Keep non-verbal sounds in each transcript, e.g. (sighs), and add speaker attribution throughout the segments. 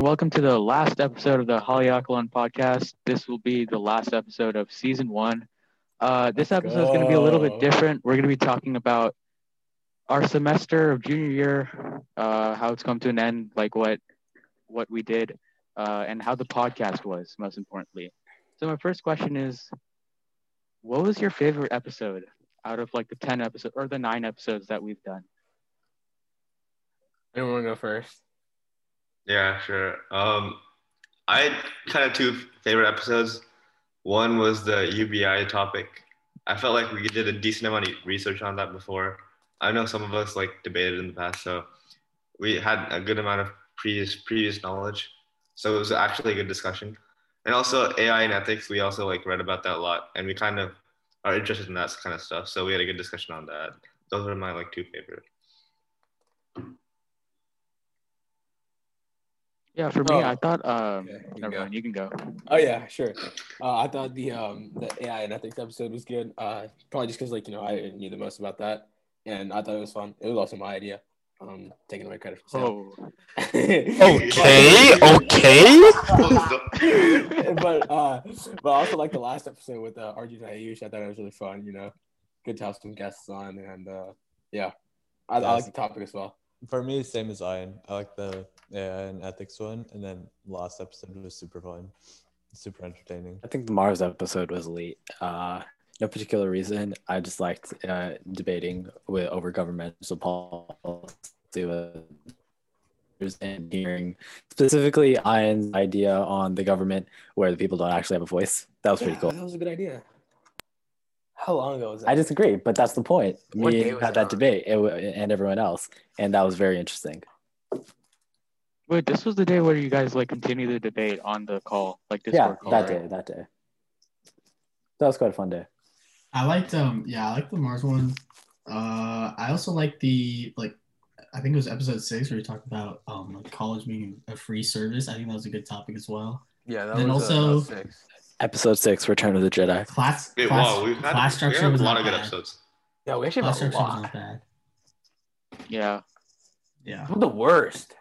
Speaker 1: welcome to the last episode of the Haleakalon podcast. This will be the last episode of season one. Uh, this episode is going to be a little bit
Speaker 2: go.
Speaker 1: different. We're going to be talking about our semester of junior year, uh, how it's come to an end, like what what we did, uh, and how the podcast was, most importantly. So my first question is, what was your favorite episode out of like the ten episode or the nine episodes that we've done?
Speaker 2: Anyone want to go first?
Speaker 3: Yeah, sure. Um, I had kind of two favorite episodes. One was the UBI topic. I felt like we did a decent amount of research on that before. I know some of us like debated in the past, so we had a good amount of previous previous knowledge. So it was actually a good discussion. And also AI and ethics, we also like read about that a lot, and we kind of are interested in that kind of stuff. So we had a good discussion on that. Those were my like two favorite.
Speaker 1: Yeah, for me,
Speaker 2: Oh.
Speaker 1: I thought. Um,
Speaker 2: Yeah, you
Speaker 1: never
Speaker 2: go.
Speaker 1: mind, you can go.
Speaker 2: Oh yeah, sure. Uh, I thought the um the AI and ethics episode was good. Uh, probably just because like you know I knew the most about that, and I thought it was fun. It was also my idea. Um, taking away credit from Sam.
Speaker 1: Oh.
Speaker 4: Okay,
Speaker 2: (laughs)
Speaker 4: okay.
Speaker 2: but uh, but I also like the last episode with uh, Arjun Ayush. I thought it was really fun. You know, good to have some guests on, and uh, yeah, I, I like the topic as well.
Speaker 5: For me, same as Ian. I like the yeah and ethics one, and then last episode was super fun, super entertaining.
Speaker 6: I think the Mars episode was late. Uh, no particular reason. I just liked uh, debating with over governmental policy with and hearing specifically Ian's idea on the government where the people don't actually have a voice. That was pretty
Speaker 2: Yeah,
Speaker 6: cool.
Speaker 2: That was a good idea. How long ago was that?
Speaker 6: I disagree, but that's the point.
Speaker 4: What
Speaker 6: Me
Speaker 4: day was
Speaker 6: had
Speaker 4: it
Speaker 6: that
Speaker 4: on?
Speaker 6: debate it, wa- and everyone else, and that was very interesting.
Speaker 1: Wait, this was the day where you guys like continue the debate on the call, like Discord
Speaker 6: yeah,
Speaker 1: call.
Speaker 6: that
Speaker 1: right?
Speaker 6: day, that day. That was quite a fun day.
Speaker 7: I liked um yeah, I liked the Mars one. Uh I also liked the like I think it was episode six where we talked about um like college being a free service. I think that was a good topic as well.
Speaker 2: Yeah,
Speaker 7: Then was, uh, also-
Speaker 2: six.
Speaker 6: Episode six, Return of the Jedi.
Speaker 7: Class
Speaker 3: (laughs) Wait,
Speaker 7: class,
Speaker 3: wow, we've had,
Speaker 7: class
Speaker 3: we
Speaker 7: structure
Speaker 3: had
Speaker 7: was
Speaker 3: a lot
Speaker 7: not
Speaker 3: of good
Speaker 7: bad.
Speaker 3: episodes.
Speaker 2: Yeah, we actually
Speaker 7: Class
Speaker 2: have a
Speaker 7: structure
Speaker 2: lot.
Speaker 7: was not bad.
Speaker 1: Yeah.
Speaker 7: Yeah.
Speaker 2: What the worst?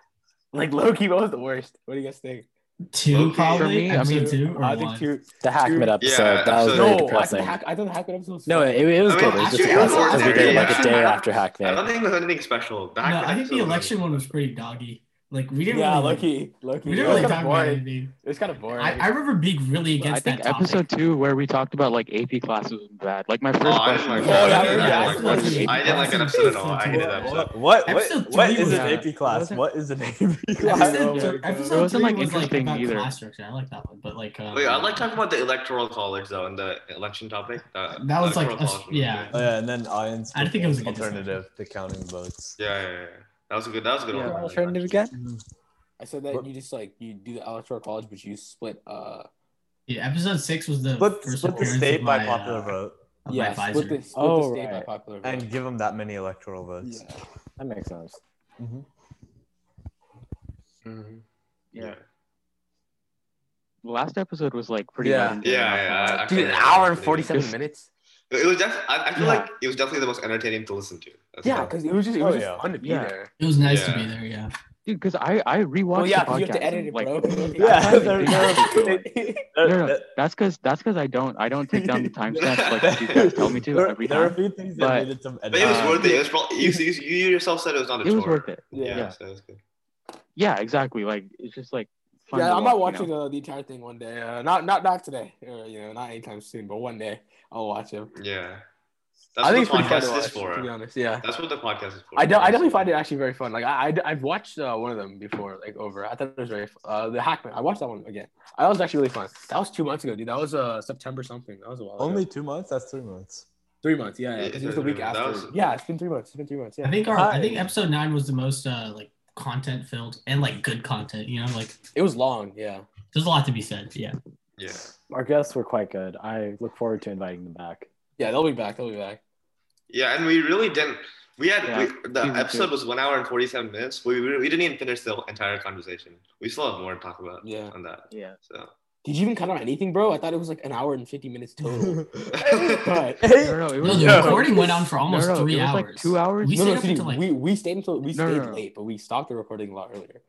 Speaker 2: Like Loki, what was the worst? What do you guys think?
Speaker 7: Two
Speaker 3: Okay.
Speaker 7: probably
Speaker 1: For me, I
Speaker 7: episode
Speaker 1: mean,
Speaker 7: two or
Speaker 2: I
Speaker 7: one.
Speaker 2: think two.
Speaker 6: The Hackman
Speaker 2: Dude,
Speaker 6: episode.
Speaker 3: yeah,
Speaker 6: that was
Speaker 3: episode-
Speaker 6: very
Speaker 2: No, I,
Speaker 6: depressing.
Speaker 2: think hack, I thought the Hackman episode was
Speaker 6: No,
Speaker 2: fun.
Speaker 6: it, it was
Speaker 3: I mean,
Speaker 6: good. It was
Speaker 7: actually,
Speaker 6: just
Speaker 7: it was
Speaker 6: awesome because we did it
Speaker 7: ordinary,
Speaker 6: like a
Speaker 7: yeah.
Speaker 6: day after
Speaker 3: I don't
Speaker 6: Hackman.
Speaker 3: think there's anything special. The
Speaker 7: no,
Speaker 3: Hackman
Speaker 7: I think the
Speaker 3: episode was-
Speaker 7: election one was pretty doggy. Like we didn't
Speaker 2: yeah,
Speaker 7: really,
Speaker 2: Loki. Loki.
Speaker 7: we didn't
Speaker 2: it was kind
Speaker 7: really talk
Speaker 2: of
Speaker 7: about
Speaker 2: boring.
Speaker 7: anything.
Speaker 2: It was kind of boring. (laughs)
Speaker 7: I, I remember being really against
Speaker 1: I think
Speaker 7: that topic.
Speaker 1: episode two where we talked about like AP classes was bad. Like my first
Speaker 3: Oh, I didn't
Speaker 1: question.
Speaker 3: like
Speaker 1: was-
Speaker 2: Oh,
Speaker 3: that.
Speaker 2: yeah,
Speaker 3: I
Speaker 2: yeah,
Speaker 3: didn't like
Speaker 2: yeah.
Speaker 3: that. I didn't like that episode at all. I hated that episode.
Speaker 5: What what
Speaker 7: Episode
Speaker 5: what, what
Speaker 7: three
Speaker 5: is
Speaker 7: was
Speaker 5: an
Speaker 7: that.
Speaker 5: AP class?
Speaker 1: Wasn't-
Speaker 5: What is an AP class?
Speaker 2: Oh
Speaker 7: Episode,
Speaker 2: my
Speaker 7: thir-
Speaker 2: God.
Speaker 7: episode
Speaker 1: It wasn't,
Speaker 7: three
Speaker 1: like,
Speaker 7: was like
Speaker 1: interesting
Speaker 7: about
Speaker 1: either.
Speaker 7: class structure. I like that one, but like uh,
Speaker 3: Wait, I like talking about the electoral college though, and the election topic. The
Speaker 7: That was, like,
Speaker 3: electoral
Speaker 7: a-
Speaker 3: college was
Speaker 7: yeah.
Speaker 3: good.
Speaker 5: Oh, yeah, and then Ian's
Speaker 7: I think it was a good
Speaker 5: alternative to counting votes.
Speaker 3: yeah, yeah, yeah. That was a good. That was a good
Speaker 1: Yeah.
Speaker 3: one.
Speaker 6: Alternative again?
Speaker 7: Mm-hmm.
Speaker 2: I said that you just like you do the electoral college, but you split. Uh,
Speaker 7: Yeah, episode six was the
Speaker 5: Split,
Speaker 7: first
Speaker 5: split the
Speaker 7: appearance
Speaker 5: state
Speaker 7: of
Speaker 5: by
Speaker 7: my,
Speaker 5: popular
Speaker 7: uh,
Speaker 5: vote
Speaker 7: of my
Speaker 2: yeah,
Speaker 7: advisor.
Speaker 2: split the, split
Speaker 6: Oh,
Speaker 2: the state by
Speaker 6: right.
Speaker 2: popular vote.
Speaker 5: and give him that many electoral votes.
Speaker 2: yeah.
Speaker 6: That makes sense.
Speaker 5: Mhm.
Speaker 3: Mhm.
Speaker 1: Yeah.
Speaker 3: Yeah,
Speaker 1: Last episode was like pretty.
Speaker 2: Yeah.
Speaker 1: legendary.
Speaker 3: yeah, yeah. I- I
Speaker 2: Dude, an
Speaker 3: kinda-
Speaker 2: hour and forty-seven
Speaker 1: Just-
Speaker 2: minutes.
Speaker 3: It was def- I, I feel
Speaker 2: Yeah.
Speaker 3: like it was definitely the most entertaining to listen to. That's
Speaker 2: Yeah,
Speaker 3: all.
Speaker 2: because it was just it was
Speaker 5: Oh,
Speaker 2: just
Speaker 5: yeah.
Speaker 2: fun to be
Speaker 1: Yeah.
Speaker 2: there.
Speaker 7: It was nice to
Speaker 3: Yeah.
Speaker 7: be there. Yeah.
Speaker 1: Dude, because I I rewatched
Speaker 2: Well, yeah,
Speaker 1: the
Speaker 2: 'cause
Speaker 1: podcast.
Speaker 2: you have to edit it,
Speaker 1: like,
Speaker 2: (laughs) bro.
Speaker 5: Yeah,
Speaker 1: I
Speaker 5: there-
Speaker 1: think
Speaker 2: (laughs)
Speaker 5: there-
Speaker 1: that's No, no, no. That's because that's because I don't I don't take down the
Speaker 3: (laughs)
Speaker 1: timestamps like you guys tell me to
Speaker 5: (laughs) There-
Speaker 1: every
Speaker 5: there are a
Speaker 1: time.
Speaker 5: few things
Speaker 1: but-
Speaker 5: that needed some
Speaker 3: But it was
Speaker 5: editing.
Speaker 3: worth it. It was probably, you, you, you yourself said it was not a
Speaker 1: It
Speaker 3: chore.
Speaker 1: was worth it.
Speaker 3: Yeah,
Speaker 1: Yeah.
Speaker 3: so it was good.
Speaker 1: Yeah, exactly. Like it's just like. Fun
Speaker 2: yeah,
Speaker 1: to
Speaker 2: I might
Speaker 1: watch,
Speaker 2: watch
Speaker 1: you know?
Speaker 2: it, uh, the entire thing one day. Uh, not not not today, or, you know, not anytime soon, but one day I'll watch him.
Speaker 3: Yeah. That's
Speaker 2: I think it's pretty fun
Speaker 3: what the
Speaker 2: to
Speaker 3: podcast
Speaker 2: watch,
Speaker 3: is
Speaker 2: to be
Speaker 3: for.
Speaker 2: honest. Yeah,
Speaker 3: That's what the podcast is for.
Speaker 2: I, de- I definitely find it actually very fun. Like I, I have watched uh, one of them before, like over. I thought it was very fu- uh, the Hackman. I watched that one again. That was actually really fun. That was two months ago, dude. That was uh September something. That was a while. ago.
Speaker 5: Only two months. That's three months.
Speaker 2: three months. Yeah, yeah. 'cause
Speaker 3: Yeah,
Speaker 2: it was the week
Speaker 3: that
Speaker 2: after.
Speaker 3: was-
Speaker 2: Yeah, it's been three months. It's been three months. Yeah,
Speaker 7: I think our I think
Speaker 5: Hi.
Speaker 7: episode nine was the most uh like content filled and like good content. You know, like
Speaker 2: it was long. Yeah.
Speaker 7: there's a lot to be said. Yeah.
Speaker 3: Yeah.
Speaker 6: Our guests were quite good. I look forward to inviting them back.
Speaker 2: Yeah, they'll be back. They'll be back.
Speaker 3: Yeah, and we really didn't. We had
Speaker 1: Yeah,
Speaker 3: we, the
Speaker 1: season
Speaker 3: episode
Speaker 1: two.
Speaker 3: was one hour and forty-seven minutes. We, we, we didn't even finish the entire conversation. We still have more to talk about
Speaker 2: Yeah.
Speaker 3: on that.
Speaker 1: Yeah. (laughs)
Speaker 3: So (laughs)
Speaker 2: Did you even cut out anything, bro? I thought it was like an hour and fifty minutes (laughs) total.
Speaker 3: yeah,
Speaker 2: But
Speaker 1: No, no, it
Speaker 7: No,
Speaker 1: was,
Speaker 7: the
Speaker 1: no,
Speaker 7: recording went on for almost
Speaker 1: no,
Speaker 7: three
Speaker 1: it was
Speaker 7: hours.
Speaker 1: Like two hours.
Speaker 7: We
Speaker 2: no,
Speaker 7: stayed
Speaker 2: no,
Speaker 7: up
Speaker 2: see,
Speaker 7: until like
Speaker 2: we we stayed until we
Speaker 1: No,
Speaker 2: stayed
Speaker 1: no, no.
Speaker 2: late, but we stopped the recording a lot earlier.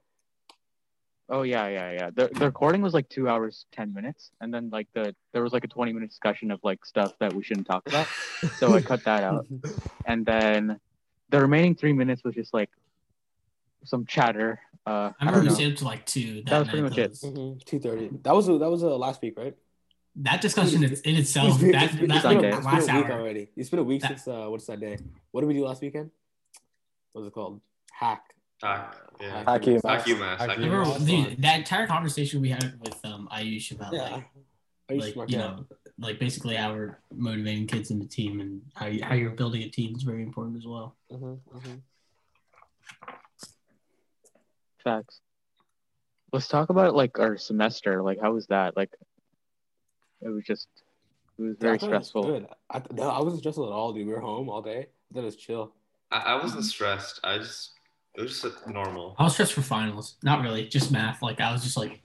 Speaker 1: Oh yeah, yeah, yeah. The, the recording was like two hours ten minutes, and then like the there was like a twenty minute discussion of like stuff that we shouldn't talk about, so I cut that
Speaker 7: (laughs)
Speaker 1: out.
Speaker 7: Mm-hmm.
Speaker 1: And then the remaining three minutes was just like some chatter. Uh,
Speaker 7: I
Speaker 1: I don't
Speaker 7: remember we
Speaker 1: know.
Speaker 7: stayed up to like two. That,
Speaker 1: That was pretty
Speaker 7: night,
Speaker 1: much it.
Speaker 7: though.
Speaker 2: Mm-hmm. Two thirty. That was a, that was uh, last week, right?
Speaker 7: That discussion in, in
Speaker 2: (laughs)
Speaker 7: itself,
Speaker 2: It's been-
Speaker 7: that,
Speaker 2: it's been-
Speaker 7: that
Speaker 2: it's been a-
Speaker 1: Sunday.
Speaker 2: it's been
Speaker 7: last
Speaker 2: a week
Speaker 7: hour.
Speaker 2: already. It's been a week
Speaker 7: That-
Speaker 2: since uh, what's that day? What did we do last weekend? What was it called? Hack.
Speaker 3: Hack, Uh, yeah.
Speaker 6: Hack you,
Speaker 3: Hack you, Mass, hack
Speaker 7: I
Speaker 3: you,
Speaker 2: Mass.
Speaker 7: remember, dude, that entire conversation we had with um, Ayush about
Speaker 2: Yeah.
Speaker 7: like,
Speaker 2: Are you
Speaker 7: like
Speaker 2: smart
Speaker 7: you
Speaker 2: guy?
Speaker 7: know, like basically how we're motivating kids in the team and how you, how you're building a team is very important as well.
Speaker 2: Mhm, mhm.
Speaker 1: Facts. Let's talk about like our semester. Like, how was that? Like, it was just it was
Speaker 2: Yeah,
Speaker 1: very
Speaker 2: I thought it was
Speaker 1: stressful.
Speaker 2: Good. I, th- no, I wasn't stressful at all, dude. We were home all day. I thought it was chill.
Speaker 3: I, I wasn't stressed. I just it was just like, normal.
Speaker 7: I was stressed for finals, not really, just math. Like I was just like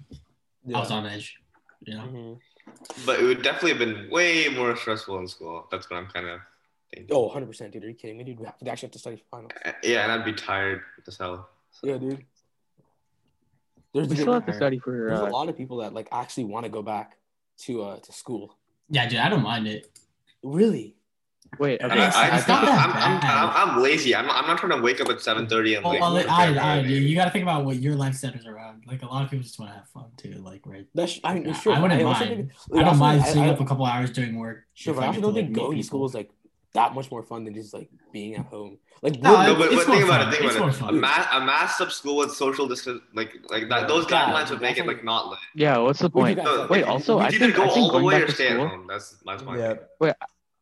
Speaker 7: I was on edge, you know.
Speaker 2: Mhm.
Speaker 3: But it would definitely have been way more stressful in school. That's what I'm kind of thinking. Uh,
Speaker 2: Oh, 100 percent, dude. Are you kidding me, dude? We have- we actually have to study for finals.
Speaker 3: Yeah, and I'd be tired as hell.
Speaker 2: Yeah, dude. There's,
Speaker 1: We
Speaker 2: dude,
Speaker 1: still have to
Speaker 2: there's
Speaker 1: study for.
Speaker 2: a
Speaker 1: Uh,
Speaker 2: lot of people that like actually want to go back to uh to school.
Speaker 7: Yeah, dude, I don't mind it.
Speaker 2: Really?
Speaker 1: wait, uh,
Speaker 3: And
Speaker 1: okay.
Speaker 3: I,
Speaker 7: it's-
Speaker 3: I,
Speaker 7: it's not that
Speaker 3: am I'm,
Speaker 7: bad.
Speaker 3: I'm, I'm lazy. I'm, I'm not trying to wake up at 7:30 and
Speaker 7: Well,
Speaker 3: like.
Speaker 7: well,
Speaker 3: prepare
Speaker 7: I,
Speaker 3: for
Speaker 7: I,
Speaker 3: that,
Speaker 7: dude,
Speaker 3: baby.
Speaker 7: you got to think about what your life centers around. Like a lot of people just want to have fun too. Like right,
Speaker 2: That's I mean,
Speaker 7: Yeah,
Speaker 2: sure.
Speaker 7: I wouldn't
Speaker 2: also
Speaker 7: mind.
Speaker 2: think-
Speaker 7: I don't
Speaker 2: also,
Speaker 7: mind
Speaker 2: I-
Speaker 7: sitting
Speaker 2: I-
Speaker 7: up a couple hours doing work.
Speaker 2: Sure,
Speaker 7: if
Speaker 2: but I
Speaker 7: get
Speaker 2: actually
Speaker 7: to,
Speaker 2: don't
Speaker 7: like,
Speaker 2: think
Speaker 7: meet
Speaker 2: going to
Speaker 7: people.
Speaker 2: school is like that much more fun than just like being at home. Like,
Speaker 7: No,
Speaker 2: we're-
Speaker 3: No,
Speaker 7: Uh, It's-
Speaker 3: but,
Speaker 7: it's
Speaker 3: but think
Speaker 7: more
Speaker 3: about
Speaker 7: fun.
Speaker 3: it. Think
Speaker 7: It's
Speaker 3: about
Speaker 7: more
Speaker 3: it. A,
Speaker 7: fun.
Speaker 3: mass, a mass up school with social distance, like like
Speaker 2: Yeah.
Speaker 3: that. Those
Speaker 2: Yeah,
Speaker 3: guidelines would make it like
Speaker 2: definitely.
Speaker 3: not lit.
Speaker 1: yeah, what's the
Speaker 2: Would you
Speaker 1: point?
Speaker 2: guys-
Speaker 3: No,
Speaker 1: Wait,
Speaker 3: like,
Speaker 1: also,
Speaker 3: you
Speaker 1: I
Speaker 3: either
Speaker 1: think-
Speaker 3: go
Speaker 1: I think
Speaker 3: all the
Speaker 1: going
Speaker 3: way
Speaker 1: back
Speaker 3: or
Speaker 1: to
Speaker 3: stay at
Speaker 1: school-
Speaker 3: home. That's my point.
Speaker 5: Yeah,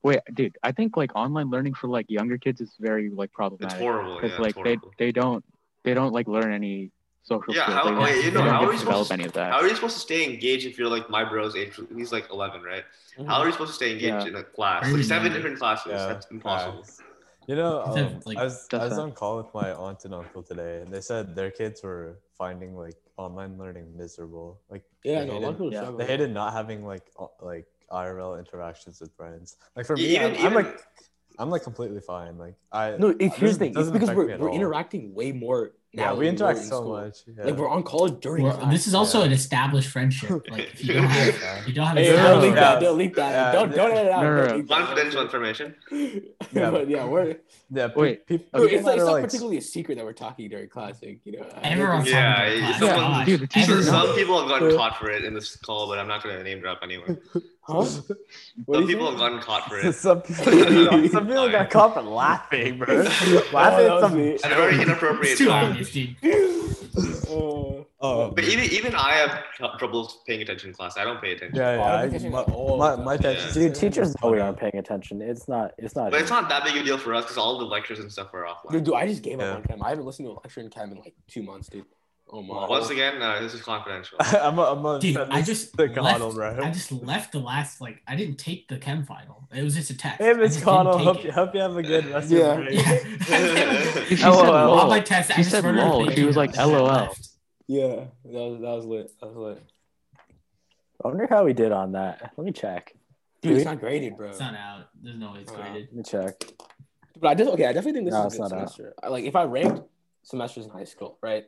Speaker 1: Wait, dude, I think like online learning for like younger kids is very like
Speaker 3: It's
Speaker 1: problematic
Speaker 3: horrible. Yeah,
Speaker 1: because
Speaker 3: it's
Speaker 1: like they
Speaker 3: horrible.
Speaker 1: they don't they don't like learn any social
Speaker 3: Yeah,
Speaker 1: skills.
Speaker 3: how-
Speaker 1: they don't,
Speaker 3: wait,
Speaker 7: you
Speaker 1: they
Speaker 7: know,
Speaker 1: don't
Speaker 7: how
Speaker 1: get
Speaker 7: are
Speaker 1: to develop
Speaker 7: you
Speaker 3: supposed to-
Speaker 1: any of that.
Speaker 3: How are you supposed to stay engaged if you're like my bro's age? He's like 11, right? How are you supposed to stay engaged
Speaker 1: Mm-hmm. Yeah.
Speaker 3: in a class?
Speaker 7: Are
Speaker 3: Like
Speaker 7: you
Speaker 3: seven
Speaker 7: not?
Speaker 3: different classes.
Speaker 5: Yeah.
Speaker 3: That's impossible.
Speaker 5: facts. You know,
Speaker 7: It's a-
Speaker 5: um,
Speaker 7: like,
Speaker 5: I was I
Speaker 1: that's
Speaker 5: was
Speaker 1: a-
Speaker 5: on call with my aunt and uncle today, and they said their kids were finding like online learning miserable. Like
Speaker 2: yeah,
Speaker 5: they
Speaker 2: no, a lot
Speaker 5: hated-
Speaker 2: of people
Speaker 1: yeah,
Speaker 2: struggle.
Speaker 5: they hated not having like o- like IRL interactions with friends. Like for me,
Speaker 3: Even-
Speaker 5: I'm, I'm,
Speaker 3: even-
Speaker 5: like I'm like completely fine. Like I
Speaker 2: No, it, here's the
Speaker 5: doesn't-
Speaker 2: thing. It's
Speaker 5: doesn't
Speaker 2: because
Speaker 5: affect me
Speaker 2: we're,
Speaker 5: at
Speaker 2: we're
Speaker 5: all.
Speaker 2: interacting way more now.
Speaker 5: yeah,
Speaker 2: than
Speaker 5: we
Speaker 2: were
Speaker 5: interact
Speaker 2: in
Speaker 5: so
Speaker 2: school.
Speaker 5: much. Yeah.
Speaker 2: Like we're on call during.
Speaker 7: Well,
Speaker 2: class.
Speaker 7: this is also
Speaker 5: Yeah.
Speaker 7: an established
Speaker 2: (laughs)
Speaker 7: friendship. Like if you
Speaker 3: (laughs)
Speaker 7: don't
Speaker 5: (laughs)
Speaker 7: have,
Speaker 5: Yeah.
Speaker 7: if you don't have,
Speaker 2: Hey,
Speaker 7: a
Speaker 5: Yeah.
Speaker 2: don't
Speaker 7: social-
Speaker 2: leak that.
Speaker 5: Yeah.
Speaker 2: Don't leak that.
Speaker 5: Yeah.
Speaker 2: Don't don't edit it out.
Speaker 1: No, no,
Speaker 2: don't
Speaker 1: no.
Speaker 2: leak that.
Speaker 3: Confidential information.
Speaker 2: (laughs)
Speaker 5: Yeah.
Speaker 2: but yeah, we're
Speaker 5: yeah, pe-
Speaker 1: Wait,
Speaker 5: peop-
Speaker 1: okay.
Speaker 2: dude, it's,
Speaker 5: people
Speaker 2: like,
Speaker 5: that
Speaker 2: it's
Speaker 5: are,
Speaker 2: not
Speaker 5: like,
Speaker 2: particularly a secret that we're talking during class. Like, you know, uh, I don't
Speaker 7: everyone's
Speaker 2: think-
Speaker 3: Yeah,
Speaker 7: talking
Speaker 3: it's
Speaker 7: in class.
Speaker 3: someone-
Speaker 7: gosh.
Speaker 1: dude, the teacher-
Speaker 3: So
Speaker 7: Everyone-
Speaker 3: some people have gotten caught for it in this call, but I'm not gonna name drop anyone.
Speaker 2: Huh? What
Speaker 3: Some
Speaker 2: do you
Speaker 3: people
Speaker 2: say?
Speaker 3: have gotten caught
Speaker 1: (laughs)
Speaker 3: for it.
Speaker 5: (laughs)
Speaker 2: (laughs)
Speaker 5: some people, some people got caught for laughing, (laughs) bro. laughing
Speaker 2: Oh, that
Speaker 5: at
Speaker 2: was
Speaker 5: some.
Speaker 2: me.
Speaker 3: And very
Speaker 7: It's
Speaker 3: inappropriate.
Speaker 7: too
Speaker 3: stuff.
Speaker 2: (laughs)
Speaker 7: obvious, dude.
Speaker 2: Uh,
Speaker 5: Oh,
Speaker 3: But even even I have tr- trouble paying attention in class. I don't pay attention.
Speaker 5: yeah,
Speaker 2: Oh,
Speaker 5: yeah.
Speaker 2: I don't
Speaker 5: I-
Speaker 2: think I should
Speaker 5: my,
Speaker 2: at all.
Speaker 5: my, my
Speaker 3: Yeah.
Speaker 5: attention-
Speaker 6: Dude, teachers know we aren't paying attention. It's not. It's not.
Speaker 3: But it's not that big a deal for us because all the lectures and stuff are
Speaker 2: Dude,
Speaker 3: offline.
Speaker 2: dude, I just gave
Speaker 5: Yeah.
Speaker 2: up on Cam. I haven't listened to a lecture in Cam in like two months, dude. Oh my.
Speaker 3: Once again, uh, this is confidential. (laughs)
Speaker 5: (laughs) I'm a, I'm a
Speaker 7: Dude, I just
Speaker 5: the
Speaker 7: left-
Speaker 5: Connell, bro.
Speaker 7: I just left the last like I didn't take the chem final. It was just a test.
Speaker 5: Hey,
Speaker 7: I
Speaker 5: Miss
Speaker 7: just
Speaker 5: Connell,
Speaker 7: didn't
Speaker 5: hope
Speaker 7: take
Speaker 5: you,
Speaker 7: it.
Speaker 5: hope you
Speaker 7: (laughs)
Speaker 5: have a good rest
Speaker 2: Yeah.
Speaker 5: of your day.
Speaker 7: Yeah. I
Speaker 1: She
Speaker 7: just-
Speaker 1: said
Speaker 5: LOL.
Speaker 1: lol.
Speaker 7: On my test, I
Speaker 1: She
Speaker 7: just
Speaker 1: said
Speaker 7: wrote her
Speaker 1: lol. She
Speaker 7: thinking
Speaker 1: was like
Speaker 7: about it. I
Speaker 1: LOL.
Speaker 7: left.
Speaker 2: Yeah, that was that was lit. That was lit.
Speaker 6: I wonder how we did on that. Let me check.
Speaker 2: Dude, it's not graded, bro.
Speaker 7: It's not out. There's no way it's
Speaker 2: Uh,
Speaker 7: graded.
Speaker 6: Let me check.
Speaker 2: But I just okay. I definitely think this
Speaker 6: No,
Speaker 2: is
Speaker 6: it's
Speaker 2: a good
Speaker 6: not out.
Speaker 2: semester. I, like if I ranked semesters in high school, right?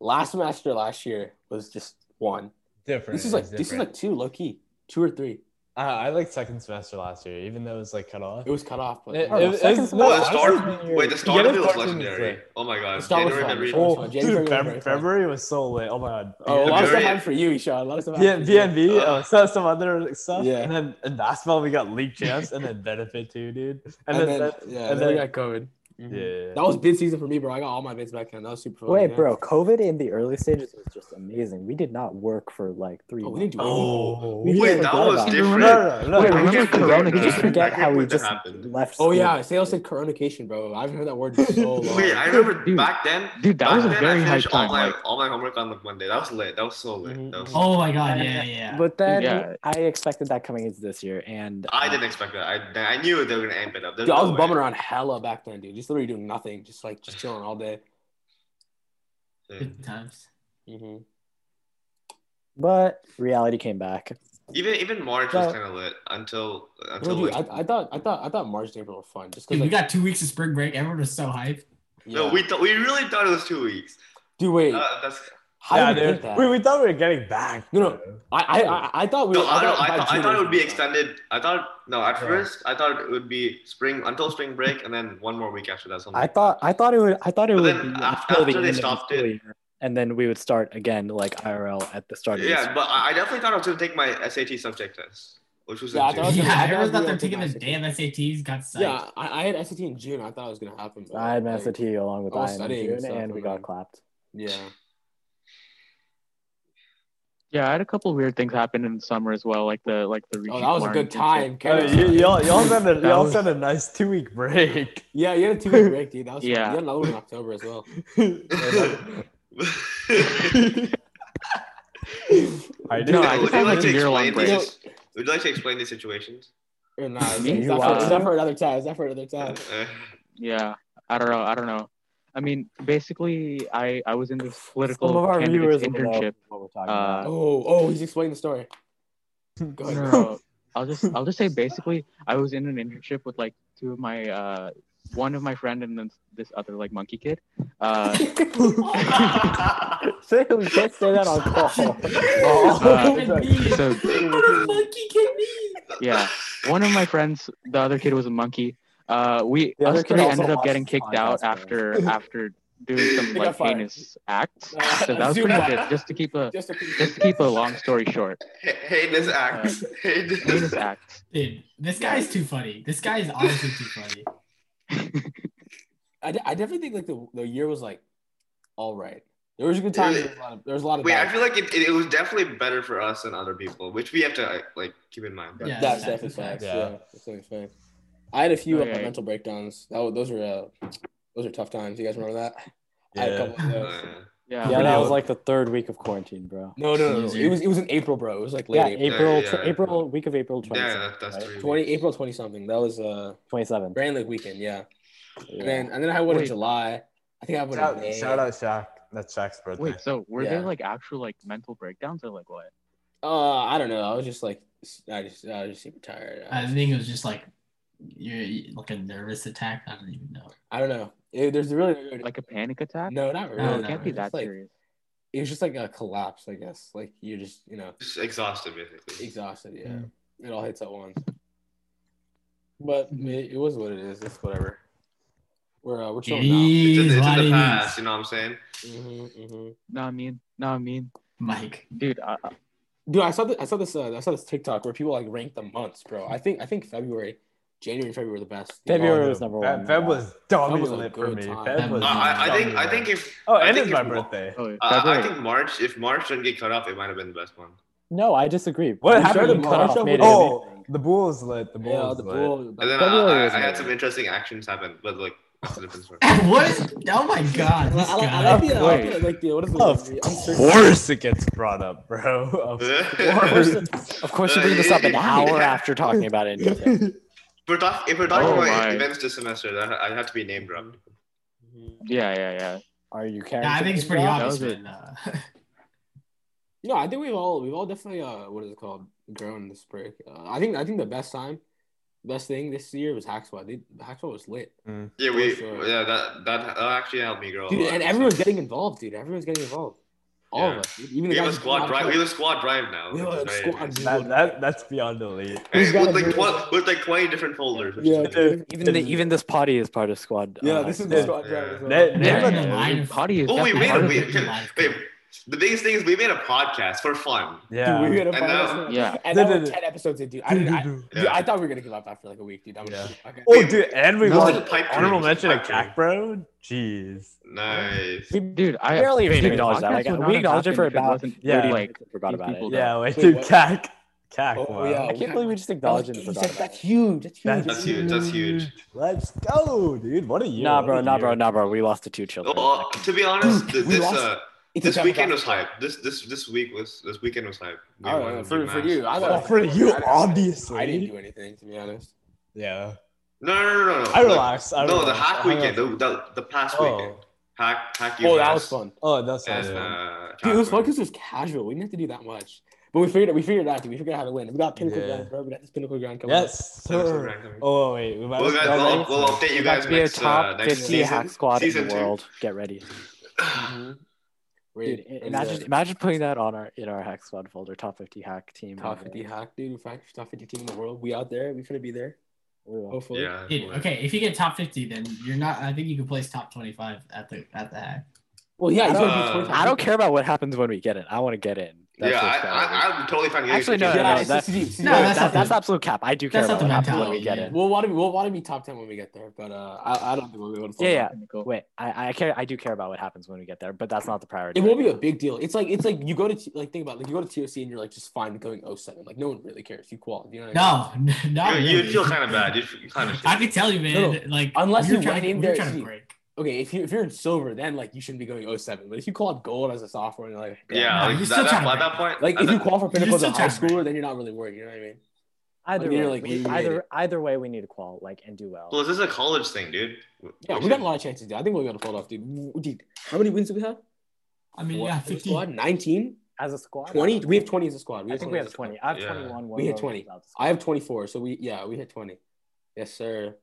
Speaker 2: Last semester last year was just one.
Speaker 5: Different.
Speaker 2: This is like
Speaker 5: it's
Speaker 2: this is
Speaker 5: different.
Speaker 2: like two low key, two or three.
Speaker 5: Uh, I liked second semester last year, even though it was like cut off.
Speaker 2: It was cut off, but
Speaker 5: It-
Speaker 2: I don't
Speaker 5: it-
Speaker 2: know.
Speaker 5: it
Speaker 6: second
Speaker 5: was-
Speaker 6: semester-
Speaker 3: Well,
Speaker 5: no,
Speaker 3: the
Speaker 5: I
Speaker 3: start,
Speaker 5: was thinking-
Speaker 3: wait, the
Speaker 5: Yeah,
Speaker 3: start of it was
Speaker 5: start was
Speaker 3: legendary.
Speaker 5: lit.
Speaker 3: Oh my god,
Speaker 2: The start was
Speaker 3: January,
Speaker 2: fun.
Speaker 3: February.
Speaker 2: Oh,
Speaker 5: Oh,
Speaker 2: January,
Speaker 5: dude,
Speaker 2: February.
Speaker 5: February, February was so late. Oh my god.
Speaker 2: oh, a lot of
Speaker 3: Very-
Speaker 2: stuff happened for you, Ishan. A lot of
Speaker 5: (laughs)
Speaker 2: stuff.
Speaker 5: Yeah,
Speaker 2: happened for you.
Speaker 5: BNB, uh, so, some other stuff.
Speaker 2: Yeah.
Speaker 5: And then in basketball, we got league champs and then benefit too, dude. And,
Speaker 2: And,
Speaker 5: then,
Speaker 2: then, yeah,
Speaker 5: and
Speaker 2: then we
Speaker 5: then-
Speaker 2: got COVID. Mhm.
Speaker 5: yeah.
Speaker 2: That was bid season for me, bro. I got all my bids back then. That was super fun.
Speaker 6: Wait,
Speaker 2: Oh, yeah.
Speaker 6: bro. COVID in the early stages was just amazing. We did not work for like three.
Speaker 2: Oh, we
Speaker 6: months.
Speaker 2: didn't do
Speaker 5: Oh,
Speaker 6: We
Speaker 3: Wait,
Speaker 6: forgot
Speaker 3: that was
Speaker 6: about it.
Speaker 5: no,
Speaker 3: different.
Speaker 5: no, no, no.
Speaker 6: Wait,
Speaker 3: I (laughs)
Speaker 6: remember
Speaker 3: can't believe
Speaker 6: Corona? Did you
Speaker 3: that. I
Speaker 6: forget
Speaker 3: can't
Speaker 6: how we
Speaker 3: believe that
Speaker 6: just
Speaker 3: happened.
Speaker 6: left?
Speaker 2: Oh
Speaker 6: school?
Speaker 2: yeah, Sales said coronication, bro. I've heard that word for
Speaker 3: (laughs)
Speaker 2: so long.
Speaker 3: Wait, I remember
Speaker 1: Dude.
Speaker 3: back then.
Speaker 1: Dude, that
Speaker 3: back
Speaker 1: was a
Speaker 3: then,
Speaker 1: very
Speaker 3: I
Speaker 1: high
Speaker 3: finished all
Speaker 1: time.
Speaker 3: my
Speaker 1: Like,
Speaker 3: all my homework on like one day. That was lit. That was so lit.
Speaker 2: Mhm,
Speaker 3: That was-
Speaker 7: Oh my god, yeah, yeah.
Speaker 6: But then
Speaker 1: Yeah.
Speaker 6: I expected that coming into this year, and
Speaker 3: I
Speaker 6: uh,
Speaker 3: didn't expect that. I, I knew they were gonna amp it up. There's
Speaker 2: Dude, I
Speaker 3: no
Speaker 2: was
Speaker 3: way.
Speaker 2: bumming around hella back then, dude. Just literally doing nothing, just like just chilling all day.
Speaker 3: Yeah.
Speaker 7: Good times.
Speaker 2: Mm-hmm.
Speaker 6: But reality came back.
Speaker 3: Even even March
Speaker 6: Well-
Speaker 3: was kind of lit until until
Speaker 2: dude,
Speaker 3: like,
Speaker 2: I, I thought I thought I thought March and April were fun, just
Speaker 7: Dude,
Speaker 2: because
Speaker 7: we got two weeks of spring break. Everyone was so hyped.
Speaker 3: no, we thought we really thought it was two weeks.
Speaker 2: dude wait.
Speaker 3: Uh, that's
Speaker 2: How
Speaker 4: yeah,
Speaker 2: do you think
Speaker 4: dude.
Speaker 2: that?
Speaker 4: We, we thought we were getting back.
Speaker 2: No, no.
Speaker 4: bro.
Speaker 2: I, I, I- I thought we.
Speaker 3: No,
Speaker 2: were-
Speaker 3: I, don't,
Speaker 2: by
Speaker 3: I, thought, I
Speaker 2: June
Speaker 3: thought it would be
Speaker 2: was-
Speaker 3: extended. I thought no. At
Speaker 4: Yeah.
Speaker 3: first, I thought it would be spring until spring break, and then one more week after that. Something.
Speaker 6: I
Speaker 3: like
Speaker 6: thought I thought it would I thought it
Speaker 3: But
Speaker 6: would
Speaker 3: then
Speaker 6: be
Speaker 3: af-
Speaker 6: until the
Speaker 3: after they
Speaker 6: end of the
Speaker 3: stopped
Speaker 6: school
Speaker 3: it-
Speaker 6: year, and then we would start again like IRL at the start.
Speaker 3: that.
Speaker 6: Of the
Speaker 3: Yeah,
Speaker 6: school.
Speaker 3: but I I definitely thought I was gonna take my SAT subject test, which was
Speaker 2: Yeah, I
Speaker 3: in June.
Speaker 2: thought-
Speaker 7: yeah,
Speaker 2: I
Speaker 7: everyone's
Speaker 2: thought
Speaker 7: out
Speaker 2: we
Speaker 7: there
Speaker 2: were
Speaker 7: taking the
Speaker 2: gymnastics.
Speaker 7: damn SATs. Got psyched.
Speaker 2: Yeah, I, I had SAT in June. I thought it was gonna happen. but,
Speaker 6: I had
Speaker 2: like,
Speaker 6: Mass like, along with
Speaker 2: I was
Speaker 6: I in
Speaker 2: studying
Speaker 6: June,
Speaker 2: stuff
Speaker 6: and we
Speaker 2: and
Speaker 6: got
Speaker 2: then-
Speaker 6: clapped.
Speaker 2: Yeah.
Speaker 1: Yeah, I had a couple weird things happen in the summer as well, like the like the.
Speaker 2: Oh,
Speaker 1: Rishi
Speaker 2: that was a
Speaker 1: Kumaran
Speaker 2: good time.
Speaker 5: Oh,
Speaker 2: Kara.
Speaker 5: y-
Speaker 2: (laughs)
Speaker 5: y'all, y'all had a,
Speaker 6: That
Speaker 5: y'all
Speaker 6: was-
Speaker 5: had a nice two week break.
Speaker 2: Yeah, you had a two week break, dude. That was
Speaker 1: Yeah.
Speaker 2: You had another one in October as well.
Speaker 5: I
Speaker 1: No, I
Speaker 3: (laughs) Would
Speaker 1: just had
Speaker 3: you like
Speaker 1: like
Speaker 3: to
Speaker 1: a year long
Speaker 3: explain
Speaker 1: break.
Speaker 3: this? Would you like to explain these situations?
Speaker 2: Or nah, is,
Speaker 1: Me?
Speaker 2: is, that
Speaker 6: Wow.
Speaker 2: for, is that for another time? Is that for another time?
Speaker 3: Uh,
Speaker 1: Yeah, I don't know. I don't know. I mean, basically, I I was in this political
Speaker 6: Some of our
Speaker 1: candidates
Speaker 6: viewers will know
Speaker 1: internship.
Speaker 6: what we're talking
Speaker 1: uh,
Speaker 6: about.
Speaker 2: Oh, oh, he's explaining the story. Go
Speaker 1: No,
Speaker 2: ahead.
Speaker 1: no, no. (laughs) I'll just I'll just say basically, I was in an internship with like two of my uh one of my friend and then this other like monkey kid. Uh,
Speaker 6: (laughs) Say we can't say that on (laughs) call.
Speaker 1: so
Speaker 2: (laughs)
Speaker 7: monkey can be.
Speaker 1: yeah, one of my friends, the other kid was a monkey. Uh, we
Speaker 6: The other
Speaker 1: us
Speaker 6: kid
Speaker 1: three
Speaker 6: also
Speaker 1: ended up
Speaker 6: watched
Speaker 1: getting
Speaker 6: this
Speaker 1: kicked out
Speaker 6: podcast, man.
Speaker 1: after after doing some
Speaker 2: They got
Speaker 1: like
Speaker 2: fired.
Speaker 1: heinous acts.
Speaker 2: Uh,
Speaker 1: So that was
Speaker 2: Zoom
Speaker 1: pretty
Speaker 2: out.
Speaker 1: good. Just to keep a
Speaker 2: Just a
Speaker 1: just to
Speaker 3: (laughs)
Speaker 1: keep a long story short,
Speaker 3: heinous acts.
Speaker 1: heinous
Speaker 3: (laughs) Heinous acts.
Speaker 1: acts.
Speaker 7: Dude, this guy's too funny. This guy is honestly too funny.
Speaker 2: I, de- I definitely think like the, the year was like all right. There was a good time. There was a lot of, there was a lot of
Speaker 3: Wait,
Speaker 2: bad
Speaker 3: I feel like it, it was definitely better for us than other people, which we have to like keep in mind.
Speaker 7: Yeah.
Speaker 2: That's
Speaker 7: that's
Speaker 2: definitely facts.
Speaker 7: facts.
Speaker 2: Yeah.
Speaker 5: Yeah.
Speaker 2: that's definitely facts. I had a few
Speaker 1: Okay.
Speaker 2: uh, mental breakdowns. That wa- those were uh, those are tough times. You guys remember that? I had a
Speaker 5: yeah.
Speaker 2: couple of those.
Speaker 3: Uh,
Speaker 1: Yeah.
Speaker 6: Yeah, that
Speaker 5: Yeah.
Speaker 6: was like the third week of quarantine, bro.
Speaker 2: No, no, no, no. It was it was in April, bro. It was like
Speaker 6: Yeah,
Speaker 2: late April.
Speaker 6: April,
Speaker 3: yeah.
Speaker 6: April week of April twenty
Speaker 3: yeah,
Speaker 6: seventh.
Speaker 3: that, that's three.
Speaker 2: Twenty
Speaker 3: weeks.
Speaker 2: April twenty something. That was uh
Speaker 6: Twenty seventh.
Speaker 2: Grand Lake weekend, yeah. And then and then I had one in
Speaker 1: Wait.
Speaker 2: July. I think I had one in May.
Speaker 5: Shout, shout out Shaq. That's Shaq's birthday.
Speaker 1: Wait, so were
Speaker 2: Yeah.
Speaker 1: there like actual like mental breakdowns or like what?
Speaker 2: Uh, I don't know. I was just like I just I was just super tired. I,
Speaker 7: I
Speaker 2: was-
Speaker 7: think it was just like you're like a nervous attack. I don't even know.
Speaker 2: I don't know. It- there's really
Speaker 1: Like a panic attack?
Speaker 2: no, not
Speaker 6: Oh,
Speaker 2: really.
Speaker 7: No,
Speaker 1: it
Speaker 7: no,
Speaker 1: can't be
Speaker 2: It's
Speaker 1: that
Speaker 2: like,
Speaker 1: serious.
Speaker 2: it was just like a collapse, I guess. Like you're just, you know,
Speaker 3: Just exhausted, basically.
Speaker 2: exhausted. Yeah, it all hits at once. But I mean, it was what it is. It's whatever. We're uh, we're chilling now.
Speaker 3: It's, in,
Speaker 7: Jeez,
Speaker 3: it's
Speaker 7: why
Speaker 3: in the
Speaker 7: didn't
Speaker 3: past,
Speaker 7: you-
Speaker 3: you know what I'm saying?
Speaker 2: Mm-hmm, mm-hmm.
Speaker 1: No, I mean, no, I mean,
Speaker 7: Mike.
Speaker 1: dude, I, I-
Speaker 2: Dude, I saw this. I saw this. Uh, I saw this TikTok where people like ranked the months, bro. I think I think February, January, and February were the best.
Speaker 6: February
Speaker 5: Oh,
Speaker 6: was
Speaker 5: no.
Speaker 6: number
Speaker 5: Feb,
Speaker 6: one.
Speaker 5: Feb was dummy
Speaker 2: That was a
Speaker 5: lit for
Speaker 2: good
Speaker 5: me.
Speaker 2: time.
Speaker 5: Feb was
Speaker 3: Uh, I, I think
Speaker 5: dummy
Speaker 3: I think
Speaker 5: lit.
Speaker 3: if
Speaker 5: Oh,
Speaker 3: I
Speaker 5: and
Speaker 3: think
Speaker 5: it's my
Speaker 3: if-
Speaker 5: birthday.
Speaker 1: oh,
Speaker 3: uh, I
Speaker 1: February.
Speaker 3: think March, if March didn't get cut off, it might have been the best one.
Speaker 6: No, I disagree.
Speaker 5: What
Speaker 6: We
Speaker 5: happened?
Speaker 6: started
Speaker 5: in
Speaker 2: to
Speaker 6: cut
Speaker 5: March?
Speaker 2: March?
Speaker 6: off made it
Speaker 5: Oh, the bull was lit. The bull
Speaker 2: Yeah,
Speaker 5: was
Speaker 2: the
Speaker 5: lit.
Speaker 2: bull.
Speaker 3: And then I,
Speaker 6: February
Speaker 3: I,
Speaker 6: was
Speaker 3: I had
Speaker 6: nice.
Speaker 3: some interesting actions happen, but like (laughs) that's a different story.
Speaker 7: (laughs) what is? Oh my god.
Speaker 2: I,
Speaker 7: This
Speaker 2: I, like- I
Speaker 7: guy.
Speaker 2: like the, uh, I like the, like the what is the
Speaker 6: Of
Speaker 2: the
Speaker 5: Of
Speaker 2: uncertainty.
Speaker 5: course it gets brought up, bro.
Speaker 3: (laughs)
Speaker 5: Of course.
Speaker 6: Of course, you bring this up an hour after talking about it. in (laughs) detail.
Speaker 3: If we're, talk, if we're talking
Speaker 1: Oh
Speaker 3: about
Speaker 1: my.
Speaker 3: events this semester, then I have to be name dropped.
Speaker 2: Mm-hmm.
Speaker 1: yeah, yeah, yeah.
Speaker 6: Are you carrying?
Speaker 7: Yeah, I think it's pretty
Speaker 6: something,
Speaker 7: obvious.
Speaker 1: That was
Speaker 7: When, uh,
Speaker 2: No, I think we've all we've all definitely uh what is it called grown this break. Uh, I think I think the best time, best thing this year was Hack Squad. They, Hack Squad was lit,
Speaker 3: Yeah, we
Speaker 2: For sure.
Speaker 3: yeah that that uh, actually helped me grow. a
Speaker 2: dude,
Speaker 3: lot.
Speaker 2: and everyone's getting involved, dude. Everyone's getting involved. All
Speaker 3: Yeah.
Speaker 2: of us, dude. even the
Speaker 3: we have a
Speaker 2: guys who
Speaker 3: squad
Speaker 2: didn't
Speaker 3: drive.
Speaker 2: have
Speaker 3: We have a squad drive now.
Speaker 2: We have
Speaker 3: which
Speaker 2: a
Speaker 3: is very
Speaker 2: squad
Speaker 3: nice.
Speaker 2: drive.
Speaker 5: That, that that's beyond elite.
Speaker 3: Hey,
Speaker 2: Who's got
Speaker 3: with,
Speaker 2: a
Speaker 3: like
Speaker 2: beer?
Speaker 3: 12, with like 20 different folders. which
Speaker 2: Yeah,
Speaker 3: is nice.
Speaker 2: dude.
Speaker 6: Even the, even this potty is part of squad.
Speaker 2: yeah,
Speaker 6: uh,
Speaker 2: this is
Speaker 6: squad.
Speaker 2: the squad drive. as well.
Speaker 5: They-
Speaker 7: (laughs)
Speaker 5: they
Speaker 1: yeah,
Speaker 5: have
Speaker 1: yeah,
Speaker 5: a-
Speaker 1: yeah.
Speaker 7: Minor-
Speaker 1: Potty is
Speaker 3: Oh wait,
Speaker 1: definitely
Speaker 3: wait,
Speaker 1: part of
Speaker 3: wait,
Speaker 1: it.
Speaker 7: your life.
Speaker 3: wait. The biggest thing is we made a podcast for fun.
Speaker 5: yeah.
Speaker 2: Dude, we had a
Speaker 3: And now-
Speaker 2: podcast.
Speaker 1: yeah.
Speaker 2: and that
Speaker 5: Dude,
Speaker 2: were
Speaker 5: dude,
Speaker 2: ten episodes in, dude. I, didn't, I, dude,
Speaker 3: Yeah.
Speaker 2: I thought we were gonna give up after like a week, dude. I'm
Speaker 5: Yeah.
Speaker 2: okay.
Speaker 5: Oh, dude, and we
Speaker 1: No.
Speaker 5: won.
Speaker 3: Pipe dream.
Speaker 5: Honorable mention of
Speaker 3: Pipe dream.
Speaker 5: Cack, bro. Jeez.
Speaker 3: Nice.
Speaker 6: We
Speaker 1: Dude, I
Speaker 6: barely even
Speaker 1: dude,
Speaker 6: acknowledged that.
Speaker 1: podcasts
Speaker 6: Like,
Speaker 1: would not
Speaker 6: we
Speaker 1: have
Speaker 6: acknowledged it
Speaker 1: happened
Speaker 6: for
Speaker 1: if
Speaker 6: about
Speaker 1: wasn't
Speaker 5: Yeah.
Speaker 1: for,
Speaker 6: like,
Speaker 1: like,
Speaker 6: forgot about it.
Speaker 1: people.
Speaker 5: Yeah, wait,
Speaker 2: Wait,
Speaker 5: dude,
Speaker 2: what?
Speaker 5: Cack. Cack,
Speaker 2: Oh,
Speaker 5: wow.
Speaker 2: yeah.
Speaker 6: I can't believe we just acknowledged it and
Speaker 2: Like,
Speaker 6: forgot about
Speaker 2: that's
Speaker 6: it.
Speaker 2: huge. That's huge.
Speaker 3: That's huge, that's huge.
Speaker 5: Let's go, dude. What a year.
Speaker 6: Nah,
Speaker 5: what
Speaker 6: bro,
Speaker 5: a
Speaker 6: nah, bro,
Speaker 5: year.
Speaker 6: nah, bro. We lost to two children.
Speaker 3: Oh, uh, to be honest, th-
Speaker 2: we
Speaker 3: this
Speaker 2: lost-
Speaker 3: uh,
Speaker 2: It's a
Speaker 3: this weekend
Speaker 2: demographic.
Speaker 3: was hype. This this this week was this weekend was hype. We
Speaker 2: Oh,
Speaker 3: won
Speaker 2: yeah,
Speaker 3: the
Speaker 2: for, for
Speaker 3: match.
Speaker 2: you, I
Speaker 5: Well,
Speaker 2: thought
Speaker 5: for you,
Speaker 2: I-
Speaker 5: obviously.
Speaker 2: I didn't do anything to be honest.
Speaker 5: Yeah.
Speaker 3: No, no, no, no, no.
Speaker 5: I relaxed. I
Speaker 3: No, the
Speaker 5: relaxed.
Speaker 3: hack
Speaker 5: I
Speaker 3: weekend, the,
Speaker 5: relaxed.
Speaker 3: the, the past
Speaker 5: Oh.
Speaker 3: weekend, hack hack.
Speaker 2: Oh, that
Speaker 3: UMass
Speaker 2: was fun.
Speaker 5: Oh, that's
Speaker 3: And,
Speaker 5: awesome.
Speaker 3: uh,
Speaker 2: Dude, it was
Speaker 3: Chapman.
Speaker 2: fun 'cause it was casual. We didn't have to do that much, but we figured it. We figured it out. Dude. We figured out how to win. We got pinnacle
Speaker 5: Yeah.
Speaker 2: ground, bro. We got this pinnacle ground coming. up.
Speaker 5: yes, sir. Oh, wait. We might
Speaker 3: Well,
Speaker 5: as
Speaker 3: guys,
Speaker 5: well-
Speaker 3: we'll, we'll update you
Speaker 6: We're about
Speaker 3: guys uh,
Speaker 6: to be a
Speaker 3: next, uh,
Speaker 6: top
Speaker 3: next
Speaker 6: 50
Speaker 3: (sighs) season.
Speaker 6: hack squad in
Speaker 3: season
Speaker 6: the
Speaker 3: two.
Speaker 6: world. Get ready.
Speaker 2: Mhm.
Speaker 6: Dude,
Speaker 2: Raid.
Speaker 6: i-
Speaker 2: Raid
Speaker 6: imagine
Speaker 2: the
Speaker 6: imagine putting that on our in our hack squad folder, top fifty hack team.
Speaker 2: top 50 hack, dude. Fact, top 50 team in the world. We out there. We finna be there.
Speaker 6: We
Speaker 7: Oh,
Speaker 6: will.
Speaker 2: Hopefully.
Speaker 3: Yeah.
Speaker 7: Dude, okay, if you get top fifty, then you're not. I think you can place top twenty-five at the at the hack.
Speaker 2: Well, yeah.
Speaker 6: I
Speaker 2: you
Speaker 6: don't-
Speaker 2: gotta be towards
Speaker 6: I
Speaker 2: top
Speaker 6: don't care about what happens when we get in. I want to get in.
Speaker 3: yeah,
Speaker 6: what's
Speaker 3: I,
Speaker 6: valid.
Speaker 3: I, I'm totally fine. getting
Speaker 6: Actually,
Speaker 3: to
Speaker 6: no,
Speaker 3: Japan.
Speaker 6: no, no.
Speaker 2: it's
Speaker 6: That's,
Speaker 2: just deep. See,
Speaker 6: no,
Speaker 7: that's
Speaker 6: that's,
Speaker 7: not
Speaker 6: that's
Speaker 7: the-
Speaker 6: absolute cap. I do care
Speaker 7: that's
Speaker 6: about
Speaker 7: not
Speaker 6: what
Speaker 7: the
Speaker 6: happens when we
Speaker 7: mentality,
Speaker 6: get
Speaker 7: yeah.
Speaker 6: in.
Speaker 2: We'll want to be. We'll want to be top 10 when we get there. But uh, I, I don't think we'll be able to. pull
Speaker 6: Yeah,
Speaker 2: it
Speaker 6: yeah.
Speaker 2: off.
Speaker 6: Wait, I, I care. I do care about what happens when we get there, but that's not the priority.
Speaker 2: It won't be a big deal. It's like it's like you go to T- like think about it, like you go to TOC and you're like just fine going 07. Like no one really cares. You qual. You know what I mean?
Speaker 7: No, (laughs) no.
Speaker 3: You, you'd feel kind of bad.
Speaker 7: (laughs)
Speaker 3: You'd feel kind of
Speaker 7: I
Speaker 3: shit.
Speaker 7: can tell you, man.
Speaker 2: No, no.
Speaker 7: Like
Speaker 2: Unless
Speaker 7: we're
Speaker 2: you
Speaker 7: trying,
Speaker 2: went in
Speaker 7: we're
Speaker 2: there,
Speaker 7: trying to
Speaker 2: see.
Speaker 7: break.
Speaker 2: Okay, if you if you're in silver, then like you shouldn't be going 07. But if you call out gold as a sophomore, you're like damn.
Speaker 3: Yeah,
Speaker 7: No,
Speaker 3: like,
Speaker 7: you're
Speaker 3: that,
Speaker 7: still
Speaker 3: that,
Speaker 7: trying to
Speaker 3: at that point,
Speaker 2: Like
Speaker 3: at
Speaker 2: if you
Speaker 3: that-
Speaker 2: qualify for
Speaker 7: You're
Speaker 2: pinnacle as a
Speaker 7: still
Speaker 2: high
Speaker 7: trying.
Speaker 2: schooler, then you're not really worried. You know what I mean?
Speaker 6: either
Speaker 2: I mean,
Speaker 6: way,
Speaker 2: like,
Speaker 6: we-
Speaker 2: we made
Speaker 6: either
Speaker 2: it.
Speaker 6: either way, we need to qual like and do well.
Speaker 3: well, this is a college thing, dude.
Speaker 2: Yeah, we got a lot of chances. Dude. I think we're gonna pull it off, dude. W- dude. How many wins do we have?
Speaker 7: I mean,
Speaker 2: What?
Speaker 7: yeah,
Speaker 2: As a
Speaker 7: fifty.
Speaker 2: Squad 19,
Speaker 6: As a squad,
Speaker 2: 20. We have 20 as a squad.
Speaker 6: I think we have
Speaker 2: as a squad.
Speaker 6: twenty. I have
Speaker 3: Yeah.
Speaker 6: twenty-one.
Speaker 2: We hit 20. I have 24. So we yeah we hit 20. Yes sir.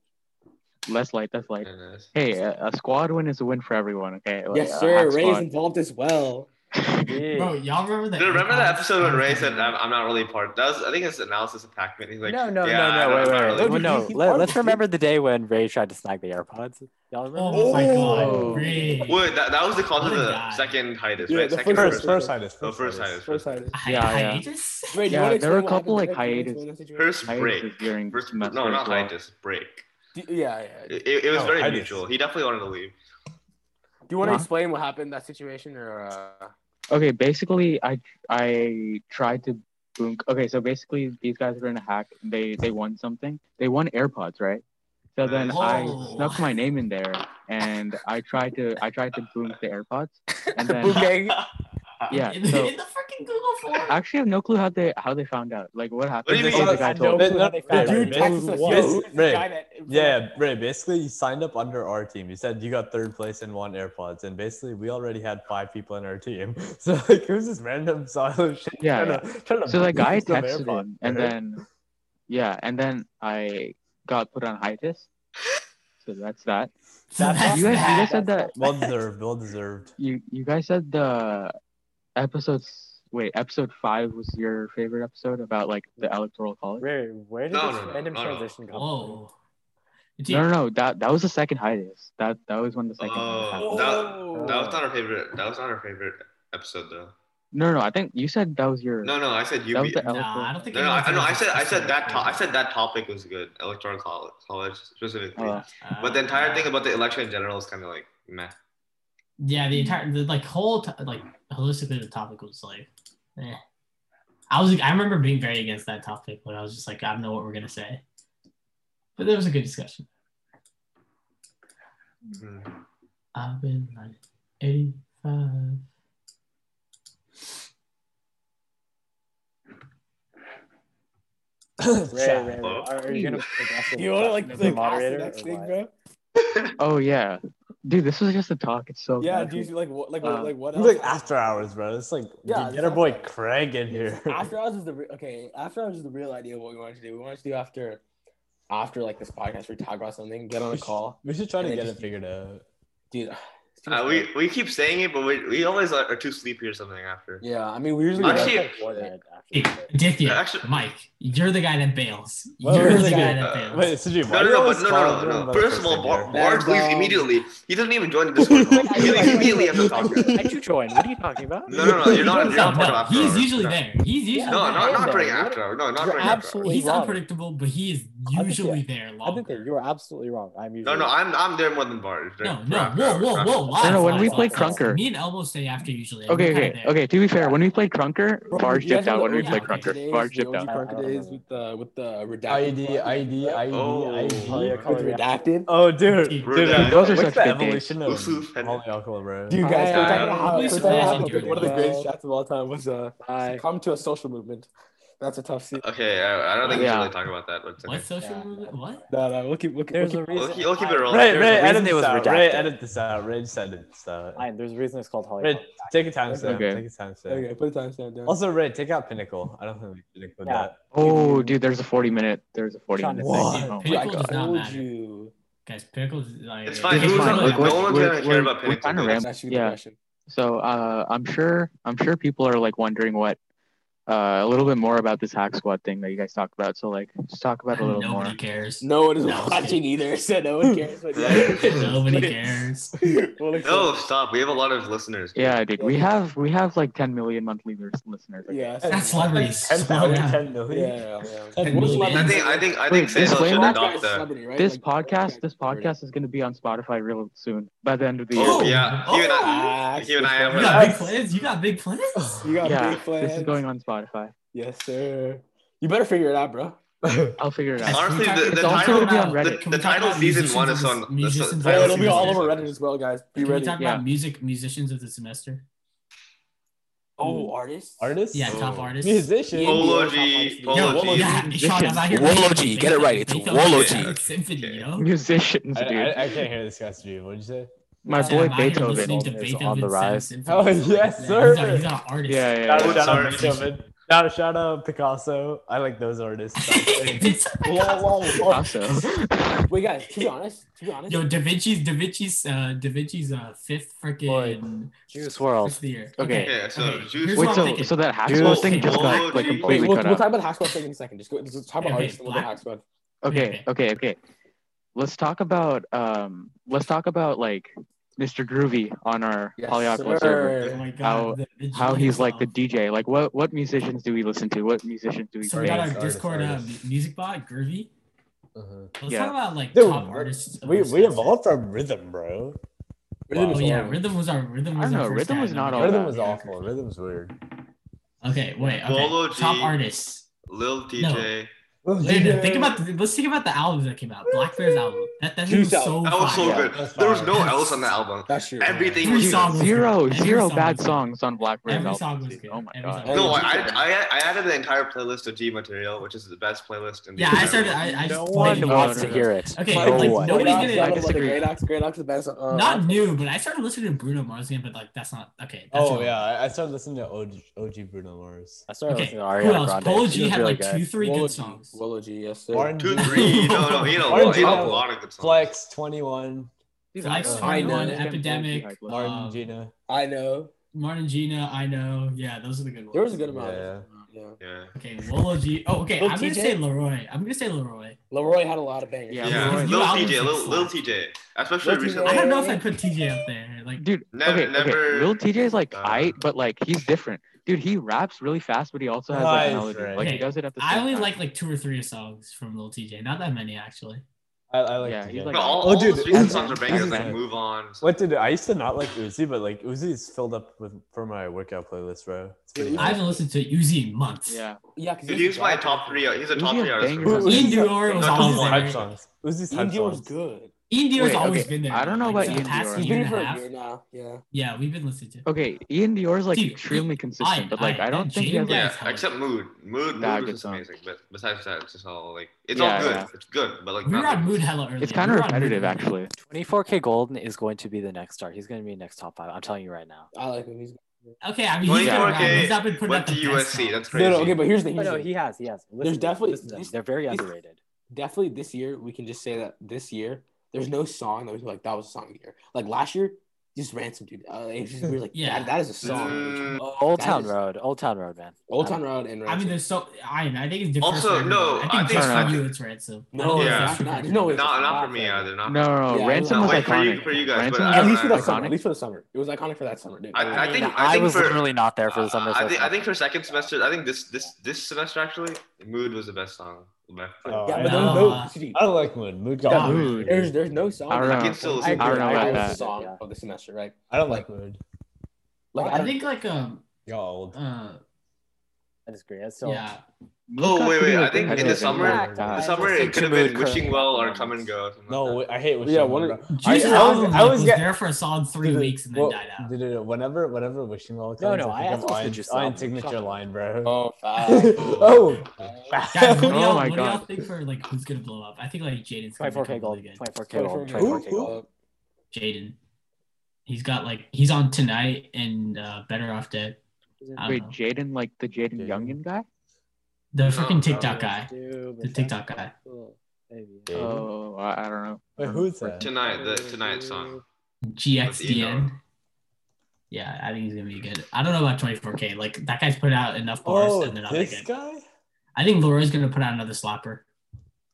Speaker 1: Less light, that's light.
Speaker 3: And, uh,
Speaker 1: Hey, a, a squad win is a win for everyone. Okay. Like,
Speaker 2: Yes
Speaker 1: a
Speaker 2: sir.
Speaker 1: hack
Speaker 2: Ray is
Speaker 1: squad.
Speaker 2: involved as well.
Speaker 7: Bro, y'all remember that?
Speaker 3: Dude, remember that episode when Ray said, I'm, I'm not really part? That was, I think it's analysis of Pac-Man. He's like,
Speaker 6: no, no,
Speaker 3: yeah, I don't-
Speaker 6: no, no, wait,
Speaker 3: I'm not
Speaker 6: wait,
Speaker 3: really
Speaker 6: wait. Well,
Speaker 2: Dude,
Speaker 6: no,
Speaker 2: he- he
Speaker 6: let,
Speaker 2: farmed
Speaker 6: let's
Speaker 2: it.
Speaker 6: remember the day when Ray tried to snag the
Speaker 2: (laughs)
Speaker 6: AirPods. Y'all remember?
Speaker 7: Oh my
Speaker 1: Oh.
Speaker 7: god, Ray.
Speaker 3: Wait, that, that was the cause
Speaker 7: What
Speaker 3: of
Speaker 7: a
Speaker 3: the
Speaker 7: guy.
Speaker 3: second hiatus,
Speaker 2: Yeah,
Speaker 3: right?
Speaker 2: the
Speaker 3: second
Speaker 5: First,
Speaker 3: hiatus.
Speaker 5: first hiatus.
Speaker 3: Oh, first hiatus.
Speaker 2: First side.
Speaker 7: Hi-
Speaker 1: Yeah, yeah.
Speaker 7: hiatus?
Speaker 2: Ray, do you
Speaker 1: Yeah,
Speaker 2: wanna
Speaker 1: there were a
Speaker 2: explain what
Speaker 1: couple,
Speaker 2: happened-
Speaker 1: like,
Speaker 2: Ray, do you wanna explain that
Speaker 3: First
Speaker 1: Hiatus
Speaker 3: break.
Speaker 1: is during
Speaker 3: First, no,
Speaker 1: semester
Speaker 3: not
Speaker 1: as well.
Speaker 3: hiatus. Break.
Speaker 2: situation? Do- Yeah, yeah. Do
Speaker 3: It, it, it was
Speaker 5: No,
Speaker 3: very
Speaker 5: hiatus.
Speaker 3: mutual. He definitely wanted to leave.
Speaker 2: you want to
Speaker 1: Huh?
Speaker 2: explain what happened in that situation or? Uh...
Speaker 1: Okay, basically, I I tried to boonk. Okay, so basically, these guys were in a hack. They they won something. They won AirPods, right? So then
Speaker 3: Oh.
Speaker 1: I
Speaker 7: Whoa.
Speaker 1: snuck my name in there, and I tried to I tried to boonk the AirPods,
Speaker 6: (laughs)
Speaker 1: and then
Speaker 2: Boogang.
Speaker 1: yeah.
Speaker 7: (laughs) in, the,
Speaker 1: So
Speaker 7: in the freaking Google form.
Speaker 1: I actually have no clue how they how they found out. Like what happened?
Speaker 3: do you
Speaker 1: They
Speaker 3: mean?
Speaker 1: say the
Speaker 2: (laughs)
Speaker 1: guy
Speaker 6: I
Speaker 1: told
Speaker 6: don't
Speaker 1: me.
Speaker 6: know how they found
Speaker 5: Dude,
Speaker 6: out.
Speaker 5: dude,
Speaker 6: They
Speaker 5: Texas
Speaker 6: just-
Speaker 5: was-
Speaker 6: Yes.
Speaker 5: Yo, Ray.
Speaker 2: that,
Speaker 5: Yeah, Ray, basically you signed up under our team. You said you got third place and won AirPods, and basically we already had five people in our team. (laughs) So like it was this random silo shit.
Speaker 1: Yeah,
Speaker 5: trying to- trying to
Speaker 1: So that guy
Speaker 5: boost some
Speaker 1: texted
Speaker 5: AirPods,
Speaker 1: him, and
Speaker 5: right?
Speaker 1: then yeah, and then I got put on hiatus. So that's
Speaker 3: (laughs)
Speaker 1: that.
Speaker 7: (laughs) so
Speaker 5: that's-
Speaker 7: that's
Speaker 1: You guys, you
Speaker 7: that.
Speaker 1: guys said that
Speaker 5: (laughs) well deserved, well
Speaker 1: (laughs)
Speaker 5: deserved.
Speaker 1: you you guys said the episodes wait episode five was your favorite episode about like the electoral college
Speaker 6: Where, where did
Speaker 3: No,
Speaker 6: this
Speaker 3: no, no,
Speaker 6: random
Speaker 3: no, no.
Speaker 6: transition come from?
Speaker 7: Whoa. Dude,
Speaker 1: no no no that that was the second hiatus that that was when the second hiatus
Speaker 3: Oh,
Speaker 1: happened.
Speaker 3: that, that was not our favorite. That was not our favorite episode, though.
Speaker 1: no no i think you said that was your
Speaker 3: No, no, I said you.
Speaker 1: that was
Speaker 3: Be,
Speaker 1: the
Speaker 3: no,
Speaker 1: electoral
Speaker 7: Nah, I don't think.
Speaker 3: no, I,
Speaker 7: anyone's
Speaker 3: no, I
Speaker 7: ever
Speaker 3: said, I said
Speaker 7: discussed
Speaker 3: that. To- I
Speaker 7: before.
Speaker 3: said that topic was good. Electoral college, college specifically.
Speaker 1: Oh.
Speaker 7: Uh,
Speaker 3: but the entire thing about the election in general is kind of like meh.
Speaker 7: Yeah, the entire the like whole to- like holistically the topic was like, eh. I was I remember being very against that topic, but I was just like, I don't know what we're gonna say. But there was a good discussion. I've been like eighty-five.
Speaker 6: Ray, Ray, Ray,
Speaker 3: Hello?
Speaker 6: are, are you gonna
Speaker 1: (laughs)
Speaker 6: progress with
Speaker 2: You want to like
Speaker 6: the
Speaker 2: like moderator
Speaker 6: moderator?
Speaker 2: next
Speaker 6: or
Speaker 2: thing,
Speaker 6: what?
Speaker 2: bro?
Speaker 1: oh yeah dude this was just a talk it's so
Speaker 2: Yeah,
Speaker 1: bad.
Speaker 2: dude. Like what? Like
Speaker 1: Uh,
Speaker 2: what? Like what
Speaker 5: It was
Speaker 2: else?
Speaker 5: like after hours, bro. It's like
Speaker 2: Yeah,
Speaker 5: dude,
Speaker 2: it's
Speaker 5: get our
Speaker 2: not-
Speaker 5: boy Craig
Speaker 1: (laughs)
Speaker 5: in here.
Speaker 2: After hours is the re- okay. After hours is the real idea of what we wanted to do. We wanted to do after, after like this podcast, we talk about something, get
Speaker 1: (laughs)
Speaker 2: on a call,
Speaker 5: (laughs) we should try
Speaker 2: And
Speaker 5: to
Speaker 2: they
Speaker 5: get it
Speaker 2: just-
Speaker 5: figured out.
Speaker 2: dude. it's too much
Speaker 3: Uh, we
Speaker 2: work.
Speaker 3: we keep saying it, but we, we always are, are too sleepy or something after.
Speaker 2: yeah. I mean, we usually
Speaker 3: Actually-
Speaker 2: like,
Speaker 3: (laughs)
Speaker 6: Like, what had
Speaker 7: Hey,
Speaker 6: actually-
Speaker 7: Dithya,
Speaker 3: Actually-
Speaker 7: Mike, you're the guy that bails.
Speaker 5: Well,
Speaker 7: you're
Speaker 5: who's
Speaker 7: the
Speaker 5: the
Speaker 7: guy
Speaker 5: guy-
Speaker 7: that
Speaker 3: uh,
Speaker 7: bails.
Speaker 5: Wait, Sidney,
Speaker 3: No,
Speaker 5: why do
Speaker 3: no,
Speaker 5: you
Speaker 3: no,
Speaker 5: always
Speaker 3: but no,
Speaker 5: call
Speaker 3: no,
Speaker 5: everyone
Speaker 3: no, no.
Speaker 5: about
Speaker 3: First of
Speaker 5: first
Speaker 3: all,
Speaker 5: name
Speaker 3: Bar-
Speaker 5: here?
Speaker 2: That's
Speaker 3: Bard leaves
Speaker 2: dumb.
Speaker 3: immediately. He doesn't even join the Discord. call. He leaves immediately after
Speaker 6: (laughs) I
Speaker 3: talking.
Speaker 6: did you join? What are you talking about?
Speaker 3: No, no, no, you're not.
Speaker 7: No,
Speaker 3: You're not part of
Speaker 7: no,
Speaker 3: after.
Speaker 7: he's
Speaker 3: hours.
Speaker 7: usually
Speaker 3: no.
Speaker 7: there. He's usually
Speaker 3: No,
Speaker 7: there.
Speaker 3: not not during
Speaker 6: You're
Speaker 3: after. hours. No, not
Speaker 6: You're
Speaker 3: during after. hours.
Speaker 6: absolutely
Speaker 7: He's
Speaker 6: wrong.
Speaker 7: unpredictable, but he is
Speaker 6: I think
Speaker 7: usually there
Speaker 6: I think
Speaker 7: longer.
Speaker 6: that you are absolutely wrong. I'm
Speaker 3: No,
Speaker 6: usually
Speaker 3: no, I'm I'm there more than Bard.
Speaker 7: No,
Speaker 3: For
Speaker 7: no,
Speaker 3: after
Speaker 7: whoa,
Speaker 3: hours,
Speaker 7: whoa,
Speaker 3: for after
Speaker 7: whoa,
Speaker 3: hours.
Speaker 7: lies,
Speaker 1: No, no, when
Speaker 7: lies,
Speaker 1: we
Speaker 7: lies,
Speaker 1: play
Speaker 7: lies.
Speaker 1: Crunker-
Speaker 7: me and Elmo stay after usually.
Speaker 1: okay
Speaker 7: We're kinda
Speaker 1: okay
Speaker 7: there.
Speaker 1: okay to be fair when we played crunker
Speaker 2: Bro,
Speaker 1: bars
Speaker 2: you guys
Speaker 1: dipped
Speaker 2: know
Speaker 1: out
Speaker 2: the
Speaker 1: when we
Speaker 2: OG
Speaker 1: played
Speaker 7: Crunker
Speaker 1: crunker
Speaker 2: days,
Speaker 1: bars
Speaker 2: the
Speaker 1: dipped
Speaker 2: OG
Speaker 1: out
Speaker 6: out.
Speaker 2: Crunker days with the with the redacted.
Speaker 5: ID, ID, ID,
Speaker 3: Oh. Oh,
Speaker 6: yeah,
Speaker 5: ID.
Speaker 6: call
Speaker 2: With
Speaker 6: it
Speaker 2: redacted.
Speaker 5: Oh, dude,
Speaker 7: Dude,
Speaker 5: dude,
Speaker 3: those
Speaker 5: what's
Speaker 1: are such
Speaker 5: the
Speaker 1: good days.
Speaker 5: evolution of
Speaker 3: Usuf had-
Speaker 5: polyalcohol, bro?
Speaker 2: Do you guys?
Speaker 1: Hi.
Speaker 2: we're talking about how-
Speaker 7: Please
Speaker 2: we're talking about
Speaker 7: imagine
Speaker 2: how-
Speaker 7: doing
Speaker 2: One of the
Speaker 6: that.
Speaker 2: greatest shots of all time was uh,
Speaker 6: Hi.
Speaker 2: come to a social movement. That's a tough scene.
Speaker 3: Okay, I, I don't think we
Speaker 1: Yeah.
Speaker 3: should really talk about that. But it's
Speaker 7: What
Speaker 3: okay.
Speaker 7: social
Speaker 6: Yeah.
Speaker 7: movement? What?
Speaker 2: No, no, uh, we'll keep. We'll keep
Speaker 6: There's
Speaker 2: we'll keep-
Speaker 6: a
Speaker 3: We'll,
Speaker 6: reason.
Speaker 3: keep, we'll keep it
Speaker 6: I-
Speaker 3: rolling.
Speaker 5: Ray,
Speaker 6: There's
Speaker 5: Ray,
Speaker 6: a reason
Speaker 5: edit
Speaker 6: it
Speaker 5: this
Speaker 6: was
Speaker 5: out. Ray,
Speaker 6: redacted.
Speaker 5: edit this out. Ray, just edit this out.
Speaker 6: Fine, there's a reason it's called
Speaker 5: Ray,
Speaker 6: Hollywood.
Speaker 5: take a timestamp.
Speaker 1: Okay.
Speaker 5: Take a timestamp.
Speaker 2: Okay, put a timestamp down.
Speaker 5: Also, Ray, take out Pinnacle. I don't think we should include
Speaker 6: Yeah.
Speaker 5: that.
Speaker 1: oh dude there's a 40 minute there's a 40
Speaker 6: Sean,
Speaker 1: minute
Speaker 5: what?
Speaker 1: thing oh
Speaker 7: Dude,
Speaker 1: my
Speaker 7: I
Speaker 1: god
Speaker 7: does not
Speaker 2: told
Speaker 7: matter.
Speaker 2: you.
Speaker 7: Guys, Pickles. Like,
Speaker 3: It's fine.
Speaker 1: It's
Speaker 3: Who's
Speaker 1: fine.
Speaker 3: on-
Speaker 1: Like,
Speaker 3: no
Speaker 1: we're-
Speaker 3: one's
Speaker 1: we're-
Speaker 3: gonna care
Speaker 1: we're-
Speaker 3: about
Speaker 1: we're
Speaker 3: Pinnacle.
Speaker 1: kinda
Speaker 3: dude.
Speaker 1: ram-
Speaker 2: That's actually
Speaker 1: Yeah.
Speaker 2: the question.
Speaker 1: So uh, I'm sure I'm sure people are like wondering what uh, a little bit more about this hack squad thing that you guys talked about. So like just talk about it a little
Speaker 7: Nobody
Speaker 1: more.
Speaker 7: cares.
Speaker 2: No one is
Speaker 7: No.
Speaker 2: watching either, so no
Speaker 7: (laughs)
Speaker 2: one cares. But
Speaker 7: Nobody cares.
Speaker 2: (laughs) well, except-
Speaker 3: No, stop. We have a lot of listeners.
Speaker 1: Yeah, dude. We have we have like 10 million monthly lis- listeners. Like,
Speaker 2: Yeah.
Speaker 7: That's celebrities.
Speaker 5: Ten
Speaker 7: Slow
Speaker 5: thousand,
Speaker 7: down.
Speaker 5: ten
Speaker 2: Yeah,
Speaker 5: million.
Speaker 2: yeah, yeah.
Speaker 5: That's
Speaker 7: And
Speaker 5: worse
Speaker 7: me.
Speaker 5: than-
Speaker 3: I think I think I think
Speaker 1: Wait, this
Speaker 3: Sandhill should
Speaker 1: Waymo-
Speaker 3: adopt the.
Speaker 1: This podcast this podcast is gonna be on Spotify real soon by the end of the year.
Speaker 7: Oh,
Speaker 3: yeah, you and I, you and I
Speaker 7: You
Speaker 3: have.
Speaker 7: got
Speaker 3: A,
Speaker 7: big plans. You got big plans.
Speaker 2: You got
Speaker 1: yeah,
Speaker 2: big plans.
Speaker 1: this is going on Spotify.
Speaker 2: Yes, sir. You better figure it out, bro.
Speaker 1: I'll figure it
Speaker 7: Yes,
Speaker 1: out.
Speaker 2: (laughs)
Speaker 7: can
Speaker 3: honestly,
Speaker 7: we talk-
Speaker 3: the,
Speaker 7: it's
Speaker 3: the
Speaker 1: also
Speaker 3: title
Speaker 1: gonna be on
Speaker 3: the-
Speaker 1: Reddit.
Speaker 7: Can
Speaker 3: the
Speaker 7: we talk
Speaker 3: title
Speaker 7: about
Speaker 3: season
Speaker 7: musicians
Speaker 3: one
Speaker 7: of
Speaker 3: is
Speaker 7: the-
Speaker 3: on. the-
Speaker 7: musicians
Speaker 3: the
Speaker 7: of the
Speaker 3: title
Speaker 2: Oh, it'll be
Speaker 3: season
Speaker 2: all
Speaker 3: is
Speaker 2: over
Speaker 3: on-
Speaker 2: Reddit as well, guys. Be
Speaker 7: Can we
Speaker 2: ready.
Speaker 7: talk
Speaker 1: Yeah.
Speaker 7: about music musicians of the semester?
Speaker 2: Oh, artists.
Speaker 5: Artists?
Speaker 7: Yeah,
Speaker 3: Oh.
Speaker 7: top artists.
Speaker 5: Musicians.
Speaker 3: Oh. Ology,
Speaker 7: Yeah,
Speaker 3: Wology.
Speaker 7: Wology. Yeah, Sean, I was out here
Speaker 4: Wology,
Speaker 7: thinking
Speaker 4: get it right, it's
Speaker 7: Beethoven,
Speaker 4: Wology.
Speaker 7: Beethoven Symphony, you know?
Speaker 1: Musicians,
Speaker 5: I,
Speaker 1: dude.
Speaker 5: I, I can't hear this guy's dude. What'd you say?
Speaker 1: My
Speaker 7: Yeah,
Speaker 1: boy
Speaker 7: I'm out here
Speaker 1: Beethoven.
Speaker 7: listening to
Speaker 6: is on
Speaker 7: Beethoven's
Speaker 6: the rise.
Speaker 7: Seventh
Speaker 5: Oh,
Speaker 7: Symphony.
Speaker 5: yes,
Speaker 7: Yeah,
Speaker 5: sir.
Speaker 7: He's not, he's not an artist.
Speaker 1: Yeah, yeah.
Speaker 5: Shout
Speaker 1: yeah.
Speaker 5: out, shout out,
Speaker 3: sorry.
Speaker 5: Beethoven. Shout out, shout out Picasso. I like those
Speaker 7: (laughs)
Speaker 5: artists.
Speaker 2: Whoa, whoa,
Speaker 1: (laughs)
Speaker 2: whoa.
Speaker 1: Also,
Speaker 2: Wait, guys. To be honest, to be honest,
Speaker 7: Yo, Da Vinci's Da Vinci's uh Da Vinci's uh fifth freaking
Speaker 6: Juice World.
Speaker 7: fifth year.
Speaker 1: Okay.
Speaker 3: Yeah, so Juice
Speaker 7: Here's
Speaker 3: WRLD.
Speaker 7: what
Speaker 1: wait,
Speaker 7: I'm
Speaker 1: so
Speaker 7: thinking.
Speaker 1: so that hack
Speaker 6: Dude.
Speaker 1: squad thing just got like
Speaker 3: Wait,
Speaker 2: Wait,
Speaker 1: completely
Speaker 2: we'll,
Speaker 1: cut
Speaker 2: we'll
Speaker 1: out.
Speaker 2: talk about Hacksquad thing in a second. Just go. Just talk about
Speaker 7: Okay,
Speaker 2: artists and we'll go
Speaker 7: Black-
Speaker 2: Hacksquad.
Speaker 1: Okay, okay, okay. Let's talk about um. Let's talk about like Mr. Groovy on our Polyakwa server.
Speaker 7: Oh my god.
Speaker 1: How-
Speaker 7: the- the
Speaker 1: How he's like the
Speaker 7: genius
Speaker 1: DJ. Like, what what musicians do we listen to? What musicians do we
Speaker 7: of- So we got
Speaker 1: play?
Speaker 7: our
Speaker 5: Artists,
Speaker 7: Discord uh,
Speaker 5: artists.
Speaker 7: mu- music bot, Groovy. Let's
Speaker 1: Uh-huh. Yeah.
Speaker 7: talk about like
Speaker 5: Dude,
Speaker 7: top artists. of
Speaker 5: We,
Speaker 7: the
Speaker 5: we
Speaker 7: semester.
Speaker 5: evolved from rhythm, bro.
Speaker 2: Rhythm
Speaker 7: Oh
Speaker 2: is
Speaker 7: yeah,
Speaker 2: horrible.
Speaker 7: rhythm was our rhythm
Speaker 1: I
Speaker 7: was
Speaker 1: don't
Speaker 7: our
Speaker 1: know,
Speaker 7: first
Speaker 1: rhythm
Speaker 7: guy,
Speaker 1: was
Speaker 7: I
Speaker 1: not
Speaker 7: don't
Speaker 1: all
Speaker 7: know.
Speaker 5: Rhythm
Speaker 1: that.
Speaker 5: was awful. Rhythm's weird.
Speaker 7: Okay, wait. Okay.
Speaker 3: Bolo G.
Speaker 7: Top artists.
Speaker 3: Lil TJ.
Speaker 7: Wait, no, think about the, let's think about the albums that came out. Black Bear's album. That that
Speaker 2: Juice
Speaker 7: was so
Speaker 3: That was so
Speaker 7: fire.
Speaker 5: Yeah,
Speaker 3: good.
Speaker 5: that's
Speaker 3: There was
Speaker 5: fire.
Speaker 3: no else on the album.
Speaker 2: That's true.
Speaker 3: Everything
Speaker 7: Every
Speaker 3: was
Speaker 7: song was
Speaker 1: Zero,
Speaker 7: good. Every
Speaker 1: zero
Speaker 7: song
Speaker 1: bad
Speaker 7: was good.
Speaker 1: songs on Blackbird.
Speaker 7: Every
Speaker 1: album.
Speaker 7: song was good.
Speaker 1: Oh my
Speaker 7: Every
Speaker 1: god.
Speaker 7: song-
Speaker 3: No, I, I I- I added the entire playlist of G material, which is the best playlist in the
Speaker 7: Yeah, I
Speaker 3: entire
Speaker 7: started.
Speaker 3: world.
Speaker 7: I, I
Speaker 6: No
Speaker 7: just
Speaker 6: one
Speaker 7: played
Speaker 6: wants to
Speaker 7: Bruno.
Speaker 6: hear it.
Speaker 7: Okay,
Speaker 6: No
Speaker 7: like,
Speaker 6: one.
Speaker 7: no- nobody's gonna-
Speaker 1: I disagree.
Speaker 2: Great Ox, Great Ox, the best. Uh,
Speaker 7: Not new, but I started listening to Bruno Mars again. But like, that's not okay. That's
Speaker 5: Oh
Speaker 7: all.
Speaker 5: yeah, I- I started listening to OG, OG Bruno Mars.
Speaker 6: E I started
Speaker 7: Okay.
Speaker 6: listening to
Speaker 7: Who
Speaker 6: Ariana
Speaker 7: else?
Speaker 6: Grande.
Speaker 7: Polo
Speaker 6: She
Speaker 7: G
Speaker 6: was
Speaker 7: had
Speaker 6: really
Speaker 7: like
Speaker 6: good.
Speaker 7: two, three
Speaker 2: Wology.
Speaker 7: good songs.
Speaker 2: Wology, yes sir.
Speaker 5: Warren
Speaker 3: Two,
Speaker 5: G-
Speaker 3: three. No, no, you know,
Speaker 5: Warren
Speaker 3: you know
Speaker 5: G.
Speaker 3: a lot of good songs.
Speaker 5: Flex Twenty One,
Speaker 7: Flex
Speaker 5: uh,
Speaker 7: Twenty One,
Speaker 2: Hyena.
Speaker 7: Epidemic,
Speaker 5: Martin
Speaker 7: um,
Speaker 5: Gina.
Speaker 2: I know.
Speaker 7: Martin Gina. I know. Yeah, those are the good ones.
Speaker 2: There was a good amount.
Speaker 5: Yeah.
Speaker 2: Yeah.
Speaker 3: Yeah.
Speaker 7: Okay, Wolo G. Oh, okay.
Speaker 2: Lil
Speaker 7: I'm gonna
Speaker 2: TJ?
Speaker 7: say Leroy. I'm gonna say Leroy.
Speaker 2: Leroy had a lot of bangers.
Speaker 1: Yeah,
Speaker 3: Yeah,
Speaker 1: Lil
Speaker 3: Lil
Speaker 7: Alvin
Speaker 3: TJ, Lil,
Speaker 7: Sixx
Speaker 3: Lil
Speaker 7: Nine.
Speaker 3: TJ, especially
Speaker 2: Lil TJ.
Speaker 3: recently.
Speaker 7: I don't know if I put TJ up there. Like,
Speaker 1: Dude,
Speaker 3: Never-
Speaker 1: okay,
Speaker 3: never-
Speaker 1: okay. Lil TJ's like
Speaker 3: uh,
Speaker 1: I, but like he's different. Dude, he raps really fast, but he also has like
Speaker 5: Nice,
Speaker 1: melody.
Speaker 5: right.
Speaker 1: Like he
Speaker 7: Okay,
Speaker 1: does it at the same
Speaker 7: I only
Speaker 1: time.
Speaker 7: like like two or three songs from Lil TJ. Not that many actually.
Speaker 5: I, I like.
Speaker 1: Yeah,
Speaker 5: to
Speaker 1: he's
Speaker 5: get-
Speaker 1: like-
Speaker 3: No, all,
Speaker 5: Oh,
Speaker 3: all
Speaker 5: dude,
Speaker 3: dude, those recent
Speaker 5: Uzi-
Speaker 3: songs are bangers.
Speaker 5: Uzi's
Speaker 3: Like
Speaker 5: in it.
Speaker 3: move on. So-
Speaker 5: What did I used to not like Uzi, but like Uzi is filled up with for my workout playlist, bro. It's pretty
Speaker 2: Dude,
Speaker 7: I haven't listened to Uzi in months.
Speaker 1: Yeah.
Speaker 2: Yeah, because
Speaker 3: Dude, he was my top three. He's a
Speaker 1: Uzi
Speaker 3: top
Speaker 1: had
Speaker 3: three artist.
Speaker 1: bangers.
Speaker 5: Uzi-
Speaker 7: Ian Dior was
Speaker 3: No,
Speaker 5: Uzi's
Speaker 7: always
Speaker 3: Uzi's
Speaker 5: hype
Speaker 7: there.
Speaker 5: songs. Uzi's hype
Speaker 2: India was
Speaker 5: songs.
Speaker 2: good.
Speaker 7: Ian Dior's
Speaker 1: Wait,
Speaker 7: always
Speaker 1: okay,
Speaker 7: been there.
Speaker 1: I don't know about
Speaker 7: like, the
Speaker 1: Ian
Speaker 7: past
Speaker 1: Dior.
Speaker 2: He's
Speaker 7: year
Speaker 2: been
Speaker 7: and
Speaker 2: here for
Speaker 7: a
Speaker 2: a
Speaker 7: half.
Speaker 2: year now. Yeah.
Speaker 7: Yeah, we've been listening to.
Speaker 1: Okay, Ian Dior's like
Speaker 7: Dude,
Speaker 1: extremely
Speaker 7: I-
Speaker 1: consistent, but like
Speaker 7: I-
Speaker 1: I don't
Speaker 7: that
Speaker 1: think he has.
Speaker 7: Jane
Speaker 1: Like,
Speaker 7: guy-
Speaker 3: Yeah,
Speaker 7: That's hella
Speaker 3: except mood. Mood,
Speaker 1: Nah, good
Speaker 3: mood was just
Speaker 1: song.
Speaker 3: amazing. But besides that, it's just all like it's
Speaker 1: Yeah,
Speaker 3: all good.
Speaker 1: yeah.
Speaker 3: It's good, but like
Speaker 7: We were
Speaker 3: not
Speaker 7: on Mood hella early.
Speaker 1: it's kind
Speaker 7: We
Speaker 1: of
Speaker 7: were on Mood
Speaker 1: repetitive,
Speaker 7: early.
Speaker 1: actually.
Speaker 6: 24K Golden is going to be the next star. He's going to be next top five. I'm telling you right now.
Speaker 2: I like him. He's
Speaker 7: Okay, I mean, he's been
Speaker 1: 24K
Speaker 7: around. He's not been putting
Speaker 3: went
Speaker 7: out
Speaker 3: to
Speaker 7: the best
Speaker 3: USC.
Speaker 7: songs.
Speaker 3: That's crazy.
Speaker 2: no, no, okay, but here's the
Speaker 6: Oh,
Speaker 2: here's
Speaker 6: no,
Speaker 2: the-
Speaker 6: he has. He has. Listen
Speaker 2: There's
Speaker 6: to them,
Speaker 2: definitely-
Speaker 6: listen to them. They're very
Speaker 2: he's-
Speaker 6: underrated.
Speaker 2: definitely this year we can just say that this year there's no song that was like that was a song of the year. Like last year, just ransom dude. Uh, it's just, we were like,
Speaker 7: Yeah.
Speaker 2: yeah, that is a song.
Speaker 3: Mm,
Speaker 6: Old
Speaker 2: That
Speaker 6: Town
Speaker 2: is-
Speaker 6: Road. Old Town Road, man.
Speaker 2: Old
Speaker 6: I
Speaker 2: Town
Speaker 6: don't-
Speaker 2: Road and
Speaker 7: I
Speaker 2: ransom.
Speaker 7: mean, there's so. I I think it's different.
Speaker 3: Also,
Speaker 7: for everyone.
Speaker 3: no,
Speaker 7: I think,
Speaker 3: I
Speaker 1: think-
Speaker 7: just
Speaker 1: I
Speaker 7: for
Speaker 1: don't
Speaker 7: you
Speaker 3: know.
Speaker 7: it's ransom. I
Speaker 2: no,
Speaker 7: think
Speaker 3: Yeah.
Speaker 7: it's
Speaker 2: it's not,
Speaker 7: just
Speaker 2: no,
Speaker 7: for
Speaker 2: it's
Speaker 3: not not for me
Speaker 2: fair.
Speaker 3: either. Not
Speaker 1: No, no, no,
Speaker 2: Yeah, I
Speaker 1: Ransom
Speaker 2: don't
Speaker 1: was
Speaker 2: know.
Speaker 1: iconic.
Speaker 3: For you- for you guys,
Speaker 1: Ransom
Speaker 3: but
Speaker 1: was
Speaker 3: I-
Speaker 2: At least for
Speaker 3: I-
Speaker 2: that
Speaker 1: iconic.
Speaker 2: summer. At least for the summer, it was iconic for that summer. Dude.
Speaker 3: I- I think-
Speaker 6: I, was
Speaker 3: for-
Speaker 6: literally not there
Speaker 3: for
Speaker 6: for the
Speaker 3: I,
Speaker 6: summer.
Speaker 3: I
Speaker 6: so
Speaker 3: think I
Speaker 6: it's
Speaker 3: think for second semester, I think this this this semester actually, mood was the best song. By far.
Speaker 5: Oh,
Speaker 2: yeah,
Speaker 5: I,
Speaker 2: but there's
Speaker 5: don't,
Speaker 7: No.
Speaker 2: no. dude,
Speaker 5: I don't like Mood. Mood
Speaker 2: Yeah,
Speaker 5: got
Speaker 1: Mood.
Speaker 2: There's there's no song.
Speaker 1: Uh, I don't
Speaker 2: that-
Speaker 1: know.
Speaker 3: I can still
Speaker 2: I
Speaker 3: listen
Speaker 2: agree.
Speaker 3: to
Speaker 1: I
Speaker 2: I
Speaker 1: don't know about
Speaker 2: agree with
Speaker 1: that.
Speaker 2: the song
Speaker 6: Yeah.
Speaker 2: of the semester, right?
Speaker 5: I don't like Mood.
Speaker 2: Like
Speaker 7: I think like um
Speaker 5: Y'all old.
Speaker 7: uh
Speaker 6: I disagree. It's still
Speaker 7: yeah.
Speaker 3: Oh, wait, wait, I think in the
Speaker 1: Competitive.
Speaker 3: summer-
Speaker 6: I
Speaker 3: The summer
Speaker 6: listen
Speaker 3: it could
Speaker 6: to
Speaker 3: have been
Speaker 6: Mood
Speaker 3: wishing
Speaker 6: currently.
Speaker 3: well or come and go. something
Speaker 5: No,
Speaker 3: like
Speaker 5: wait, I hate Wish.
Speaker 2: Yeah,
Speaker 5: Well,
Speaker 2: one-
Speaker 5: bro.
Speaker 7: Jesus
Speaker 5: I was-
Speaker 7: album
Speaker 5: I
Speaker 7: like,
Speaker 5: was
Speaker 7: was
Speaker 5: get-
Speaker 7: there for a solid three
Speaker 5: Dude,
Speaker 7: weeks and then
Speaker 5: well,
Speaker 7: died out.
Speaker 5: dude, dude, whenever, whenever Wishing Well comes,
Speaker 6: No, no, I
Speaker 5: I
Speaker 6: have to
Speaker 5: think
Speaker 6: listen to
Speaker 5: of Iron, Iron
Speaker 6: yourself.
Speaker 5: Signature Line, bro.
Speaker 1: (laughs)
Speaker 2: Oh,
Speaker 5: (laughs) oh,
Speaker 7: Guys, what do
Speaker 1: Oh my
Speaker 7: y'all, what do y'all
Speaker 1: God.
Speaker 7: think for like who's gonna blow up? I think like Jaden's gonna
Speaker 6: 24K
Speaker 7: become
Speaker 6: Gold.
Speaker 7: really good.
Speaker 6: 24K Gold.
Speaker 5: Ooh,
Speaker 6: 24K Gold.
Speaker 7: Jaden, he's got like he's on tonight and uh, Better Off Dead. I
Speaker 1: Wait,
Speaker 7: don't know.
Speaker 1: Jaden, like the Jaden
Speaker 5: Jaden.
Speaker 1: Youngin guy?
Speaker 7: The
Speaker 3: no,
Speaker 7: freaking TikTok
Speaker 6: oh,
Speaker 7: guy.
Speaker 6: The
Speaker 7: The TikTok guy.
Speaker 5: Jaden?
Speaker 1: Oh, I, I don't know.
Speaker 5: wait, who's
Speaker 3: that.
Speaker 5: that?
Speaker 3: Tonight, the tonight song.
Speaker 7: GXDN. Yeah, I think he's gonna be good. I don't know about 24K. Like that guy's put out enough bars, and they're not that
Speaker 5: Oh, this
Speaker 7: good.
Speaker 5: guy?
Speaker 7: I think Laura's gonna put out another slapper.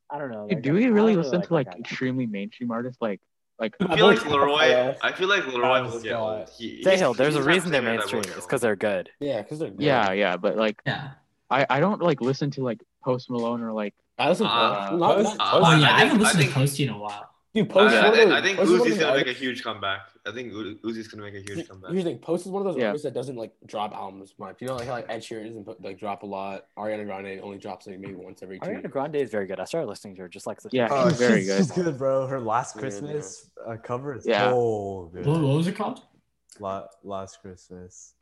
Speaker 8: I don't know.
Speaker 1: Dude,
Speaker 8: That
Speaker 1: do
Speaker 8: guy-
Speaker 1: we
Speaker 8: I
Speaker 1: really
Speaker 8: don't
Speaker 1: listen to
Speaker 8: that
Speaker 1: like
Speaker 8: guy.
Speaker 1: extremely mainstream artists? Like, like
Speaker 3: I
Speaker 2: know
Speaker 3: feel like
Speaker 2: it's
Speaker 3: Leroy.
Speaker 2: Kyle.
Speaker 3: I feel like Leroy
Speaker 2: Kyle
Speaker 3: will get
Speaker 2: Scott.
Speaker 3: old. He-
Speaker 4: Sahil, there's a
Speaker 3: he's
Speaker 4: reason they're
Speaker 3: not a singer that
Speaker 4: mainstream.
Speaker 3: will get
Speaker 4: It's
Speaker 3: old.
Speaker 4: because they're good.
Speaker 2: Yeah, because they're good.
Speaker 1: yeah, yeah, but like
Speaker 7: Yeah.
Speaker 1: I I don't like listen to like Post Malone or like
Speaker 2: I listen to
Speaker 3: Uh,
Speaker 2: Post. Not-
Speaker 5: Post-
Speaker 2: not-
Speaker 3: Uh,
Speaker 7: Oh
Speaker 3: I
Speaker 7: yeah, I,
Speaker 3: think-
Speaker 7: haven't
Speaker 3: I
Speaker 7: listened
Speaker 3: think-
Speaker 7: to Posty in a while.
Speaker 2: dude,
Speaker 1: Oh,
Speaker 2: Post. is one of
Speaker 3: I, I, I
Speaker 2: those-
Speaker 3: think
Speaker 2: Post is one of
Speaker 3: Uzi's
Speaker 2: those
Speaker 3: gonna make a
Speaker 2: artists-
Speaker 3: huge comeback. I think U- Uzi's gonna make a huge comeback.
Speaker 2: Here's the thing: Post is one of those
Speaker 1: Yeah.
Speaker 2: artists that doesn't like drop albums much. You know, like how like Ed Sheeran doesn't put, like drop a lot. Ariana Grande only drops like maybe once every two.
Speaker 4: Ariana Grande is very good. I started listening to her just like the
Speaker 1: Yeah.
Speaker 5: Oh,
Speaker 1: He's very
Speaker 4: (laughs)
Speaker 5: she's,
Speaker 1: good.
Speaker 5: she's good, bro. Her last
Speaker 2: Yeah,
Speaker 5: Christmas uh, cover is
Speaker 1: Yeah.
Speaker 5: so good.
Speaker 7: What, what was it called?
Speaker 5: La- last Christmas,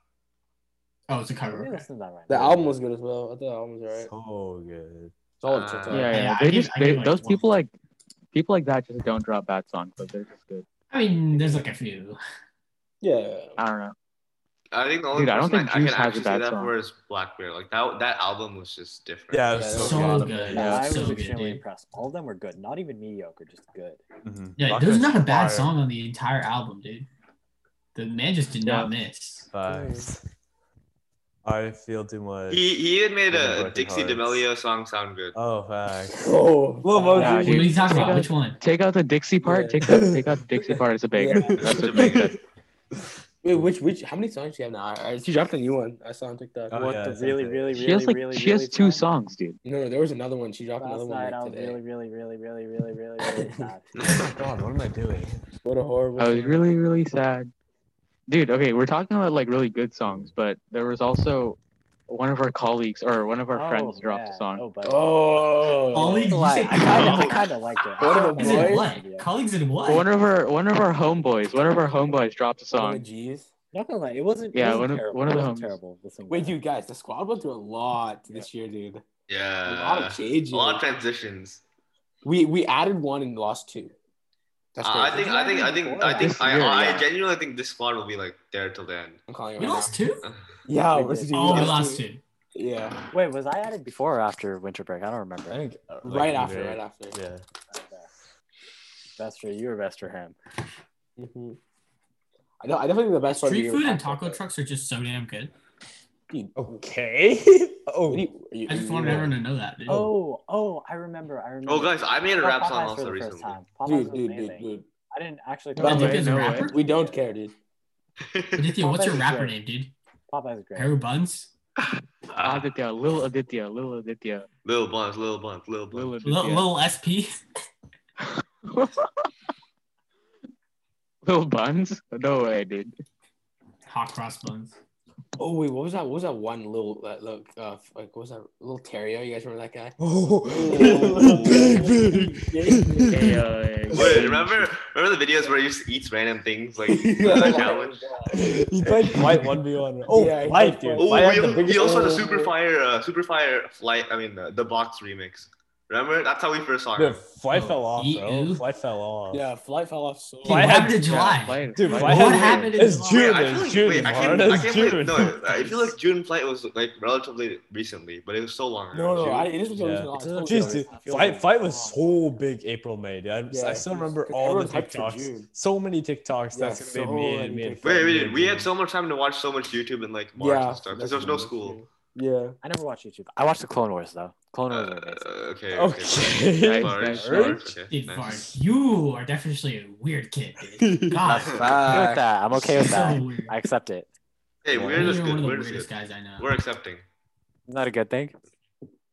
Speaker 7: Oh, it's a
Speaker 4: I'm
Speaker 7: cover.
Speaker 4: gonna
Speaker 7: okay.
Speaker 4: listen to that right
Speaker 2: The
Speaker 4: now.
Speaker 2: album was good as well. I thought the album was alright.
Speaker 5: so good.
Speaker 2: It's all on
Speaker 3: Uh,
Speaker 2: TikTok.
Speaker 1: yeah,
Speaker 3: Yeah,
Speaker 1: yeah.
Speaker 7: yeah,
Speaker 1: they
Speaker 7: I give-
Speaker 1: just
Speaker 7: I
Speaker 1: they,
Speaker 7: give, like,
Speaker 1: those
Speaker 7: one.
Speaker 1: people like people like that just don't drop bad songs, but they're just good.
Speaker 7: I mean, there's like a few.
Speaker 2: Yeah.
Speaker 1: I don't know.
Speaker 3: I think the only
Speaker 1: Dude, I don't
Speaker 3: person
Speaker 1: think
Speaker 3: I, I
Speaker 1: Juice
Speaker 3: can
Speaker 1: has a
Speaker 3: actually say
Speaker 1: bad
Speaker 3: that
Speaker 1: song.
Speaker 3: for is Blackbeard. Like that that album was just different.
Speaker 5: Yeah,
Speaker 2: Yeah,
Speaker 5: so,
Speaker 2: that
Speaker 7: So
Speaker 5: good.
Speaker 7: good.
Speaker 1: Yeah.
Speaker 4: I was
Speaker 7: so good,
Speaker 4: extremely
Speaker 7: dude.
Speaker 4: impressed. All of them were good. Not even mediocre, just good.
Speaker 5: Mhm.
Speaker 7: Yeah,
Speaker 5: Rock
Speaker 7: there's
Speaker 5: is
Speaker 7: not a bad
Speaker 5: fire.
Speaker 7: song on the entire album, dude. The man just did not miss.
Speaker 5: Facts. I feel too much.
Speaker 3: He he even made
Speaker 5: Yeah,
Speaker 3: a
Speaker 5: Broken
Speaker 3: Dixie
Speaker 5: Hearts.
Speaker 3: D'Amelio song sound good.
Speaker 5: Oh, facts.
Speaker 2: Oh,
Speaker 5: Lil Mosey.
Speaker 1: Nah,
Speaker 7: What are you talking about? Which one?
Speaker 1: Take out the Dixie part.
Speaker 2: Yeah.
Speaker 1: Take out take out the Dixie part. It's a banger.
Speaker 2: Yeah.
Speaker 1: That's
Speaker 3: It's a
Speaker 1: what makes it.
Speaker 2: Wait, which which how many songs do you have now? I, I, she dropped a new one. I saw on TikTok.
Speaker 5: Oh,
Speaker 4: what
Speaker 5: yeah,
Speaker 4: the
Speaker 5: it's
Speaker 4: really,
Speaker 5: okay.
Speaker 4: really,
Speaker 1: She
Speaker 4: really,
Speaker 1: has like
Speaker 4: really,
Speaker 1: she
Speaker 4: really
Speaker 1: has two
Speaker 4: fun?
Speaker 1: songs, dude.
Speaker 2: No, no, there was another one. She dropped another
Speaker 4: Last night
Speaker 2: one like,
Speaker 4: I was
Speaker 2: today.
Speaker 4: really, really, really, really, really, really,
Speaker 1: (laughs)
Speaker 4: really sad.
Speaker 1: Oh.
Speaker 5: God, what am I doing?
Speaker 2: What a horrible.
Speaker 7: Oh,
Speaker 1: I was really really sad, dude. Okay, we're talking about like really good songs, but there was also one of our colleagues or one of our friends
Speaker 4: Oh,
Speaker 1: dropped
Speaker 4: man.
Speaker 1: a song.
Speaker 4: Oh, but
Speaker 2: Oh.
Speaker 7: Only you
Speaker 4: Like,
Speaker 7: say
Speaker 4: I kind of, I
Speaker 7: colleagues?
Speaker 4: kind of liked it.
Speaker 2: What are the
Speaker 7: Is
Speaker 2: boys?
Speaker 7: it
Speaker 4: Yeah.
Speaker 7: what? Colleagues in what?
Speaker 1: One of our one of our homeboys, one of our homeboys dropped a
Speaker 2: One
Speaker 1: song.
Speaker 2: of the G's.
Speaker 4: Not gonna lie, it wasn't.
Speaker 1: Yeah,
Speaker 4: it wasn't
Speaker 1: one of-
Speaker 4: terrible.
Speaker 1: one of the
Speaker 4: it wasn't
Speaker 1: homies.
Speaker 4: terrible. listening
Speaker 2: Wait,
Speaker 4: to it.
Speaker 2: dude, guys, the squad went through a lot this year, dude. A lot
Speaker 3: (laughs) Yeah,
Speaker 2: of changes.
Speaker 3: Uh, a lot of transitions.
Speaker 2: We we added one and lost two. That's crazy.
Speaker 3: Uh, I I think I think I think I think
Speaker 1: This
Speaker 3: I,
Speaker 1: year,
Speaker 3: I
Speaker 1: yeah.
Speaker 3: genuinely think this squad will be like there till the end.
Speaker 2: I'm calling it
Speaker 7: we
Speaker 2: right
Speaker 7: lost two.
Speaker 3: Uh,
Speaker 2: now. Yeah,
Speaker 4: We
Speaker 2: versus
Speaker 4: did.
Speaker 2: you,
Speaker 7: Oh, we
Speaker 2: lost
Speaker 7: lost
Speaker 2: two.
Speaker 7: two.
Speaker 2: Yeah,
Speaker 4: Wait, was I added before or after winter break? I don't remember.
Speaker 5: I think uh, like,
Speaker 2: right after,
Speaker 5: very-
Speaker 2: right after.
Speaker 5: Yeah.
Speaker 4: Vester, you or Vester him? Mm-hmm.
Speaker 2: Mhm. I know. I definitely think the best one.
Speaker 7: Street food and taco trucks are just so damn good.
Speaker 5: Okay. oh, (laughs)
Speaker 7: I just wanted everyone to know that, dude.
Speaker 4: Oh, oh, I remember. I remember.
Speaker 3: Oh guys, I made a
Speaker 4: Saw
Speaker 3: rap
Speaker 4: Popeyes
Speaker 3: song
Speaker 4: for
Speaker 3: also
Speaker 4: the first
Speaker 3: recently.
Speaker 4: time. Popeyes
Speaker 2: Dude,
Speaker 4: was
Speaker 2: dude,
Speaker 4: amazing.
Speaker 2: dude, dude.
Speaker 4: I didn't actually.
Speaker 1: No way,
Speaker 7: Aditya's a
Speaker 1: no way.
Speaker 7: rapper.
Speaker 2: We don't care, dude.
Speaker 3: (laughs)
Speaker 7: Aditya, what's your
Speaker 4: Popeyes is
Speaker 7: rapper
Speaker 4: great.
Speaker 7: name, dude?
Speaker 4: Popeyes is great.
Speaker 7: Haru Buns.
Speaker 3: Ah,
Speaker 1: Aditya, Lil Aditya, Lil Aditya,
Speaker 3: Lil Buns, Lil Buns, Lil
Speaker 1: Lil
Speaker 3: Buns.
Speaker 1: Aditya.
Speaker 7: Little, little SP.
Speaker 1: (laughs) Lil Buns? No way, dude.
Speaker 7: Hot cross buns.
Speaker 2: Oh wait, what was that? What was that one little that look? Uh, f- like what was that little Terrio? You guys remember that guy?
Speaker 7: Oh, (laughs)
Speaker 1: Hey, uh,
Speaker 3: Wait, remember remember the videos where he just eats random things
Speaker 1: (laughs)
Speaker 3: like that challenge?
Speaker 5: he played White 1v1. Oh,
Speaker 2: Yeah, he played
Speaker 5: White, dude.
Speaker 2: White.
Speaker 3: Oh,
Speaker 5: White had the
Speaker 3: we, we
Speaker 5: biggest-
Speaker 3: also had a super fire, uh, super fire flight. I mean, the, the box remix. Remember? That's how we first saw
Speaker 5: Dude,
Speaker 3: it.
Speaker 5: Flight
Speaker 7: Oh,
Speaker 5: fell off, bro.
Speaker 7: ew.
Speaker 5: Flight fell off.
Speaker 2: Yeah, flight fell off so.
Speaker 7: Dude, what happened in July?
Speaker 1: Flight-
Speaker 5: Dude,
Speaker 1: Flight-
Speaker 5: Flight
Speaker 7: What
Speaker 5: had-
Speaker 7: happened in
Speaker 5: It's
Speaker 7: July?
Speaker 5: June.
Speaker 3: Wait, I feel
Speaker 5: It's
Speaker 3: like,
Speaker 5: June.
Speaker 3: wait, I
Speaker 5: Hard
Speaker 3: can't, I
Speaker 5: as
Speaker 3: can't
Speaker 5: June.
Speaker 3: believe, no, I feel like June flight was like relatively recently, but it was so long. ago.
Speaker 2: No, no,
Speaker 3: June.
Speaker 2: I, it is what
Speaker 5: Yeah.
Speaker 2: yeah.
Speaker 4: It's a-
Speaker 5: Jeez, dude,
Speaker 4: Feels
Speaker 5: fight,
Speaker 4: like-
Speaker 5: fight was so big April May. Dude. I,
Speaker 2: Yeah,
Speaker 5: I still
Speaker 2: it was-
Speaker 5: remember
Speaker 2: 'cause
Speaker 5: all the
Speaker 2: everyone hyped for
Speaker 5: TikToks.
Speaker 2: June.
Speaker 5: So many TikToks.
Speaker 2: Yeah,
Speaker 5: That's
Speaker 2: so
Speaker 5: gonna be me and
Speaker 2: many
Speaker 5: me and
Speaker 2: TikToks.
Speaker 3: Wait,
Speaker 5: me
Speaker 3: we
Speaker 5: and
Speaker 3: did. We
Speaker 5: you.
Speaker 3: had so much time to watch so much YouTube in like March and stuff because there was no school.
Speaker 2: Yeah.
Speaker 4: I never watched YouTube. I watched the Clone Wars though. Clone
Speaker 3: Uh,
Speaker 4: Wars. are amazing.
Speaker 3: okay.
Speaker 5: Okay.
Speaker 2: (laughs)
Speaker 1: Nice,
Speaker 3: March,
Speaker 1: nice,
Speaker 3: March, okay,
Speaker 7: Dude,
Speaker 3: nice.
Speaker 7: Varg, you are definitely a weird kid, dude. God.
Speaker 3: Uh,
Speaker 4: I'm okay with that. I'm okay with
Speaker 7: so
Speaker 4: that.
Speaker 7: Weird.
Speaker 4: I accept it.
Speaker 3: Hey,
Speaker 4: Yeah.
Speaker 3: weird is
Speaker 7: You're one
Speaker 3: good.
Speaker 7: of the
Speaker 3: Weird is
Speaker 7: weirdest
Speaker 3: good.
Speaker 7: guys I know.
Speaker 3: We're accepting.
Speaker 4: Isn't that a good thing?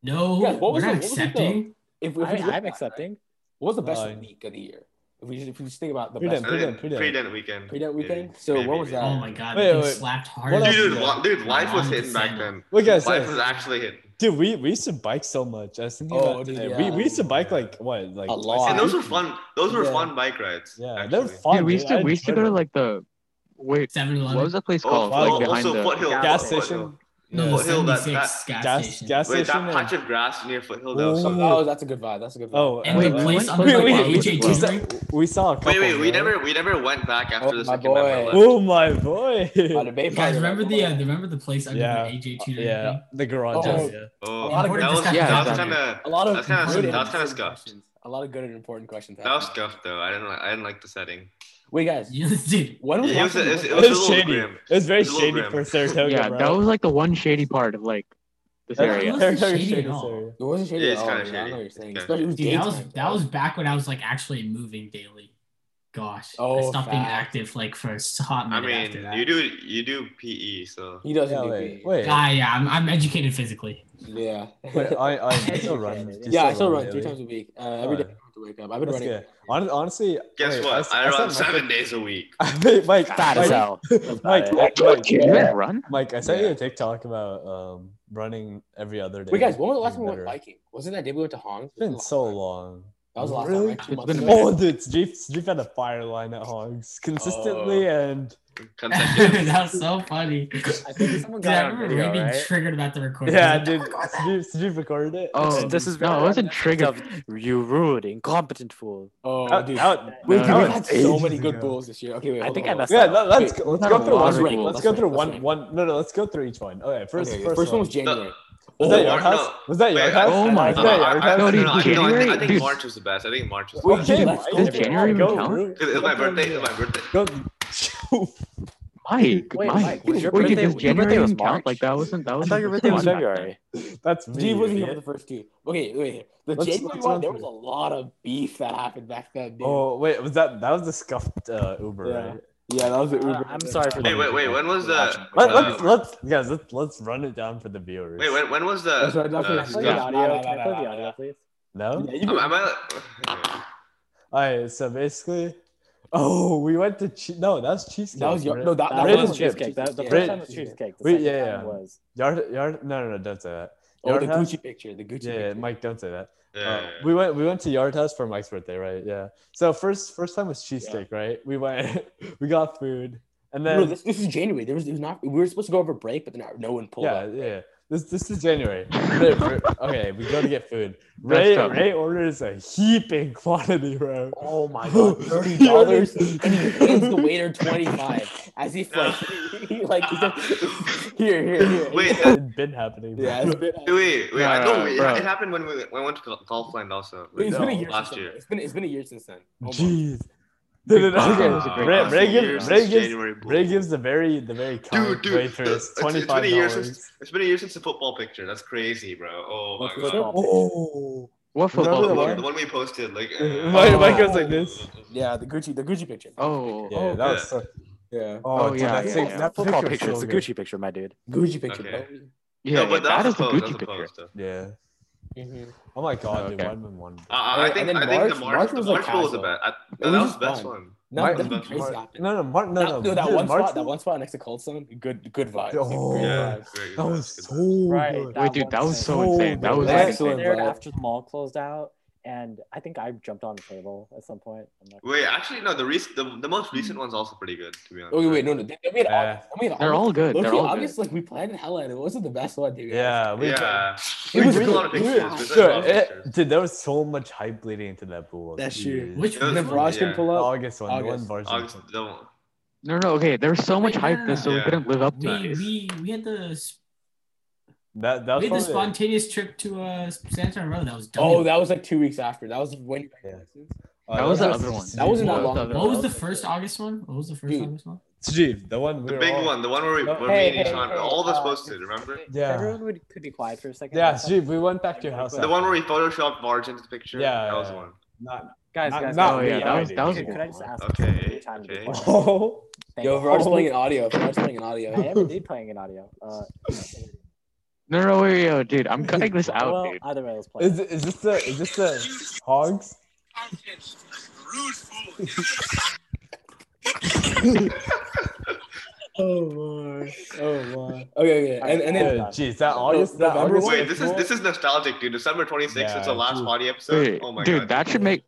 Speaker 7: no,
Speaker 2: Guys, what was
Speaker 7: we're not
Speaker 2: it- what was it
Speaker 7: accepting.
Speaker 2: If, if we
Speaker 4: I,
Speaker 2: look
Speaker 4: I'm
Speaker 2: back,
Speaker 4: accepting.
Speaker 2: What was the best
Speaker 5: Fine.
Speaker 2: week of the year? If we just, if we just think about the
Speaker 5: Freedom,
Speaker 2: best
Speaker 3: I
Speaker 5: freedom.
Speaker 2: week.
Speaker 3: think pre-dent weekend.
Speaker 2: Pre-dent
Speaker 3: maybe.
Speaker 2: weekend? So
Speaker 3: Maybe,
Speaker 2: what was
Speaker 3: maybe.
Speaker 2: that?
Speaker 7: oh my god,
Speaker 5: Wait,
Speaker 7: that thing
Speaker 5: wait.
Speaker 7: slapped hard.
Speaker 5: What
Speaker 3: Um, Dude,
Speaker 5: else
Speaker 3: dude,
Speaker 5: Yeah.
Speaker 3: li- dude, life was hitting back then.
Speaker 5: Look at
Speaker 3: Life
Speaker 5: that.
Speaker 3: was actually hitting.
Speaker 5: Dude, we, we used to bike so much. I was thinking
Speaker 2: Oh,
Speaker 5: about
Speaker 2: dude,
Speaker 5: today.
Speaker 2: yeah.
Speaker 5: We, we used to bike like what? Like
Speaker 2: A
Speaker 5: twice
Speaker 2: lot.
Speaker 3: And
Speaker 5: week?
Speaker 3: those were fun. Those were
Speaker 2: Yeah.
Speaker 3: fun bike rides.
Speaker 5: Yeah,
Speaker 3: actually.
Speaker 5: they were fun.
Speaker 1: Dude, we used to
Speaker 5: I
Speaker 1: we used to go
Speaker 5: enjoyed
Speaker 1: to
Speaker 5: them.
Speaker 1: like the wait.
Speaker 7: Seven
Speaker 1: What was
Speaker 7: Eleven.
Speaker 1: that place
Speaker 3: Oh,
Speaker 1: called?
Speaker 5: fuck.
Speaker 1: like behind
Speaker 3: also
Speaker 1: the
Speaker 3: Foothill.
Speaker 4: gas
Speaker 3: Foothill.
Speaker 5: station.
Speaker 3: No,
Speaker 7: No,
Speaker 3: but Hill, that-
Speaker 7: 76
Speaker 3: that-
Speaker 7: gas,
Speaker 5: gas
Speaker 7: station.
Speaker 5: gas
Speaker 3: Wait,
Speaker 5: station.
Speaker 3: that patch
Speaker 5: and-
Speaker 3: of grass near Foothill that was so
Speaker 5: Ooh.
Speaker 2: Oh,
Speaker 3: cool.
Speaker 2: that's a good vibe. That's a good vibe.
Speaker 5: Oh,
Speaker 7: And
Speaker 1: Wait,
Speaker 7: the
Speaker 1: we went-
Speaker 7: place on
Speaker 5: wait,
Speaker 7: like
Speaker 5: wait,
Speaker 7: the
Speaker 5: we-
Speaker 7: AJ
Speaker 5: we saw-
Speaker 7: Ring?
Speaker 5: we saw a couple.
Speaker 3: Wait, wait, we
Speaker 5: right?
Speaker 3: never, we never went back after
Speaker 2: Oh,
Speaker 3: the
Speaker 2: my
Speaker 3: second time
Speaker 2: boy.
Speaker 3: I left.
Speaker 5: Oh my boy!
Speaker 2: By the Bay
Speaker 7: Guys,
Speaker 2: Fire.
Speaker 7: remember the uh, remember the place under
Speaker 5: Yeah.
Speaker 7: the AJ Tudor?
Speaker 5: Yeah,
Speaker 7: thing?
Speaker 5: the garage.
Speaker 2: Oh.
Speaker 5: yeah.
Speaker 2: A
Speaker 3: Oh,
Speaker 2: lot
Speaker 3: that
Speaker 2: of good
Speaker 3: was,
Speaker 7: discussion
Speaker 3: that was
Speaker 1: happened.
Speaker 3: kind of,
Speaker 2: A lot of
Speaker 3: That's kinda-
Speaker 2: good
Speaker 3: that's
Speaker 2: and
Speaker 3: kinda
Speaker 2: important
Speaker 3: scuffed.
Speaker 2: questions. A lot of good and important questions.
Speaker 3: that was
Speaker 2: happened.
Speaker 3: scuffed though. I didn't, like, I didn't like the setting.
Speaker 2: Wait, guys,
Speaker 7: (laughs) Dude,
Speaker 2: when was
Speaker 3: It was, it was, it was
Speaker 5: It
Speaker 3: a
Speaker 5: was
Speaker 3: little
Speaker 5: shady.
Speaker 3: grim.
Speaker 5: It was very
Speaker 3: It's a little
Speaker 5: shady
Speaker 3: grim.
Speaker 5: for Saratoga,
Speaker 1: yeah,
Speaker 5: bro.
Speaker 1: that
Speaker 5: (laughs)
Speaker 1: was like the one shady part of like this
Speaker 5: That-
Speaker 1: area.
Speaker 7: It
Speaker 5: Saratoga's
Speaker 7: wasn't shady
Speaker 5: shady
Speaker 7: at all.
Speaker 5: area.
Speaker 2: It wasn't shady.
Speaker 3: Yeah,
Speaker 2: at
Speaker 3: it's
Speaker 2: all,
Speaker 3: kinda
Speaker 2: man. Oh, I
Speaker 3: shady.
Speaker 2: know what you're saying.
Speaker 3: It's
Speaker 2: Especially it
Speaker 7: Dude, that was
Speaker 2: daytime,
Speaker 7: that was
Speaker 2: bro.
Speaker 7: back when I was like actually moving daily. Gosh,
Speaker 2: Oh,
Speaker 7: I stopped being
Speaker 2: fact.
Speaker 7: active like for a hot
Speaker 3: I
Speaker 7: minute after
Speaker 3: mean,
Speaker 7: that.
Speaker 3: you do you do PE, so
Speaker 2: He doesn't
Speaker 5: Yeah,
Speaker 2: do
Speaker 5: wait,
Speaker 2: PE.
Speaker 5: wait.
Speaker 7: Ah, yeah, I'm, I'm educated physically.
Speaker 2: Yeah.
Speaker 5: Wait, I, I you still run. you
Speaker 2: yeah, I still run
Speaker 5: daily.
Speaker 2: three times a week. Uh, every day I have
Speaker 5: Alright.
Speaker 2: to wake up. I've been
Speaker 5: That's
Speaker 2: running.
Speaker 5: good. Hon- Honestly, (laughs)
Speaker 3: guess
Speaker 5: wait,
Speaker 3: what?
Speaker 5: s-
Speaker 3: I,
Speaker 5: sent
Speaker 3: run
Speaker 5: my-
Speaker 3: seven days a week.
Speaker 5: I mean, Mike,
Speaker 4: Fat as
Speaker 5: (laughs) Mike-
Speaker 4: hell.
Speaker 5: Mike, Mike,
Speaker 1: Did you guys run?
Speaker 5: Mike, I sent
Speaker 3: Yeah.
Speaker 5: you a TikTok about um running every other day.
Speaker 2: Wait, guys, when was the last
Speaker 5: Being
Speaker 2: time we went
Speaker 5: better.
Speaker 2: biking? Wasn't that day we went to Hong's?
Speaker 5: It's been so long.
Speaker 2: That was the last time.
Speaker 5: Really?
Speaker 2: Like, two
Speaker 1: It's
Speaker 2: months
Speaker 1: been a
Speaker 2: ago.
Speaker 5: Oh, dude, Jeep, Jeep had a fire line at Hogs consistently, and
Speaker 7: (laughs)
Speaker 3: (laughs) Consecutive.
Speaker 7: that was so funny.
Speaker 2: I think someone
Speaker 7: Dude,
Speaker 2: got
Speaker 7: I
Speaker 2: it on
Speaker 7: remember
Speaker 4: video,
Speaker 7: Ray being
Speaker 4: right?
Speaker 7: triggered about the recording.
Speaker 5: yeah,
Speaker 7: He's like,
Speaker 5: dude, Jeep, Jeep recorded it.
Speaker 1: Oh,
Speaker 4: This is
Speaker 1: no, it wasn't
Speaker 4: Of
Speaker 1: triggered.
Speaker 4: you rude, incompetent fool.
Speaker 2: Oh,
Speaker 5: That-
Speaker 2: dude.
Speaker 5: that-
Speaker 2: Wait,
Speaker 1: that
Speaker 2: dude, we've
Speaker 1: was
Speaker 2: had so
Speaker 5: ages
Speaker 2: many good
Speaker 5: ago.
Speaker 2: goals this year. Okay, wait.
Speaker 4: I
Speaker 2: hold
Speaker 4: think
Speaker 2: on,
Speaker 4: I
Speaker 2: hold on.
Speaker 4: messed
Speaker 5: yeah,
Speaker 4: up.
Speaker 5: let- let's
Speaker 2: Wait,
Speaker 5: go, let's
Speaker 1: not
Speaker 5: go
Speaker 1: a
Speaker 5: through
Speaker 1: lot
Speaker 5: one.
Speaker 1: of
Speaker 5: Rank.
Speaker 1: goals.
Speaker 5: Let's go
Speaker 2: Let's
Speaker 5: through
Speaker 2: rank,
Speaker 5: one,
Speaker 2: let's
Speaker 5: one. No, no, let's go through each one. Okay, first,
Speaker 2: Okay,
Speaker 5: first,
Speaker 2: first one was
Speaker 5: January.
Speaker 2: January.
Speaker 5: Was that
Speaker 2: Oh,
Speaker 3: no.
Speaker 5: your house? Was that your
Speaker 3: Wait,
Speaker 5: house?
Speaker 1: (laughs) oh my
Speaker 5: Was
Speaker 3: No,
Speaker 5: that
Speaker 1: God.
Speaker 5: your
Speaker 3: Uh, I, I,
Speaker 5: house?
Speaker 3: no,
Speaker 1: No,
Speaker 3: no,
Speaker 1: dude,
Speaker 3: no, I, no, I think, I think
Speaker 1: January-
Speaker 3: March was the best. I think March was the
Speaker 5: Okay,
Speaker 3: best.
Speaker 2: Dude,
Speaker 5: Mike,
Speaker 2: let's go. Does
Speaker 1: January even
Speaker 5: go,
Speaker 1: count?
Speaker 5: Drew.
Speaker 3: Because it was my birthday. It was my birthday.
Speaker 5: Go. (laughs)
Speaker 1: Mike,
Speaker 4: Wait,
Speaker 1: Mike,
Speaker 4: Mike, was your
Speaker 1: wait,
Speaker 4: birthday-
Speaker 1: did does
Speaker 4: your
Speaker 1: January
Speaker 4: birthday was
Speaker 1: even count?
Speaker 4: March?
Speaker 1: Like that wasn't that
Speaker 4: I
Speaker 1: was.
Speaker 4: thought your
Speaker 6: (laughs)
Speaker 4: birthday was February.
Speaker 5: That's me.
Speaker 2: Steve wasn't here
Speaker 5: idiot.
Speaker 2: for the first two. Okay, wait. wait. The
Speaker 5: Let's-
Speaker 2: January
Speaker 5: let's
Speaker 2: one,
Speaker 5: run
Speaker 2: there was a
Speaker 5: through.
Speaker 2: lot of beef that happened back then, dude.
Speaker 5: Oh wait, was that that was the scuffed uh, Uber?
Speaker 2: Yeah.
Speaker 5: Right?
Speaker 2: yeah, that was the
Speaker 4: Uh,
Speaker 2: Uber.
Speaker 4: I'm sorry for
Speaker 3: Hey, wait, wait. When was the?
Speaker 5: Let,
Speaker 3: uh,
Speaker 5: let's let's guys let's let's run it down for the viewers.
Speaker 3: wait, when, when was the?
Speaker 2: That's right, that's
Speaker 3: uh,
Speaker 2: right.
Speaker 3: stuff?
Speaker 2: Yeah.
Speaker 4: audio. Can I play the audio, please?
Speaker 5: No.
Speaker 2: Yeah, you
Speaker 3: Am,
Speaker 2: could-
Speaker 3: am I?
Speaker 5: All right. So basically, oh, we went to che- no, that's cheesecake.
Speaker 2: that was your
Speaker 5: right?
Speaker 2: no. That,
Speaker 4: That
Speaker 2: that
Speaker 5: Red
Speaker 4: was
Speaker 5: is
Speaker 2: was
Speaker 5: chips.
Speaker 4: cheesecake. That, the
Speaker 2: Yeah.
Speaker 4: first time was cheesecake. The
Speaker 5: Wait,
Speaker 4: second
Speaker 5: yeah,
Speaker 4: time
Speaker 5: yeah.
Speaker 4: was
Speaker 5: yard yard. No, no, no, don't say that.
Speaker 2: Oh,
Speaker 5: Yard
Speaker 2: the
Speaker 5: house.
Speaker 2: Gucci picture. The Gucci.
Speaker 5: Yeah,
Speaker 2: picture.
Speaker 5: Mike, don't say that. Uh,
Speaker 3: Yeah.
Speaker 5: we went we went to Yard House for Mike's birthday, right? Yeah. So first first time was cheesecake, right? We went, (laughs) we got food, and then
Speaker 2: No, this, this is January. There was, it was not. We were supposed to go over break, but then no one pulled
Speaker 5: yeah,
Speaker 2: up.
Speaker 5: yeah. This this is January. Ray- Ray- okay, we go to get food.
Speaker 1: That's
Speaker 5: Ray
Speaker 1: tough.
Speaker 5: Ray orders a heaping quantity, bro.
Speaker 4: oh
Speaker 5: (laughs)
Speaker 4: my
Speaker 5: God,
Speaker 2: Thirty
Speaker 5: He
Speaker 2: dollars,
Speaker 5: (laughs) orders-
Speaker 2: and he hands the waiter twenty five as if like he (laughs) like he's like here here (laughs) here.
Speaker 3: Wait, uh,
Speaker 5: It's been happening. bro.
Speaker 2: yeah, it's
Speaker 5: (laughs)
Speaker 2: been,
Speaker 3: wait, wait. I
Speaker 1: Nah,
Speaker 3: know it,
Speaker 1: bro.
Speaker 3: it happened when we, when I went to Gol- Golfland also.
Speaker 2: Wait, it's been a year
Speaker 3: last
Speaker 2: since then.
Speaker 3: year.
Speaker 2: It's been it's been a year since then. Oh Almost.
Speaker 5: Jeez. No, no, no,
Speaker 1: Ah,
Speaker 5: okay.
Speaker 1: that was a great
Speaker 5: Ray,
Speaker 1: question.
Speaker 5: Ray
Speaker 1: Years
Speaker 5: gives,
Speaker 1: since
Speaker 5: Ray, gives,
Speaker 3: January
Speaker 5: Ray
Speaker 3: Bulls.
Speaker 5: gives the very the very kind
Speaker 3: dude,
Speaker 5: waitress
Speaker 3: it's-
Speaker 5: twenty
Speaker 3: it's
Speaker 5: five
Speaker 3: been a year since-
Speaker 5: dollars.
Speaker 3: It's been a year since the football picture. That's crazy, bro. Oh my
Speaker 4: What's
Speaker 3: god.
Speaker 4: up?
Speaker 5: Oh,
Speaker 1: What
Speaker 5: Remember
Speaker 1: football?
Speaker 5: the
Speaker 1: player?
Speaker 3: The one we posted,
Speaker 2: (laughs)
Speaker 3: like.
Speaker 5: Uh, Mike- Mike goes like this.
Speaker 2: Yeah, the Gucci the Gucci picture.
Speaker 1: Oh,
Speaker 5: yeah, that was. So,
Speaker 2: Yeah,
Speaker 5: oh,
Speaker 1: Oh,
Speaker 5: dude,
Speaker 1: yeah,
Speaker 5: that
Speaker 1: yeah,
Speaker 5: thing-
Speaker 1: yeah.
Speaker 5: that
Speaker 4: football
Speaker 5: picture's
Speaker 4: picture. It's
Speaker 5: so
Speaker 4: a
Speaker 5: good.
Speaker 4: Gucci picture, my
Speaker 1: Oh,
Speaker 4: dude.
Speaker 2: Gucci picture.
Speaker 3: Okay.
Speaker 1: yeah,
Speaker 3: no, but
Speaker 1: that
Speaker 3: was
Speaker 1: is the
Speaker 3: a pose,
Speaker 1: Gucci
Speaker 3: that's a
Speaker 1: picture.
Speaker 3: pose, though.
Speaker 5: Yeah.
Speaker 2: Bro. Mhm.
Speaker 5: Oh my god, dude,
Speaker 4: Okay.
Speaker 5: one and
Speaker 3: Uh,
Speaker 5: one.
Speaker 3: uh, I
Speaker 2: And
Speaker 3: think
Speaker 2: then
Speaker 3: I think the
Speaker 2: March-
Speaker 3: March,
Speaker 2: March
Speaker 3: the
Speaker 2: was,
Speaker 3: March
Speaker 2: like,
Speaker 3: pool was the
Speaker 2: casual.
Speaker 3: best. I,
Speaker 2: was
Speaker 3: no, that was
Speaker 2: just
Speaker 3: the best
Speaker 2: fun.
Speaker 3: one.
Speaker 2: No,
Speaker 5: Mike-
Speaker 2: nothing
Speaker 3: Mike-
Speaker 2: crazy
Speaker 5: Mar-
Speaker 2: happened.
Speaker 5: no, no, Mark, no,
Speaker 2: No,
Speaker 5: no.
Speaker 2: no, that
Speaker 5: dude,
Speaker 2: one
Speaker 5: March
Speaker 2: spot, that
Speaker 5: was-
Speaker 2: one spot next to Coldstone, good, good vibes.
Speaker 5: Oh,
Speaker 2: Good
Speaker 3: Yeah,
Speaker 2: vibes.
Speaker 3: great,
Speaker 5: That
Speaker 3: good,
Speaker 5: was
Speaker 3: good.
Speaker 5: so good.
Speaker 1: Wait, dude, that was so
Speaker 5: so
Speaker 1: insane. That was
Speaker 5: good.
Speaker 1: like,
Speaker 2: Excellent,
Speaker 4: there
Speaker 2: bro.
Speaker 4: after the mall closed out, and I think I jumped on the table at some point. I'm not-
Speaker 3: Wait, actually, no. The rec- the, the most recent one's also pretty good, to be honest.
Speaker 2: Okay, wait, no, no. Then we had
Speaker 5: Yeah.
Speaker 2: August. Then we had
Speaker 1: they're all good. They're
Speaker 2: Low-key,
Speaker 1: all good.
Speaker 2: August, like we planned it hella, and it wasn't the best one, dude.
Speaker 5: Yeah, we
Speaker 3: yeah,
Speaker 2: It
Speaker 3: we
Speaker 2: was
Speaker 3: took a lot of
Speaker 2: really-
Speaker 3: pictures.
Speaker 2: yeah.
Speaker 3: we took a
Speaker 5: Sure,
Speaker 3: lot of
Speaker 5: it-
Speaker 3: pictures.
Speaker 5: dude, there was so much hype leading into that pool.
Speaker 2: That's true.
Speaker 5: Jeez.
Speaker 7: Which
Speaker 3: That was
Speaker 2: And if
Speaker 3: fun,
Speaker 2: Raj
Speaker 3: yeah.
Speaker 2: can pull
Speaker 5: The
Speaker 2: up,
Speaker 5: August one, the one
Speaker 2: August.
Speaker 5: varsity.
Speaker 3: August, the one.
Speaker 1: No, no, okay. There was so much
Speaker 7: Wait,
Speaker 1: hype
Speaker 7: no, no,
Speaker 1: that so we
Speaker 3: no.
Speaker 1: couldn't live up
Speaker 7: we,
Speaker 1: to it.
Speaker 7: we we had the s-
Speaker 5: That that was
Speaker 7: we had the
Speaker 5: probably-
Speaker 7: spontaneous trip to uh Santa Rosa. That was dumb.
Speaker 2: Oh, that was like two weeks after. That was when you got your
Speaker 5: Yeah.
Speaker 2: license.
Speaker 5: uh,
Speaker 1: That was the
Speaker 5: was-
Speaker 1: other one.
Speaker 2: that wasn't that
Speaker 1: That was
Speaker 2: long
Speaker 1: the
Speaker 2: ago.
Speaker 1: other
Speaker 7: What was
Speaker 2: That
Speaker 7: the
Speaker 2: like,
Speaker 7: first August one? What was the first
Speaker 2: Dude.
Speaker 7: August one?
Speaker 5: Steve, the one. we
Speaker 3: The
Speaker 5: were
Speaker 3: big
Speaker 5: all-
Speaker 3: one, the one where we,
Speaker 5: No,
Speaker 3: where me and Sean, all
Speaker 6: uh,
Speaker 3: of us posted, remember?
Speaker 5: Yeah.
Speaker 4: uh, Everyone would, could be quiet for a second.
Speaker 5: Yeah,
Speaker 4: That's
Speaker 5: Steve, we went back to your
Speaker 4: The
Speaker 5: house.
Speaker 3: The one where we photoshopped Marge into the picture.
Speaker 5: Yeah,
Speaker 3: that was
Speaker 5: yeah.
Speaker 3: the one.
Speaker 5: Not,
Speaker 4: guys,
Speaker 5: Not-
Speaker 4: guys,
Speaker 5: not
Speaker 4: guys,
Speaker 1: me,
Speaker 4: guys,
Speaker 1: that was-
Speaker 4: guys,
Speaker 1: that was
Speaker 4: could-
Speaker 1: a
Speaker 4: Could I just ask?
Speaker 3: Okay,
Speaker 4: three times
Speaker 3: okay.
Speaker 4: before?
Speaker 5: oh,
Speaker 4: Thank
Speaker 2: Yo,
Speaker 4: you.
Speaker 2: Viraj's playing an audio. Viraj's playing an (laughs) audio.
Speaker 4: I never (laughs) did playing an audio. Uh,
Speaker 1: No, no, wait, yo, dude, I'm cutting this
Speaker 4: well,
Speaker 1: out, dude.
Speaker 4: either way, let's play.
Speaker 5: is is this the is this the hogs?
Speaker 2: Oh my. Oh my. Okay, okay. And, and then
Speaker 5: Dude, Jeez, that August, that
Speaker 2: November
Speaker 5: August.
Speaker 2: one-
Speaker 3: Wait, this is this is nostalgic, dude. December 26th,
Speaker 5: Yeah,
Speaker 3: it's the last
Speaker 5: dude.
Speaker 3: body episode.
Speaker 1: Wait,
Speaker 3: oh my
Speaker 1: dude,
Speaker 3: god.
Speaker 1: that should make,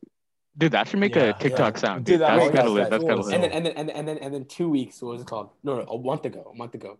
Speaker 1: dude, that should make
Speaker 5: Yeah,
Speaker 1: a TikTok sound.
Speaker 5: Dude,
Speaker 1: Dude,
Speaker 5: that
Speaker 1: that's
Speaker 5: was-
Speaker 1: gotta
Speaker 5: that's
Speaker 1: live. That's gotta
Speaker 5: cool.
Speaker 1: live.
Speaker 2: and then and then and then and then and then two weeks. What was it called? No, no, a month ago. A month ago.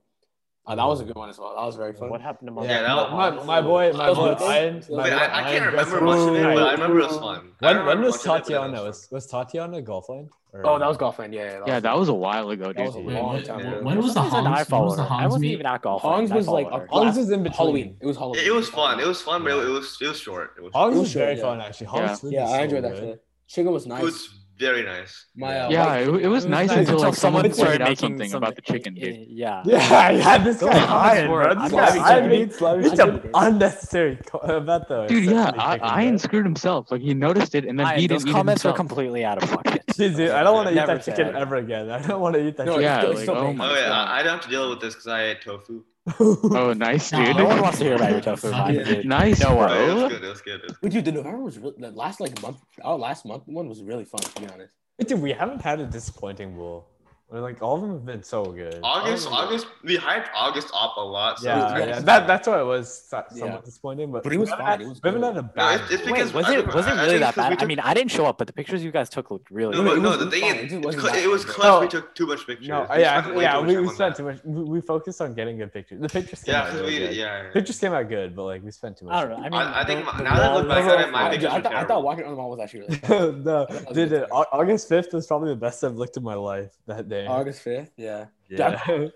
Speaker 2: Uh, that was a good one as well. That was very fun.
Speaker 4: What happened to my?
Speaker 3: Yeah, that was-
Speaker 5: my, my boy, my boy, Ryan. my
Speaker 3: Wait,
Speaker 5: boy,
Speaker 3: I, I
Speaker 5: Ryan
Speaker 3: can't
Speaker 5: dressed
Speaker 3: remember
Speaker 5: up
Speaker 3: much of it,
Speaker 5: as-
Speaker 3: but I remember it was fun. I
Speaker 5: When,
Speaker 3: remember
Speaker 5: when
Speaker 3: much of it,
Speaker 5: was
Speaker 3: but it
Speaker 5: Tatiana?
Speaker 3: fun.
Speaker 5: Was was Tatiana golf line? Or-
Speaker 2: Oh, that was Golfland. Yeah, yeah.
Speaker 1: Yeah, that was a while ago,
Speaker 2: That was a
Speaker 1: dude.
Speaker 7: Wait,
Speaker 2: long
Speaker 7: what-
Speaker 2: time
Speaker 7: when-
Speaker 2: ago.
Speaker 7: When was the
Speaker 4: Sometimes I
Speaker 7: Hans? When was the
Speaker 4: follow her. I
Speaker 7: Hans
Speaker 4: wasn't
Speaker 7: meet?
Speaker 4: even at golf.
Speaker 2: Hans was like a
Speaker 5: Hans was
Speaker 2: last-
Speaker 5: in between.
Speaker 2: Halloween. It was Halloween.
Speaker 3: It, it was fun. It was fun, but it, it was it was short. It was.
Speaker 5: Hogs
Speaker 2: It
Speaker 5: was,
Speaker 2: was short,
Speaker 5: very
Speaker 2: Oh, yeah.
Speaker 5: fun actually.
Speaker 1: Yeah.
Speaker 5: Hogs
Speaker 2: Yeah, I enjoyed that.
Speaker 5: Good.
Speaker 2: shit. Chicken was nice.
Speaker 3: Food's very nice.
Speaker 2: My uh,
Speaker 1: yeah,
Speaker 2: Mike-
Speaker 1: it, it was
Speaker 6: It was
Speaker 1: nice
Speaker 6: nice
Speaker 1: until
Speaker 6: until
Speaker 1: like someone
Speaker 6: someone
Speaker 1: pointed
Speaker 6: started
Speaker 1: out
Speaker 6: making
Speaker 1: something about the
Speaker 6: something-
Speaker 1: chicken, dude.
Speaker 6: Yeah.
Speaker 5: (laughs) Yeah, I had this
Speaker 6: Those
Speaker 5: guy
Speaker 6: comments
Speaker 5: hired,
Speaker 6: were
Speaker 5: bro. This
Speaker 6: unnecessary.
Speaker 5: guy hired me. It's
Speaker 4: I
Speaker 5: an
Speaker 4: did it.
Speaker 5: unnecessary (laughs) co- about the
Speaker 1: Dude, yeah,
Speaker 5: sesame
Speaker 1: I,
Speaker 5: chicken,
Speaker 1: Ian
Speaker 5: bro.
Speaker 1: screwed himself. Like he noticed it and then
Speaker 6: Ryan,
Speaker 1: he
Speaker 6: those
Speaker 1: didn't eat it
Speaker 6: comments were
Speaker 1: himself.
Speaker 6: completely out of pocket.
Speaker 5: Jeez, dude, I don't want to eat
Speaker 6: Never
Speaker 5: that chicken
Speaker 6: said.
Speaker 5: ever again. I don't want to eat that.
Speaker 2: No,
Speaker 5: chicken.
Speaker 1: Yeah,
Speaker 2: it's
Speaker 1: like,
Speaker 2: still
Speaker 1: oh
Speaker 2: big.
Speaker 1: my
Speaker 3: Oh yeah,
Speaker 1: god.
Speaker 3: I I don't have to deal with this because I ate tofu.
Speaker 5: (laughs)
Speaker 1: Oh, nice,
Speaker 7: No.
Speaker 1: dude.
Speaker 6: No one wants to hear about your tofu.
Speaker 2: Yeah.
Speaker 6: Ryan, dude.
Speaker 1: nice,
Speaker 6: No
Speaker 3: But it
Speaker 1: bro.
Speaker 3: was good. It was good. It was
Speaker 2: Dude, the November was really, the last like month. Our last month one was really fun to be honest.
Speaker 5: Dude, we haven't had a disappointing bowl. We're like all of them have been so good.
Speaker 3: August,
Speaker 5: All of them-
Speaker 3: August, we hyped August up a lot. So it's
Speaker 5: Yeah,
Speaker 3: kinda
Speaker 5: yeah,
Speaker 3: sad.
Speaker 5: that that's why it was so- somewhat
Speaker 2: Yeah.
Speaker 5: disappointing. But,
Speaker 2: But it was
Speaker 5: we haven't
Speaker 2: fine,
Speaker 5: Had,
Speaker 2: it was
Speaker 5: we haven't
Speaker 2: good.
Speaker 5: had a
Speaker 3: No,
Speaker 5: bad.
Speaker 3: it's, it's
Speaker 5: bowl.
Speaker 3: because
Speaker 6: Wait, was it
Speaker 3: I-
Speaker 6: was it
Speaker 3: I- I
Speaker 6: really
Speaker 3: think
Speaker 6: that
Speaker 3: because we
Speaker 6: bad? I
Speaker 3: took-
Speaker 6: mean, I didn't show up, but the pictures you guys took looked really
Speaker 3: no,
Speaker 2: it
Speaker 3: but
Speaker 6: good.
Speaker 3: no.
Speaker 2: was-
Speaker 3: The
Speaker 2: it
Speaker 3: thing
Speaker 2: was fine,
Speaker 3: is,
Speaker 2: it
Speaker 3: it
Speaker 2: wasn't
Speaker 3: was,
Speaker 2: that
Speaker 3: it was
Speaker 2: bad.
Speaker 3: close.
Speaker 5: No.
Speaker 3: We took too much pictures.
Speaker 5: No,
Speaker 3: We
Speaker 5: yeah,
Speaker 3: spent
Speaker 5: I-
Speaker 3: way
Speaker 5: yeah,
Speaker 3: much
Speaker 5: we,
Speaker 3: time
Speaker 5: we
Speaker 3: on that.
Speaker 5: spent too much. We, we focused on getting good pictures. The pictures came
Speaker 3: Yeah,
Speaker 5: out
Speaker 3: because
Speaker 5: really
Speaker 3: we,
Speaker 5: good.
Speaker 3: yeah. yeah.
Speaker 5: Pictures came out good, but like we spent too much.
Speaker 6: I don't know. I mean,
Speaker 3: I, I think
Speaker 6: the-
Speaker 3: my,
Speaker 6: the
Speaker 3: now that I
Speaker 6: wall-
Speaker 3: look back at it,
Speaker 6: overall-
Speaker 3: my
Speaker 2: I,
Speaker 3: pictures
Speaker 2: I,
Speaker 3: are
Speaker 2: thought, I thought
Speaker 3: terrible.
Speaker 2: walking on the mall was actually
Speaker 6: (laughs)
Speaker 2: really fun.
Speaker 5: (laughs) no,
Speaker 2: That was
Speaker 5: dude,
Speaker 2: good.
Speaker 5: Au- August fifth was probably the best I've looked in my life that day.
Speaker 2: August fifth, yeah.
Speaker 5: yeah. (laughs)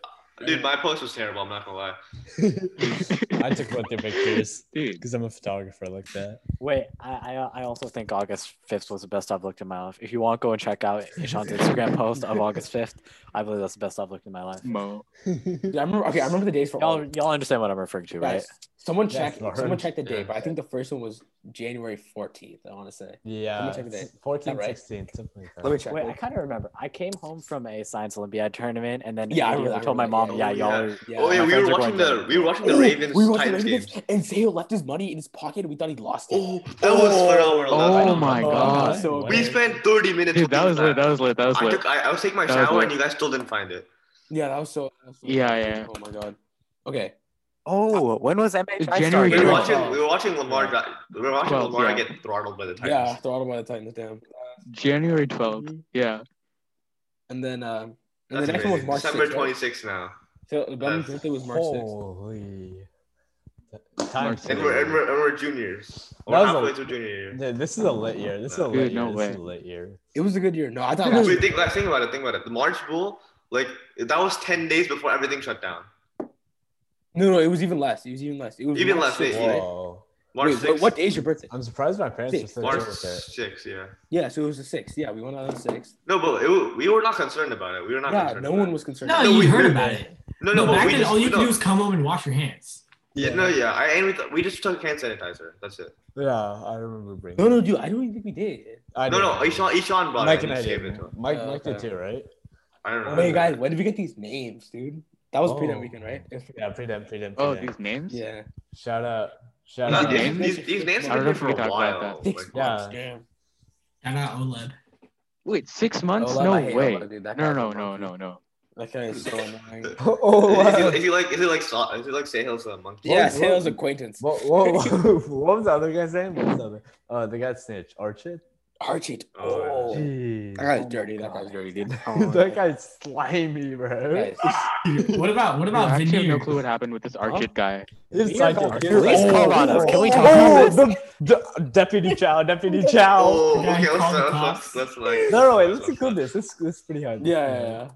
Speaker 3: Dude, my post was terrible. I'm not gonna lie.
Speaker 5: I took a bunch of pictures
Speaker 1: Dude,
Speaker 5: because I'm a photographer like that.
Speaker 6: Wait, I, I I also think August fifth was the best I've looked in my life. If you want, go and check out Ishan's Instagram post of August fifth. I believe that's the best I've looked in my life.
Speaker 1: Mo.
Speaker 2: Dude, I remember. Okay, I remember the days for all.
Speaker 6: Y'all y'all understand what I'm referring to, right?
Speaker 2: Guys, Someone
Speaker 5: Yes,
Speaker 2: checked.
Speaker 5: Lord.
Speaker 2: Someone checked the date,
Speaker 3: Yeah.
Speaker 2: but I think the first one was January fourteenth. I want to say. Let me
Speaker 5: Yeah,
Speaker 2: check the date.
Speaker 5: 14,
Speaker 2: Is that right?
Speaker 5: 16, something like that.
Speaker 2: Let me check.
Speaker 6: Wait, I kind of remember. I came home from a science Olympiad tournament, and then
Speaker 2: Yeah, I
Speaker 6: immediately
Speaker 2: remember- I
Speaker 6: told my
Speaker 2: remember,
Speaker 6: mom,
Speaker 2: yeah.
Speaker 6: "Yeah,
Speaker 3: Oh,
Speaker 6: y'all are."
Speaker 2: yeah.
Speaker 3: Oh yeah,
Speaker 6: my
Speaker 3: we
Speaker 6: friends
Speaker 3: were
Speaker 6: are
Speaker 3: watching
Speaker 6: going
Speaker 3: the
Speaker 6: down.
Speaker 3: we were watching
Speaker 2: Oh,
Speaker 3: the Ravens
Speaker 2: we watched the
Speaker 3: Titans
Speaker 2: Ravens,
Speaker 3: games.
Speaker 2: and Zayo left his money in his pocket, and we thought he lost it.
Speaker 3: Oh, that was phenomenal. That- I
Speaker 1: Oh
Speaker 3: don't know.
Speaker 1: my
Speaker 5: Oh,
Speaker 1: god.
Speaker 5: that's
Speaker 2: so
Speaker 5: what?
Speaker 3: We spent 30 minutes.
Speaker 1: Dude, that
Speaker 3: looking
Speaker 1: was
Speaker 3: for
Speaker 1: lit. That was lit. That was
Speaker 3: I
Speaker 1: lit.
Speaker 3: took. I, I was taking my
Speaker 1: That was
Speaker 3: shower,
Speaker 1: lit.
Speaker 3: and you guys still didn't find it.
Speaker 2: Yeah, that was so. That was so
Speaker 1: Yeah, yeah.
Speaker 2: Oh my god. Okay.
Speaker 6: Oh, when was MHI
Speaker 1: January
Speaker 3: We were
Speaker 6: started?
Speaker 1: Yeah.
Speaker 3: watching. We were watching Lamar.
Speaker 2: Yeah.
Speaker 3: dri- We were watching
Speaker 1: Well,
Speaker 3: Lamar
Speaker 1: yeah.
Speaker 3: get throttled by the Titans.
Speaker 2: Yeah, throttled by the Titans. Damn.
Speaker 1: January 12th. Yeah.
Speaker 2: And then, uh, and
Speaker 3: That's
Speaker 2: the next one was
Speaker 3: amazing.
Speaker 2: March
Speaker 3: December
Speaker 2: 6th, right?
Speaker 3: 26th now.
Speaker 2: So Ben's birthday was March sixth.
Speaker 5: Holy. Time
Speaker 1: March
Speaker 3: And we're, and we're, and we're juniors. We're
Speaker 5: That was a-
Speaker 3: halfway through junior year.
Speaker 5: Dude, this is a lit year. This is a
Speaker 3: Dude,
Speaker 5: lit
Speaker 1: no
Speaker 5: year.
Speaker 1: way.
Speaker 5: This is a lit year.
Speaker 2: It was a good year. No, I thought.
Speaker 1: It
Speaker 2: last
Speaker 1: was-
Speaker 3: Wait, think, like, think about it. Think about it. The March Bowl, like, that was 10 days before everything shut down.
Speaker 2: No, no, it was even less. It was even less. It was
Speaker 3: Even
Speaker 2: March
Speaker 3: less,
Speaker 2: 6th,
Speaker 3: yeah.
Speaker 2: right?
Speaker 5: Whoa.
Speaker 3: March
Speaker 2: Wait,
Speaker 3: 6th.
Speaker 2: what, what day is your birthday?
Speaker 5: I'm surprised my parents are
Speaker 2: Six.
Speaker 5: still
Speaker 3: March
Speaker 5: chill with it.
Speaker 3: 6th, yeah.
Speaker 2: Yeah, so it was the sixth. Yeah, we went out on the sixth.
Speaker 3: No, but it, wa- we were not concerned about it. We were not
Speaker 2: Yeah,
Speaker 3: concerned
Speaker 2: no
Speaker 3: about
Speaker 2: one
Speaker 3: it.
Speaker 2: was concerned.
Speaker 7: No,
Speaker 3: No,
Speaker 7: you
Speaker 3: we-
Speaker 7: heard
Speaker 3: we-
Speaker 7: about it.
Speaker 3: No,
Speaker 7: No,
Speaker 3: no, but
Speaker 7: back
Speaker 3: we
Speaker 7: then,
Speaker 3: just,
Speaker 7: all you could
Speaker 3: no,
Speaker 7: do was come home and wash your hands.
Speaker 3: yeah, no, yeah. I, and we, th- we just took hand sanitizer. That's it.
Speaker 5: Yeah, I remember bringing.
Speaker 2: No, no, dude, I don't even think we did.
Speaker 5: I
Speaker 3: No,
Speaker 5: did.
Speaker 3: no, Ishan, Ishan brought
Speaker 5: Mike
Speaker 3: it.
Speaker 5: and
Speaker 3: And
Speaker 5: I
Speaker 3: he gave it
Speaker 5: did.
Speaker 3: to him.
Speaker 5: Mike,
Speaker 2: Uh,
Speaker 5: Mike did
Speaker 2: okay.
Speaker 5: too, right?
Speaker 3: I don't
Speaker 2: Oh,
Speaker 3: know.
Speaker 2: hey guys, where did we get these names, dude? That was
Speaker 5: Oh.
Speaker 2: pre-dem weekend, right? It was pre-
Speaker 5: Yeah, pre-dem, pre-dem,
Speaker 1: Oh,
Speaker 5: pre-dem.
Speaker 1: these names?
Speaker 2: Yeah.
Speaker 5: Shout out, shout
Speaker 3: Not
Speaker 5: out.
Speaker 1: These
Speaker 3: these,
Speaker 1: names?
Speaker 3: these, these names
Speaker 1: I
Speaker 3: have
Speaker 1: don't
Speaker 3: been
Speaker 1: know
Speaker 3: here
Speaker 1: if
Speaker 3: for
Speaker 1: we
Speaker 3: a
Speaker 1: can talk about
Speaker 3: while.
Speaker 2: Six
Speaker 3: Like,
Speaker 5: Yeah. (laughs)
Speaker 2: months. Damn.
Speaker 7: Shout out E OLED.
Speaker 1: Wait,
Speaker 7: Oh,
Speaker 1: six months?
Speaker 2: Olaf,
Speaker 1: No
Speaker 2: Oh, I hate
Speaker 1: way.
Speaker 2: Olaf, dude. That
Speaker 1: No,
Speaker 2: guy's
Speaker 1: no,
Speaker 2: a
Speaker 1: no,
Speaker 2: monkey.
Speaker 1: no, no.
Speaker 2: (laughs) That guy is so annoying.
Speaker 5: (laughs) Oh,
Speaker 3: is, he,
Speaker 5: wow.
Speaker 3: is he like is he like Sa- is he like Sahil's uh, monkey?
Speaker 2: yeah,
Speaker 5: Whoa,
Speaker 2: Sale's
Speaker 5: whoa.
Speaker 2: acquaintance.
Speaker 5: Whoa, whoa, whoa. (laughs) what was the other guy's name? What was the other? Uh, the guy snitch, Archit.
Speaker 2: Archie.
Speaker 3: Oh,
Speaker 2: Oh,
Speaker 5: Jeez.
Speaker 2: that guy's dirty. That guy's dirty, dude.
Speaker 5: (laughs) that guy's slimy, bro.
Speaker 2: That guy's-
Speaker 7: What about what
Speaker 1: Dude, I
Speaker 7: about
Speaker 1: actually have no
Speaker 7: Veneer?
Speaker 1: clue what happened with this Archit guy.
Speaker 5: It's
Speaker 6: We
Speaker 5: like
Speaker 6: are going- Please come on us. Can we talk
Speaker 5: oh,
Speaker 6: about this?
Speaker 5: The, the, Deputy Chow, Deputy Chow.
Speaker 3: Oh,
Speaker 7: Yeah,
Speaker 3: okay,
Speaker 7: he
Speaker 3: let's,
Speaker 7: called the
Speaker 3: let's, let's,
Speaker 7: cops.
Speaker 3: let's like.
Speaker 5: No, no, wait, let's include this. This, this is pretty hard.
Speaker 2: Yeah, yeah, yeah.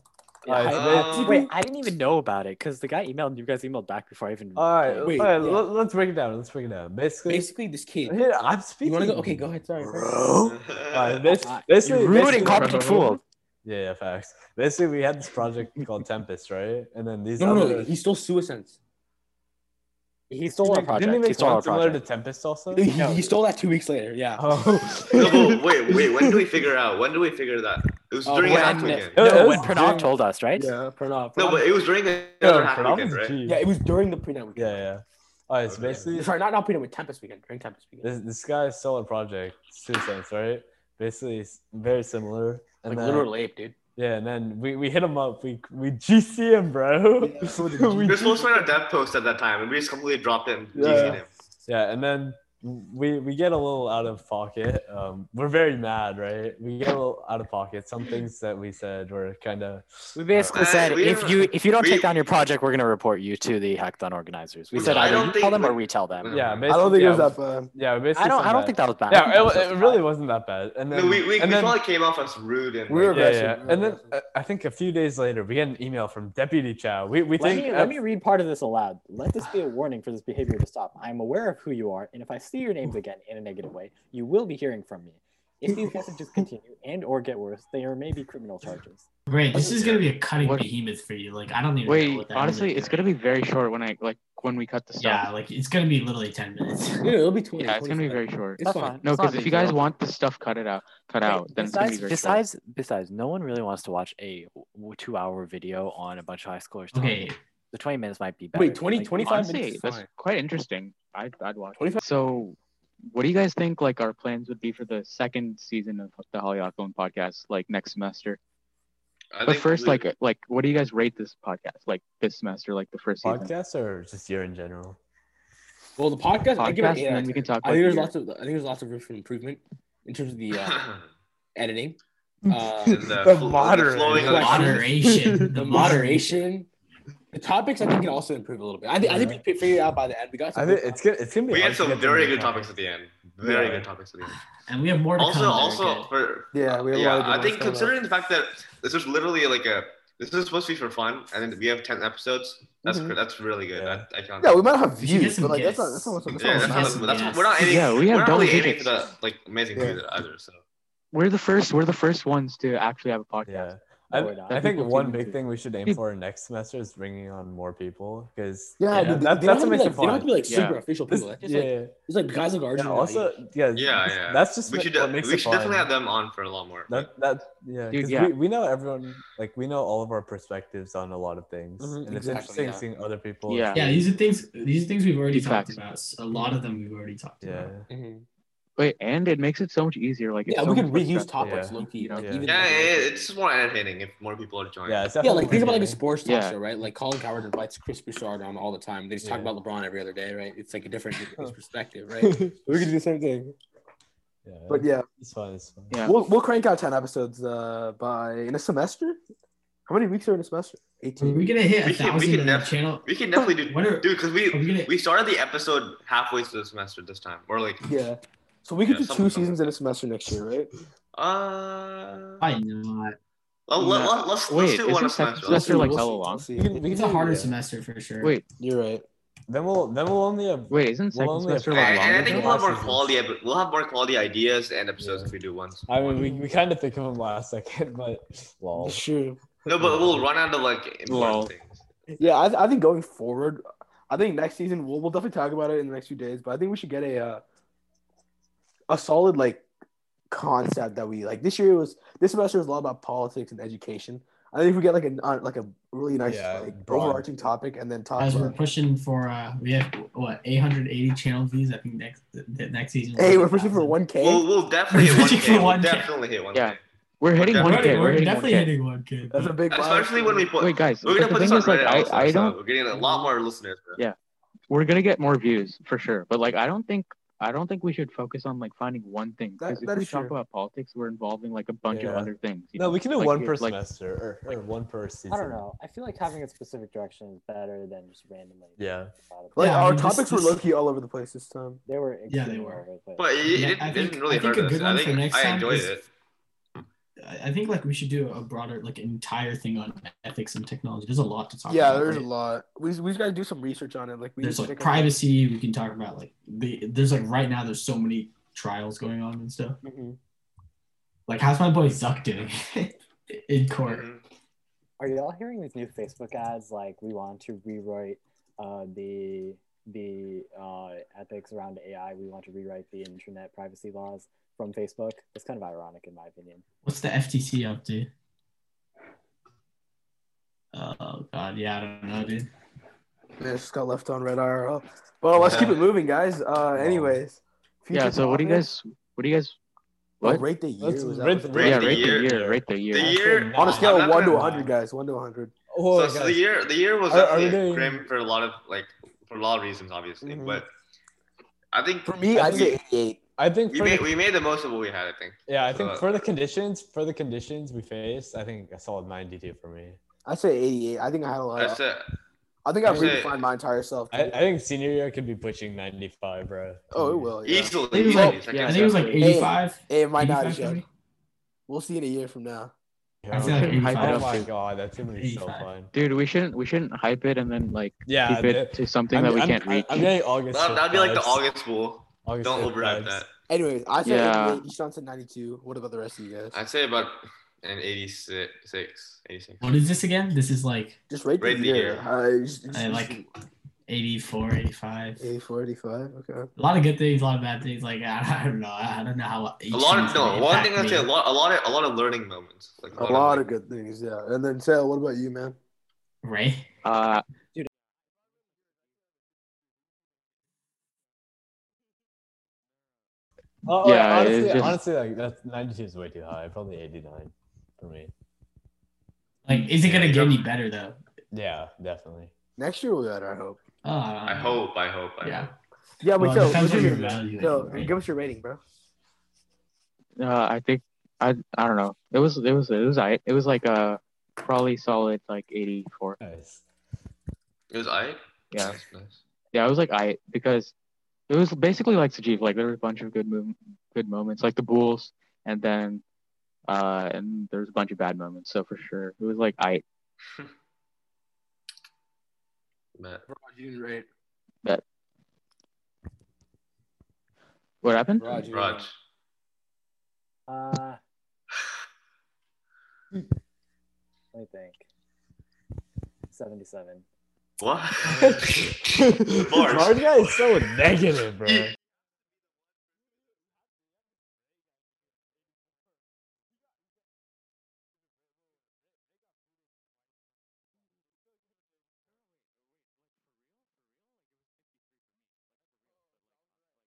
Speaker 5: All right,
Speaker 3: Um,
Speaker 6: (laughs) Wait, I didn't even know about it because the guy emailed you guys emailed back before I even.
Speaker 5: all right,
Speaker 2: Wait,
Speaker 5: all right
Speaker 2: yeah.
Speaker 5: let, us break it down. Let's break it down. Basically,
Speaker 2: Basically, this kid.
Speaker 5: here, I'm
Speaker 2: You
Speaker 5: speaking.
Speaker 2: want to go? Okay, go ahead. Sorry.
Speaker 5: Bro. (laughs) All right,
Speaker 3: Uh,
Speaker 5: bas-
Speaker 6: You're
Speaker 5: basically,
Speaker 6: You're
Speaker 5: basically-
Speaker 6: ruining competent fool.
Speaker 5: Yeah, yeah, facts. Basically, we had this project called Tempest, right? And then these
Speaker 2: No,
Speaker 5: other,
Speaker 2: no, no, he stole suicides.
Speaker 6: He stole our
Speaker 5: Didn't he
Speaker 6: project. He
Speaker 5: make
Speaker 6: stole
Speaker 5: one
Speaker 6: our
Speaker 5: similar to
Speaker 6: project.
Speaker 5: Tempest also?
Speaker 2: He, he stole that two weeks later. Yeah. (laughs)
Speaker 5: Oh.
Speaker 3: (laughs) no, but wait, wait. When do we figure out? When do we figure that? It was
Speaker 2: Oh,
Speaker 3: during
Speaker 2: when-
Speaker 3: an act weekend.
Speaker 5: It
Speaker 6: No,
Speaker 5: was
Speaker 6: when Pranav
Speaker 5: during-
Speaker 6: told us, right?
Speaker 2: Yeah, Pranav.
Speaker 3: No, but it was during the
Speaker 5: Yeah,
Speaker 3: other half
Speaker 5: Pranav
Speaker 3: weekend,
Speaker 5: is
Speaker 3: right?
Speaker 5: G.
Speaker 2: yeah, it was during the pre-night weekend.
Speaker 5: Yeah, yeah. All right, so
Speaker 3: Okay.
Speaker 5: basically,
Speaker 2: Sorry, not not pre-night weekend. Tempest weekend. During Tempest weekend.
Speaker 5: this, this guy's solo project, Suicides, right? Basically, it's very similar. And
Speaker 2: like
Speaker 5: then,
Speaker 2: literal ape, dude.
Speaker 5: yeah, and then we, we hit him up. We we GC him, bro. (laughs)
Speaker 2: Yeah, so did
Speaker 5: we,
Speaker 3: We were supposed to write a dev post at that time, and we just completely dropped it and
Speaker 5: Yeah.
Speaker 3: DC'd him.
Speaker 5: yeah, and then we we get a little out of pocket. Um, we're very mad, right? We get a little out of pocket. Some things that we said were kind of
Speaker 6: We basically
Speaker 3: Uh,
Speaker 6: said
Speaker 3: we
Speaker 6: if
Speaker 3: don't-
Speaker 6: you if you don't
Speaker 3: we-
Speaker 6: take down your project, we're gonna report you to the hackathon organizers. We
Speaker 3: Which
Speaker 6: said
Speaker 3: I
Speaker 6: either
Speaker 3: don't
Speaker 6: you
Speaker 3: think
Speaker 6: tell them
Speaker 3: would-
Speaker 6: or we tell them.
Speaker 5: yeah.
Speaker 3: Mm-hmm.
Speaker 5: Basically,
Speaker 2: I don't think
Speaker 5: yeah,
Speaker 2: it was that bad.
Speaker 5: Yeah, we basically.
Speaker 6: I don't
Speaker 5: said
Speaker 6: I don't
Speaker 5: that.
Speaker 6: think that was bad. I
Speaker 5: Yeah,
Speaker 6: don't
Speaker 5: it,
Speaker 6: think that
Speaker 5: it
Speaker 6: was
Speaker 5: really
Speaker 6: bad.
Speaker 5: wasn't that bad. And then
Speaker 3: No, we, we, we
Speaker 5: and then,
Speaker 3: probably came off as rude and
Speaker 2: We were
Speaker 3: like,
Speaker 5: yeah,
Speaker 2: aggressive,
Speaker 5: yeah.
Speaker 2: we were
Speaker 5: And then
Speaker 2: aggressive.
Speaker 5: uh, I think a few days later, we get an email from Deputy Chow. We we
Speaker 6: Let
Speaker 5: think
Speaker 6: me, let me read part of this aloud. Let this be a warning for this behavior to stop. I am aware of who you are, and if I see your names again in a negative way, you will be hearing from me.
Speaker 9: (laughs)
Speaker 6: If these cases just continue and or get worse, there may be criminal charges.
Speaker 7: Right, this is gonna be a cutting
Speaker 1: What-
Speaker 7: behemoth for you. Like I don't even know
Speaker 1: Wait,
Speaker 7: what that
Speaker 1: honestly,
Speaker 7: is.
Speaker 1: it's gonna be very short when I like when we cut the stuff.
Speaker 7: yeah, like it's gonna be literally ten minutes.
Speaker 10: Yeah, it'll be 20.
Speaker 1: yeah, it's gonna be
Speaker 10: 25.
Speaker 1: very short.
Speaker 10: It's
Speaker 6: That's
Speaker 10: fine.
Speaker 6: fine.
Speaker 1: No,
Speaker 6: It's not
Speaker 1: because
Speaker 6: a
Speaker 1: if
Speaker 6: big
Speaker 1: you guys
Speaker 6: deal.
Speaker 1: want the stuff cut it out, cut out, then it's gonna be
Speaker 9: besides,
Speaker 1: very
Speaker 9: besides, besides, no one really wants to watch a w- two-hour video on a bunch of high schoolers. talking.
Speaker 7: Okay,
Speaker 9: the 20 minutes might be better.
Speaker 10: Wait, 20,
Speaker 9: Like,
Speaker 10: 25
Speaker 1: short.
Speaker 10: minutes.
Speaker 1: Honestly,
Speaker 10: is
Speaker 1: that's
Speaker 10: fine.
Speaker 1: quite interesting. I'd, I'd watch.
Speaker 10: 25
Speaker 1: So, what do you guys think? Like our plans would be for the second season of the Holly Hawthorne podcast, like next semester.
Speaker 3: I
Speaker 1: but
Speaker 3: think
Speaker 1: first,
Speaker 3: we- (laughs)
Speaker 1: like, uh, like, what do you guys rate this podcast? Like this semester, like the first season.
Speaker 5: Podcasts or just year in general?
Speaker 10: Well, the podcast, I give it
Speaker 1: Podcast,
Speaker 10: an eight
Speaker 1: and
Speaker 10: out
Speaker 1: then
Speaker 10: of 10.
Speaker 1: we can talk.
Speaker 10: I
Speaker 1: about
Speaker 10: think there's
Speaker 1: the
Speaker 10: lots of I think there's lots of room for improvement in terms of the
Speaker 3: (laughs)
Speaker 10: uh, editing, uh,
Speaker 3: (laughs) the,
Speaker 10: the,
Speaker 3: fl-
Speaker 5: moderator.
Speaker 3: flowing of
Speaker 7: the
Speaker 3: the
Speaker 10: Question.
Speaker 7: (laughs) moderation. the moderation.
Speaker 10: moderation, the topics. I think can also improve a little bit. I, think I think we fi- figured it out by the end. We got.
Speaker 5: I
Speaker 10: some
Speaker 5: think
Speaker 10: good
Speaker 5: it's good. It's gonna be.
Speaker 3: We
Speaker 5: hard
Speaker 3: had
Speaker 5: to
Speaker 3: some
Speaker 5: get
Speaker 3: very
Speaker 5: through
Speaker 3: good topics at the end. Very good topics at the end.
Speaker 7: And we have more to
Speaker 3: Also,
Speaker 7: come.
Speaker 3: also for
Speaker 10: Yeah, we have a lot
Speaker 3: yeah,
Speaker 10: of good
Speaker 3: I
Speaker 10: ones
Speaker 3: think
Speaker 10: coming up.
Speaker 3: considering the fact that this was literally like a this is supposed to be for fun, and then we have ten episodes. That's
Speaker 10: Mhm.
Speaker 3: cr- that's really good.
Speaker 5: Yeah.
Speaker 3: I, I can't.
Speaker 2: Yeah, we might have
Speaker 7: We should get
Speaker 2: views,
Speaker 7: some
Speaker 2: but like that's not that's not what's
Speaker 7: guests.
Speaker 2: that's
Speaker 3: Yeah,
Speaker 2: not
Speaker 3: that's,
Speaker 2: what's
Speaker 3: not,
Speaker 7: Massive
Speaker 3: that's
Speaker 7: gas.
Speaker 3: we're not aiming.
Speaker 1: Yeah, we
Speaker 3: we
Speaker 1: have
Speaker 3: are not
Speaker 1: double
Speaker 3: really aiming
Speaker 1: digits.
Speaker 3: for the like amazing
Speaker 2: Yeah.
Speaker 3: views either. So
Speaker 1: We're the first. We're the first ones to actually have a podcast.
Speaker 5: Yeah.
Speaker 6: No,
Speaker 5: I,
Speaker 6: we're not.
Speaker 5: I think
Speaker 1: People
Speaker 5: one
Speaker 1: tune
Speaker 5: big
Speaker 1: into-
Speaker 5: thing we should aim for next semester is bringing on more people because
Speaker 2: Yeah, dude,
Speaker 10: They
Speaker 2: they-
Speaker 5: that's,
Speaker 10: don't
Speaker 5: that's
Speaker 10: have
Speaker 5: what
Speaker 10: to be
Speaker 5: makes
Speaker 10: like,
Speaker 5: it
Speaker 10: they don't have to
Speaker 5: fun.
Speaker 10: be like super
Speaker 1: Yeah.
Speaker 10: official
Speaker 5: This-
Speaker 10: people. It's just
Speaker 5: yeah,
Speaker 10: like
Speaker 5: yeah.
Speaker 10: it's like guys like
Speaker 5: Yeah,
Speaker 10: Arjun. and
Speaker 5: also,
Speaker 10: Naeem.
Speaker 3: yeah,
Speaker 5: yeah, that's-
Speaker 3: yeah.
Speaker 5: That's just
Speaker 3: we
Speaker 5: what-
Speaker 3: should
Speaker 5: what makes
Speaker 3: we
Speaker 5: it
Speaker 3: should
Speaker 5: fun.
Speaker 3: definitely have them on for a lot more.
Speaker 5: That that yeah,
Speaker 1: Dude,
Speaker 5: 'cause
Speaker 1: yeah.
Speaker 5: We, we know everyone like we know all of our perspectives on a lot of things,
Speaker 10: Mhm,
Speaker 5: and it's
Speaker 10: exactly,
Speaker 5: interesting
Speaker 10: yeah.
Speaker 5: seeing other people.
Speaker 1: Yeah.
Speaker 7: yeah, these are things. These are things we've already
Speaker 1: These
Speaker 7: talked
Speaker 1: facts.
Speaker 7: about. S- A lot of them we've already talked
Speaker 5: yeah,
Speaker 7: about.
Speaker 1: Wait, and it makes it so much easier. Like, it's
Speaker 10: yeah,
Speaker 1: so
Speaker 10: we can
Speaker 1: much less
Speaker 10: reuse
Speaker 1: stressful.
Speaker 10: topics,
Speaker 5: Yeah.
Speaker 10: low key. You know,
Speaker 5: Yeah.
Speaker 10: even
Speaker 3: yeah,
Speaker 10: if-
Speaker 3: it, it's just more entertaining if more people are joining.
Speaker 5: yeah. It's
Speaker 10: Yeah,
Speaker 5: definitely
Speaker 10: like think about like a
Speaker 5: entertaining.
Speaker 10: sports talk
Speaker 1: Yeah.
Speaker 10: show, right? Like Colin Coward invites Chris Bouchard on all the time. They just talk
Speaker 5: Yeah.
Speaker 10: about LeBron every other day, right? It's like a
Speaker 2: (laughs)
Speaker 10: different his perspective, right?
Speaker 5: we could do the same thing. Yeah,
Speaker 2: But yeah,
Speaker 5: it's fun. It's fun.
Speaker 1: Yeah.
Speaker 2: we'll we'll crank out ten episodes uh by in a semester. How many weeks are in a semester?
Speaker 7: Are
Speaker 2: Eighteen.
Speaker 7: we gonna hit
Speaker 3: We
Speaker 7: a
Speaker 3: can- we
Speaker 7: thousand
Speaker 3: can
Speaker 7: on the
Speaker 3: def-
Speaker 7: channel?
Speaker 3: We can definitely do,
Speaker 5: (laughs)
Speaker 7: What are-
Speaker 3: dude, because we
Speaker 7: Are we gonna?
Speaker 3: we started the episode halfway through the semester this time. We're like,
Speaker 2: Yeah. So we could
Speaker 3: Yeah,
Speaker 2: do
Speaker 3: something
Speaker 2: two
Speaker 3: like
Speaker 2: seasons in a semester next year, right?
Speaker 3: uh,
Speaker 7: Probably not.
Speaker 3: let, let, let, let's
Speaker 1: Wait,
Speaker 3: let's do
Speaker 1: isn't
Speaker 3: one a
Speaker 1: second
Speaker 3: semester.
Speaker 1: semester
Speaker 2: We'll
Speaker 1: like
Speaker 2: see,
Speaker 1: hella
Speaker 2: we'll
Speaker 1: long?
Speaker 2: see.
Speaker 5: We can, we
Speaker 7: It's
Speaker 5: can
Speaker 7: a
Speaker 5: do-
Speaker 7: harder
Speaker 5: yeah.
Speaker 7: semester for sure.
Speaker 1: Wait,
Speaker 2: You're right.
Speaker 5: Then we'll then we'll only have
Speaker 1: wait, isn't second
Speaker 5: only have
Speaker 1: semester
Speaker 5: to-
Speaker 3: And,
Speaker 1: like longer?
Speaker 5: Alright,
Speaker 3: and I think
Speaker 1: than
Speaker 3: we'll have
Speaker 1: last
Speaker 3: more
Speaker 1: season?
Speaker 3: quality. ep- We'll have more quality ideas and episodes
Speaker 5: Yeah.
Speaker 3: if we do once.
Speaker 5: I mean, we, we kind of think of them last second, but lol.
Speaker 2: Sure.
Speaker 3: No, but we'll run out of like
Speaker 1: Lol.
Speaker 3: important things.
Speaker 2: Yeah, I, I think going forward, I think next season we'll, we'll definitely talk about it in the next few days. But I think we should get a uh, a solid like concept that we like. This year was this semester was a lot about politics and education. I think if we get like a uh, like a really nice
Speaker 5: Yeah,
Speaker 2: like,
Speaker 5: broad.
Speaker 2: overarching topic and then talk
Speaker 7: As we're
Speaker 2: about.
Speaker 7: pushing for, uh, we have what 880 channel views. I think next the next season.
Speaker 2: Hey, we're pushing for one
Speaker 3: We'll,
Speaker 2: K.
Speaker 3: we'll definitely
Speaker 5: (laughs)
Speaker 3: hit
Speaker 7: We're
Speaker 3: one
Speaker 7: pushing for
Speaker 3: day. We'll
Speaker 7: one day.
Speaker 3: definitely hit one
Speaker 1: Yeah.
Speaker 3: day.
Speaker 1: We're hitting
Speaker 3: We're
Speaker 1: one
Speaker 3: definitely-
Speaker 1: K.
Speaker 7: We're,
Speaker 1: We're hitting one
Speaker 7: definitely
Speaker 1: K.
Speaker 7: hitting one kid.
Speaker 2: That's a big.
Speaker 3: Especially when we put.
Speaker 1: Wait, guys,
Speaker 3: we're gonna
Speaker 1: but
Speaker 3: put
Speaker 1: the
Speaker 3: this
Speaker 1: thing
Speaker 3: on
Speaker 1: is, like, I,
Speaker 3: Reddit also,
Speaker 1: I
Speaker 3: so
Speaker 1: don't
Speaker 3: We're getting a lot more listeners. bro.
Speaker 1: Yeah. we're gonna get more views for sure. But like, I don't think I don't think we should focus on like finding one thing
Speaker 2: That-
Speaker 1: because if
Speaker 2: that
Speaker 1: we
Speaker 2: is
Speaker 1: talk
Speaker 2: true.
Speaker 1: about politics, we're involving like a bunch of
Speaker 5: Yeah.
Speaker 1: other things. you
Speaker 5: No,
Speaker 1: know?
Speaker 5: we can do
Speaker 1: Like,
Speaker 5: one
Speaker 1: if,
Speaker 5: per
Speaker 1: like,
Speaker 5: semester or, or one per season.
Speaker 6: I don't know. I feel like having a specific direction is better than just randomly.
Speaker 5: Yeah.
Speaker 2: Like
Speaker 7: Yeah, I
Speaker 2: our
Speaker 7: mean, this-
Speaker 2: topics were
Speaker 7: this-
Speaker 2: low key all over the place this time.
Speaker 6: They were.
Speaker 7: Yeah,
Speaker 6: extremely
Speaker 7: they were.
Speaker 6: over the place.
Speaker 3: But it,
Speaker 7: Yeah,
Speaker 3: it
Speaker 7: I
Speaker 3: didn't
Speaker 7: think-
Speaker 3: really
Speaker 7: I think
Speaker 3: hurt
Speaker 7: a good
Speaker 3: us. I
Speaker 7: one for
Speaker 3: think
Speaker 7: next
Speaker 3: I
Speaker 7: time
Speaker 3: enjoyed
Speaker 7: is-
Speaker 3: it.
Speaker 7: I I think like we should do a broader, like entire thing on ethics and technology. There's a lot to talk.
Speaker 2: Yeah,
Speaker 7: about,
Speaker 2: there's a
Speaker 7: right?
Speaker 2: lot. We we just got to do some research on it. Like we
Speaker 7: There's
Speaker 2: need to
Speaker 7: like
Speaker 2: pick up-
Speaker 7: privacy. We can talk about like the. There's like right now. There's so many trials going on and stuff.
Speaker 2: Mhm.
Speaker 7: Like, how's my boy Zuck doing (laughs) in court?
Speaker 2: Mm-hmm.
Speaker 3: Mhm.
Speaker 6: Are y'all hearing these new Facebook ads? Like, we want to rewrite uh, the the uh, ethics around AI. We want to rewrite the internet privacy laws from Facebook. It's kind of ironic, in my opinion.
Speaker 7: What's the FTC up to? Oh God, yeah, I don't know, dude.
Speaker 2: Yeah, just got left on red IRL. Well, let's keep it moving, guys. Uh, anyways.
Speaker 1: yeah.
Speaker 2: future
Speaker 1: So what do you
Speaker 2: topics.
Speaker 1: guys? What do you guys?
Speaker 2: Oh,
Speaker 1: What?
Speaker 2: rate the year.
Speaker 5: Let's
Speaker 2: was
Speaker 5: rate
Speaker 2: that-
Speaker 5: the-
Speaker 1: yeah,
Speaker 3: the
Speaker 1: rate
Speaker 3: year.
Speaker 1: the year. Rate the
Speaker 3: The
Speaker 1: year.
Speaker 3: year
Speaker 2: On a scale
Speaker 3: I'm
Speaker 2: of
Speaker 3: not
Speaker 2: one to
Speaker 3: gonna-
Speaker 2: hundred, guys. One to hundred.
Speaker 5: Oh,
Speaker 3: so, so
Speaker 5: guys.
Speaker 3: the year the year was
Speaker 5: Are- are we
Speaker 3: definitely
Speaker 5: doing-
Speaker 3: grim for a lot of like for a lot of reasons, obviously.
Speaker 5: Mm-hmm.
Speaker 2: Mhm.
Speaker 3: But I think
Speaker 2: For me, I'd
Speaker 3: we-
Speaker 2: say eighty-eight.
Speaker 5: I think
Speaker 3: we
Speaker 5: for
Speaker 3: made
Speaker 5: the-
Speaker 3: we made the most of what we had. I think.
Speaker 5: yeah, I think
Speaker 3: uh,
Speaker 5: for the conditions for the conditions we faced, I think a solid 92 for me.
Speaker 2: I'd say eighty-eight. I think I had a lot.
Speaker 3: That's
Speaker 2: Of,
Speaker 3: it.
Speaker 2: I think I've
Speaker 3: I'd say-
Speaker 2: redefined my entire self.
Speaker 5: I, I think senior year could be pushing 95, bro.
Speaker 2: oh, it will. Yeah.
Speaker 3: Easily.
Speaker 7: I think it was
Speaker 3: easily,
Speaker 7: like,
Speaker 3: second
Speaker 7: I think it was like
Speaker 3: semester.
Speaker 7: 85.
Speaker 2: Hey, it might not
Speaker 7: 85
Speaker 2: have yet.
Speaker 7: for me.
Speaker 2: We'll see in a year from now.
Speaker 5: Yeah.
Speaker 7: I feel like
Speaker 1: Okay, hype it
Speaker 5: oh
Speaker 1: up,
Speaker 7: 85.
Speaker 5: my
Speaker 1: dude.
Speaker 5: god, that's gonna be so
Speaker 7: 85.
Speaker 5: fun.
Speaker 1: Dude, we shouldn't we shouldn't hype it and then like
Speaker 5: Yeah,
Speaker 1: keep it
Speaker 5: that-
Speaker 1: to something
Speaker 5: I'm-
Speaker 1: that we
Speaker 5: I'm-
Speaker 1: can't
Speaker 5: I'm-
Speaker 1: reach.
Speaker 5: I'm getting August.
Speaker 3: That, that'd be like the
Speaker 5: vibes.
Speaker 3: August Bowl.
Speaker 5: August
Speaker 3: Don't
Speaker 5: 8th,
Speaker 3: overhype
Speaker 5: guys.
Speaker 3: that.
Speaker 2: Anyways, I said
Speaker 1: Yeah.
Speaker 2: 88, Sean said 92. What about the rest of you guys?
Speaker 3: I'd say about an 86, 86.
Speaker 7: What is this again? This is like
Speaker 2: just rate,
Speaker 3: Rate
Speaker 2: the
Speaker 3: the
Speaker 2: year.
Speaker 3: year.
Speaker 2: Uh, just- just-
Speaker 7: I like- 84, 85.
Speaker 2: 84, 85. Okay.
Speaker 7: A lot of good things, a lot of bad things. Like (laughs) I, I don't know. I don't know how.
Speaker 3: A lot of no. One thing I'd say a lot, a lot of, a lot of learning moments. Like
Speaker 2: A lot of
Speaker 3: like-
Speaker 2: good things, yeah. And then, Sal, what about you, man?
Speaker 7: Ray.
Speaker 1: Uh,
Speaker 5: Oh, oh,
Speaker 1: Yeah, it's
Speaker 5: honestly,
Speaker 1: just-
Speaker 5: honestly, like that's 92 is way too high. Probably 89 for me.
Speaker 7: Like, is it gonna get any better though?
Speaker 5: Yeah, definitely.
Speaker 2: Next year will be better, I hope.
Speaker 7: Oh,
Speaker 3: I hope. I hope. I
Speaker 7: Yeah.
Speaker 3: hope.
Speaker 2: Yeah, but
Speaker 7: Well, it
Speaker 2: Sal,
Speaker 7: depends
Speaker 2: what's
Speaker 7: what you're
Speaker 2: your rating?
Speaker 7: evaluating,
Speaker 2: Sal,
Speaker 7: right?
Speaker 2: give us your rating, bro.
Speaker 1: uh, I think I I don't know. It was it was it was I it was like a probably solid like 84.
Speaker 5: Nice.
Speaker 3: It was I.
Speaker 1: Yeah.
Speaker 3: That's nice.
Speaker 1: Yeah, it was like I because it was basically like Sajib. Like there were a bunch of good move, good moments, like the Bulls, and then uh and there's a bunch of bad moments. So for sure, it was like I.
Speaker 3: But
Speaker 2: Raj, you didn't rate.
Speaker 1: What happened?
Speaker 11: Raj, you
Speaker 3: Raj,
Speaker 6: Uh,
Speaker 7: Hmm.
Speaker 6: let me think. 77.
Speaker 3: what? (laughs) Marge.
Speaker 5: Marge guy is so negative, bro.
Speaker 3: Yeah.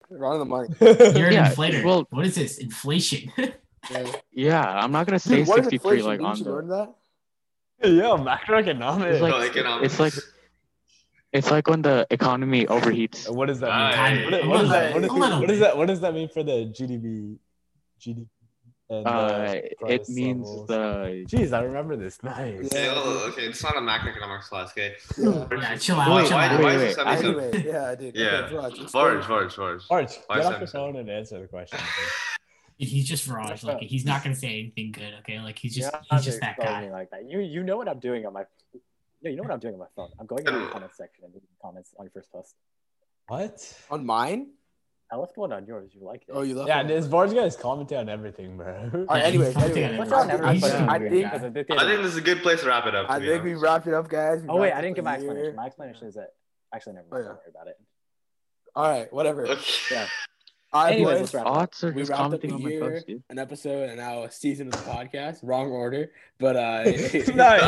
Speaker 2: Right on the money.
Speaker 7: You're an
Speaker 1: Yeah,
Speaker 7: inflator.
Speaker 1: well-
Speaker 7: what is this? Inflation. (laughs)
Speaker 1: (laughs)
Speaker 2: Yeah.
Speaker 1: Yeah, I'm not gonna say
Speaker 2: Dude, what is
Speaker 1: 63
Speaker 2: inflation?
Speaker 1: like
Speaker 2: Didn't
Speaker 1: on
Speaker 2: you
Speaker 1: the.
Speaker 2: learn that?
Speaker 5: (laughs) Yo, macroeconomics.
Speaker 1: It's like-
Speaker 3: No, economics.
Speaker 1: it's like- It's like when the economy
Speaker 5: (laughs)
Speaker 1: overheats.
Speaker 5: what does that mean?
Speaker 3: Aye.
Speaker 7: Kind
Speaker 3: Hey,
Speaker 7: of.
Speaker 5: What,
Speaker 7: A
Speaker 5: what, does
Speaker 7: little
Speaker 5: that, what,
Speaker 7: bit,
Speaker 5: does
Speaker 7: a little
Speaker 5: what, does
Speaker 7: bit.
Speaker 5: that, what does that mean for the GDP? GDP and,
Speaker 1: Uh, it
Speaker 5: price
Speaker 1: means
Speaker 5: levels?
Speaker 1: the
Speaker 5: Jeez, I remember this. Nice.
Speaker 3: Okay, oh, okay, it's not a macroeconomics class. Okay.
Speaker 1: (laughs)
Speaker 2: Yeah.
Speaker 7: Yeah, chill out.
Speaker 3: Wait,
Speaker 7: chill
Speaker 3: why,
Speaker 7: out.
Speaker 3: why
Speaker 1: Wait,
Speaker 3: is it
Speaker 1: wait, I-
Speaker 3: 77?
Speaker 2: Anyway, yeah, dude.
Speaker 3: Yeah.
Speaker 2: Okay, Raj, explain.
Speaker 3: Marge, Marge, Marge.
Speaker 5: Arch, get
Speaker 3: Why is
Speaker 5: off your
Speaker 3: that-
Speaker 5: phone and answer
Speaker 11: (laughs)
Speaker 5: the question.
Speaker 7: He's just Raj. Like he's not gonna say anything good. Okay, like he's just
Speaker 6: You're not
Speaker 7: he's just that
Speaker 6: exposing
Speaker 7: guy.
Speaker 6: me Like that. You you know what I'm doing on my. No, you know what I'm doing on my phone. I'm going in the
Speaker 3: Hello.
Speaker 6: comment section and leaving comments on your first post.
Speaker 5: what?
Speaker 2: On mine?
Speaker 6: I left one on yours. You liked it.
Speaker 2: Oh, you left.
Speaker 5: Yeah,
Speaker 2: on
Speaker 5: this Barge guy is commenting on everything, bro.
Speaker 2: All right,
Speaker 5: (laughs)
Speaker 7: Yeah,
Speaker 2: anyways,
Speaker 7: he's something
Speaker 2: anyways.
Speaker 7: on
Speaker 6: What's
Speaker 7: I
Speaker 6: wrong
Speaker 7: everything.
Speaker 6: with
Speaker 7: think-
Speaker 2: I, think,
Speaker 6: everyone?
Speaker 7: he's just
Speaker 2: I,
Speaker 7: a weird
Speaker 2: think,
Speaker 7: guy.
Speaker 6: Because this
Speaker 3: I think
Speaker 6: is-
Speaker 3: this is a good place to wrap it up.
Speaker 2: I
Speaker 3: to be
Speaker 2: think we
Speaker 3: honest.
Speaker 2: wrapped it up, guys. We
Speaker 6: Oh wait,
Speaker 2: wrapped
Speaker 6: I
Speaker 2: up
Speaker 6: didn't
Speaker 2: the
Speaker 6: give my
Speaker 2: year.
Speaker 6: explanation. My explanation is that actually never
Speaker 2: Oh,
Speaker 6: mind.
Speaker 2: yeah.
Speaker 6: Don't worry about it.
Speaker 2: All right, whatever. All
Speaker 3: Okay.
Speaker 2: right,
Speaker 6: Anyways,
Speaker 2: boys.
Speaker 6: let's wrap it up.
Speaker 1: odds are
Speaker 11: We
Speaker 1: just
Speaker 11: wrapped up
Speaker 1: commenting
Speaker 11: the
Speaker 1: on my
Speaker 11: year,
Speaker 1: post, dude.
Speaker 11: an episode, and now a season of the podcast. Wrong order, but uh,
Speaker 6: (laughs)
Speaker 2: (laughs)
Speaker 5: Nice.
Speaker 3: (laughs) I, I,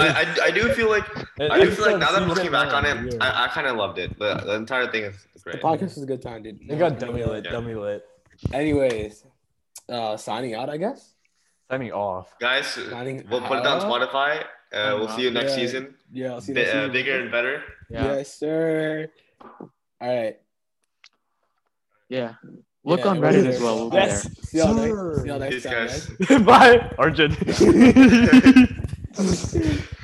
Speaker 3: I do feel like I do feel like now that I'm looking back on it, I, I kind of loved it. The, the entire thing is
Speaker 11: the
Speaker 3: great.
Speaker 11: podcast was a good time, dude.
Speaker 5: They got dummy lit,
Speaker 3: Yeah.
Speaker 5: dummy lit.
Speaker 11: Anyways, uh, signing out, I guess.
Speaker 5: Signing (laughs) off.
Speaker 3: Guys,
Speaker 11: Signing
Speaker 3: we'll put it on
Speaker 11: out.
Speaker 3: Spotify. Uh, we'll see you next
Speaker 11: Yeah.
Speaker 3: season.
Speaker 11: Yeah, I'll see you
Speaker 3: Bi-
Speaker 11: next
Speaker 3: uh,
Speaker 11: season.
Speaker 3: bigger and better.
Speaker 1: Yeah,
Speaker 11: Yes, sir. All right.
Speaker 1: yeah. Look
Speaker 11: Yeah,
Speaker 1: on
Speaker 11: we'll be
Speaker 1: Reddit as
Speaker 11: there.
Speaker 1: well. We'll be
Speaker 5: Yes.
Speaker 1: there.
Speaker 11: See y'all,
Speaker 5: Sir.
Speaker 11: next, see y'all next
Speaker 3: (laughs) Peace,
Speaker 11: time, guys.
Speaker 3: guys.
Speaker 5: Bye, Arjun.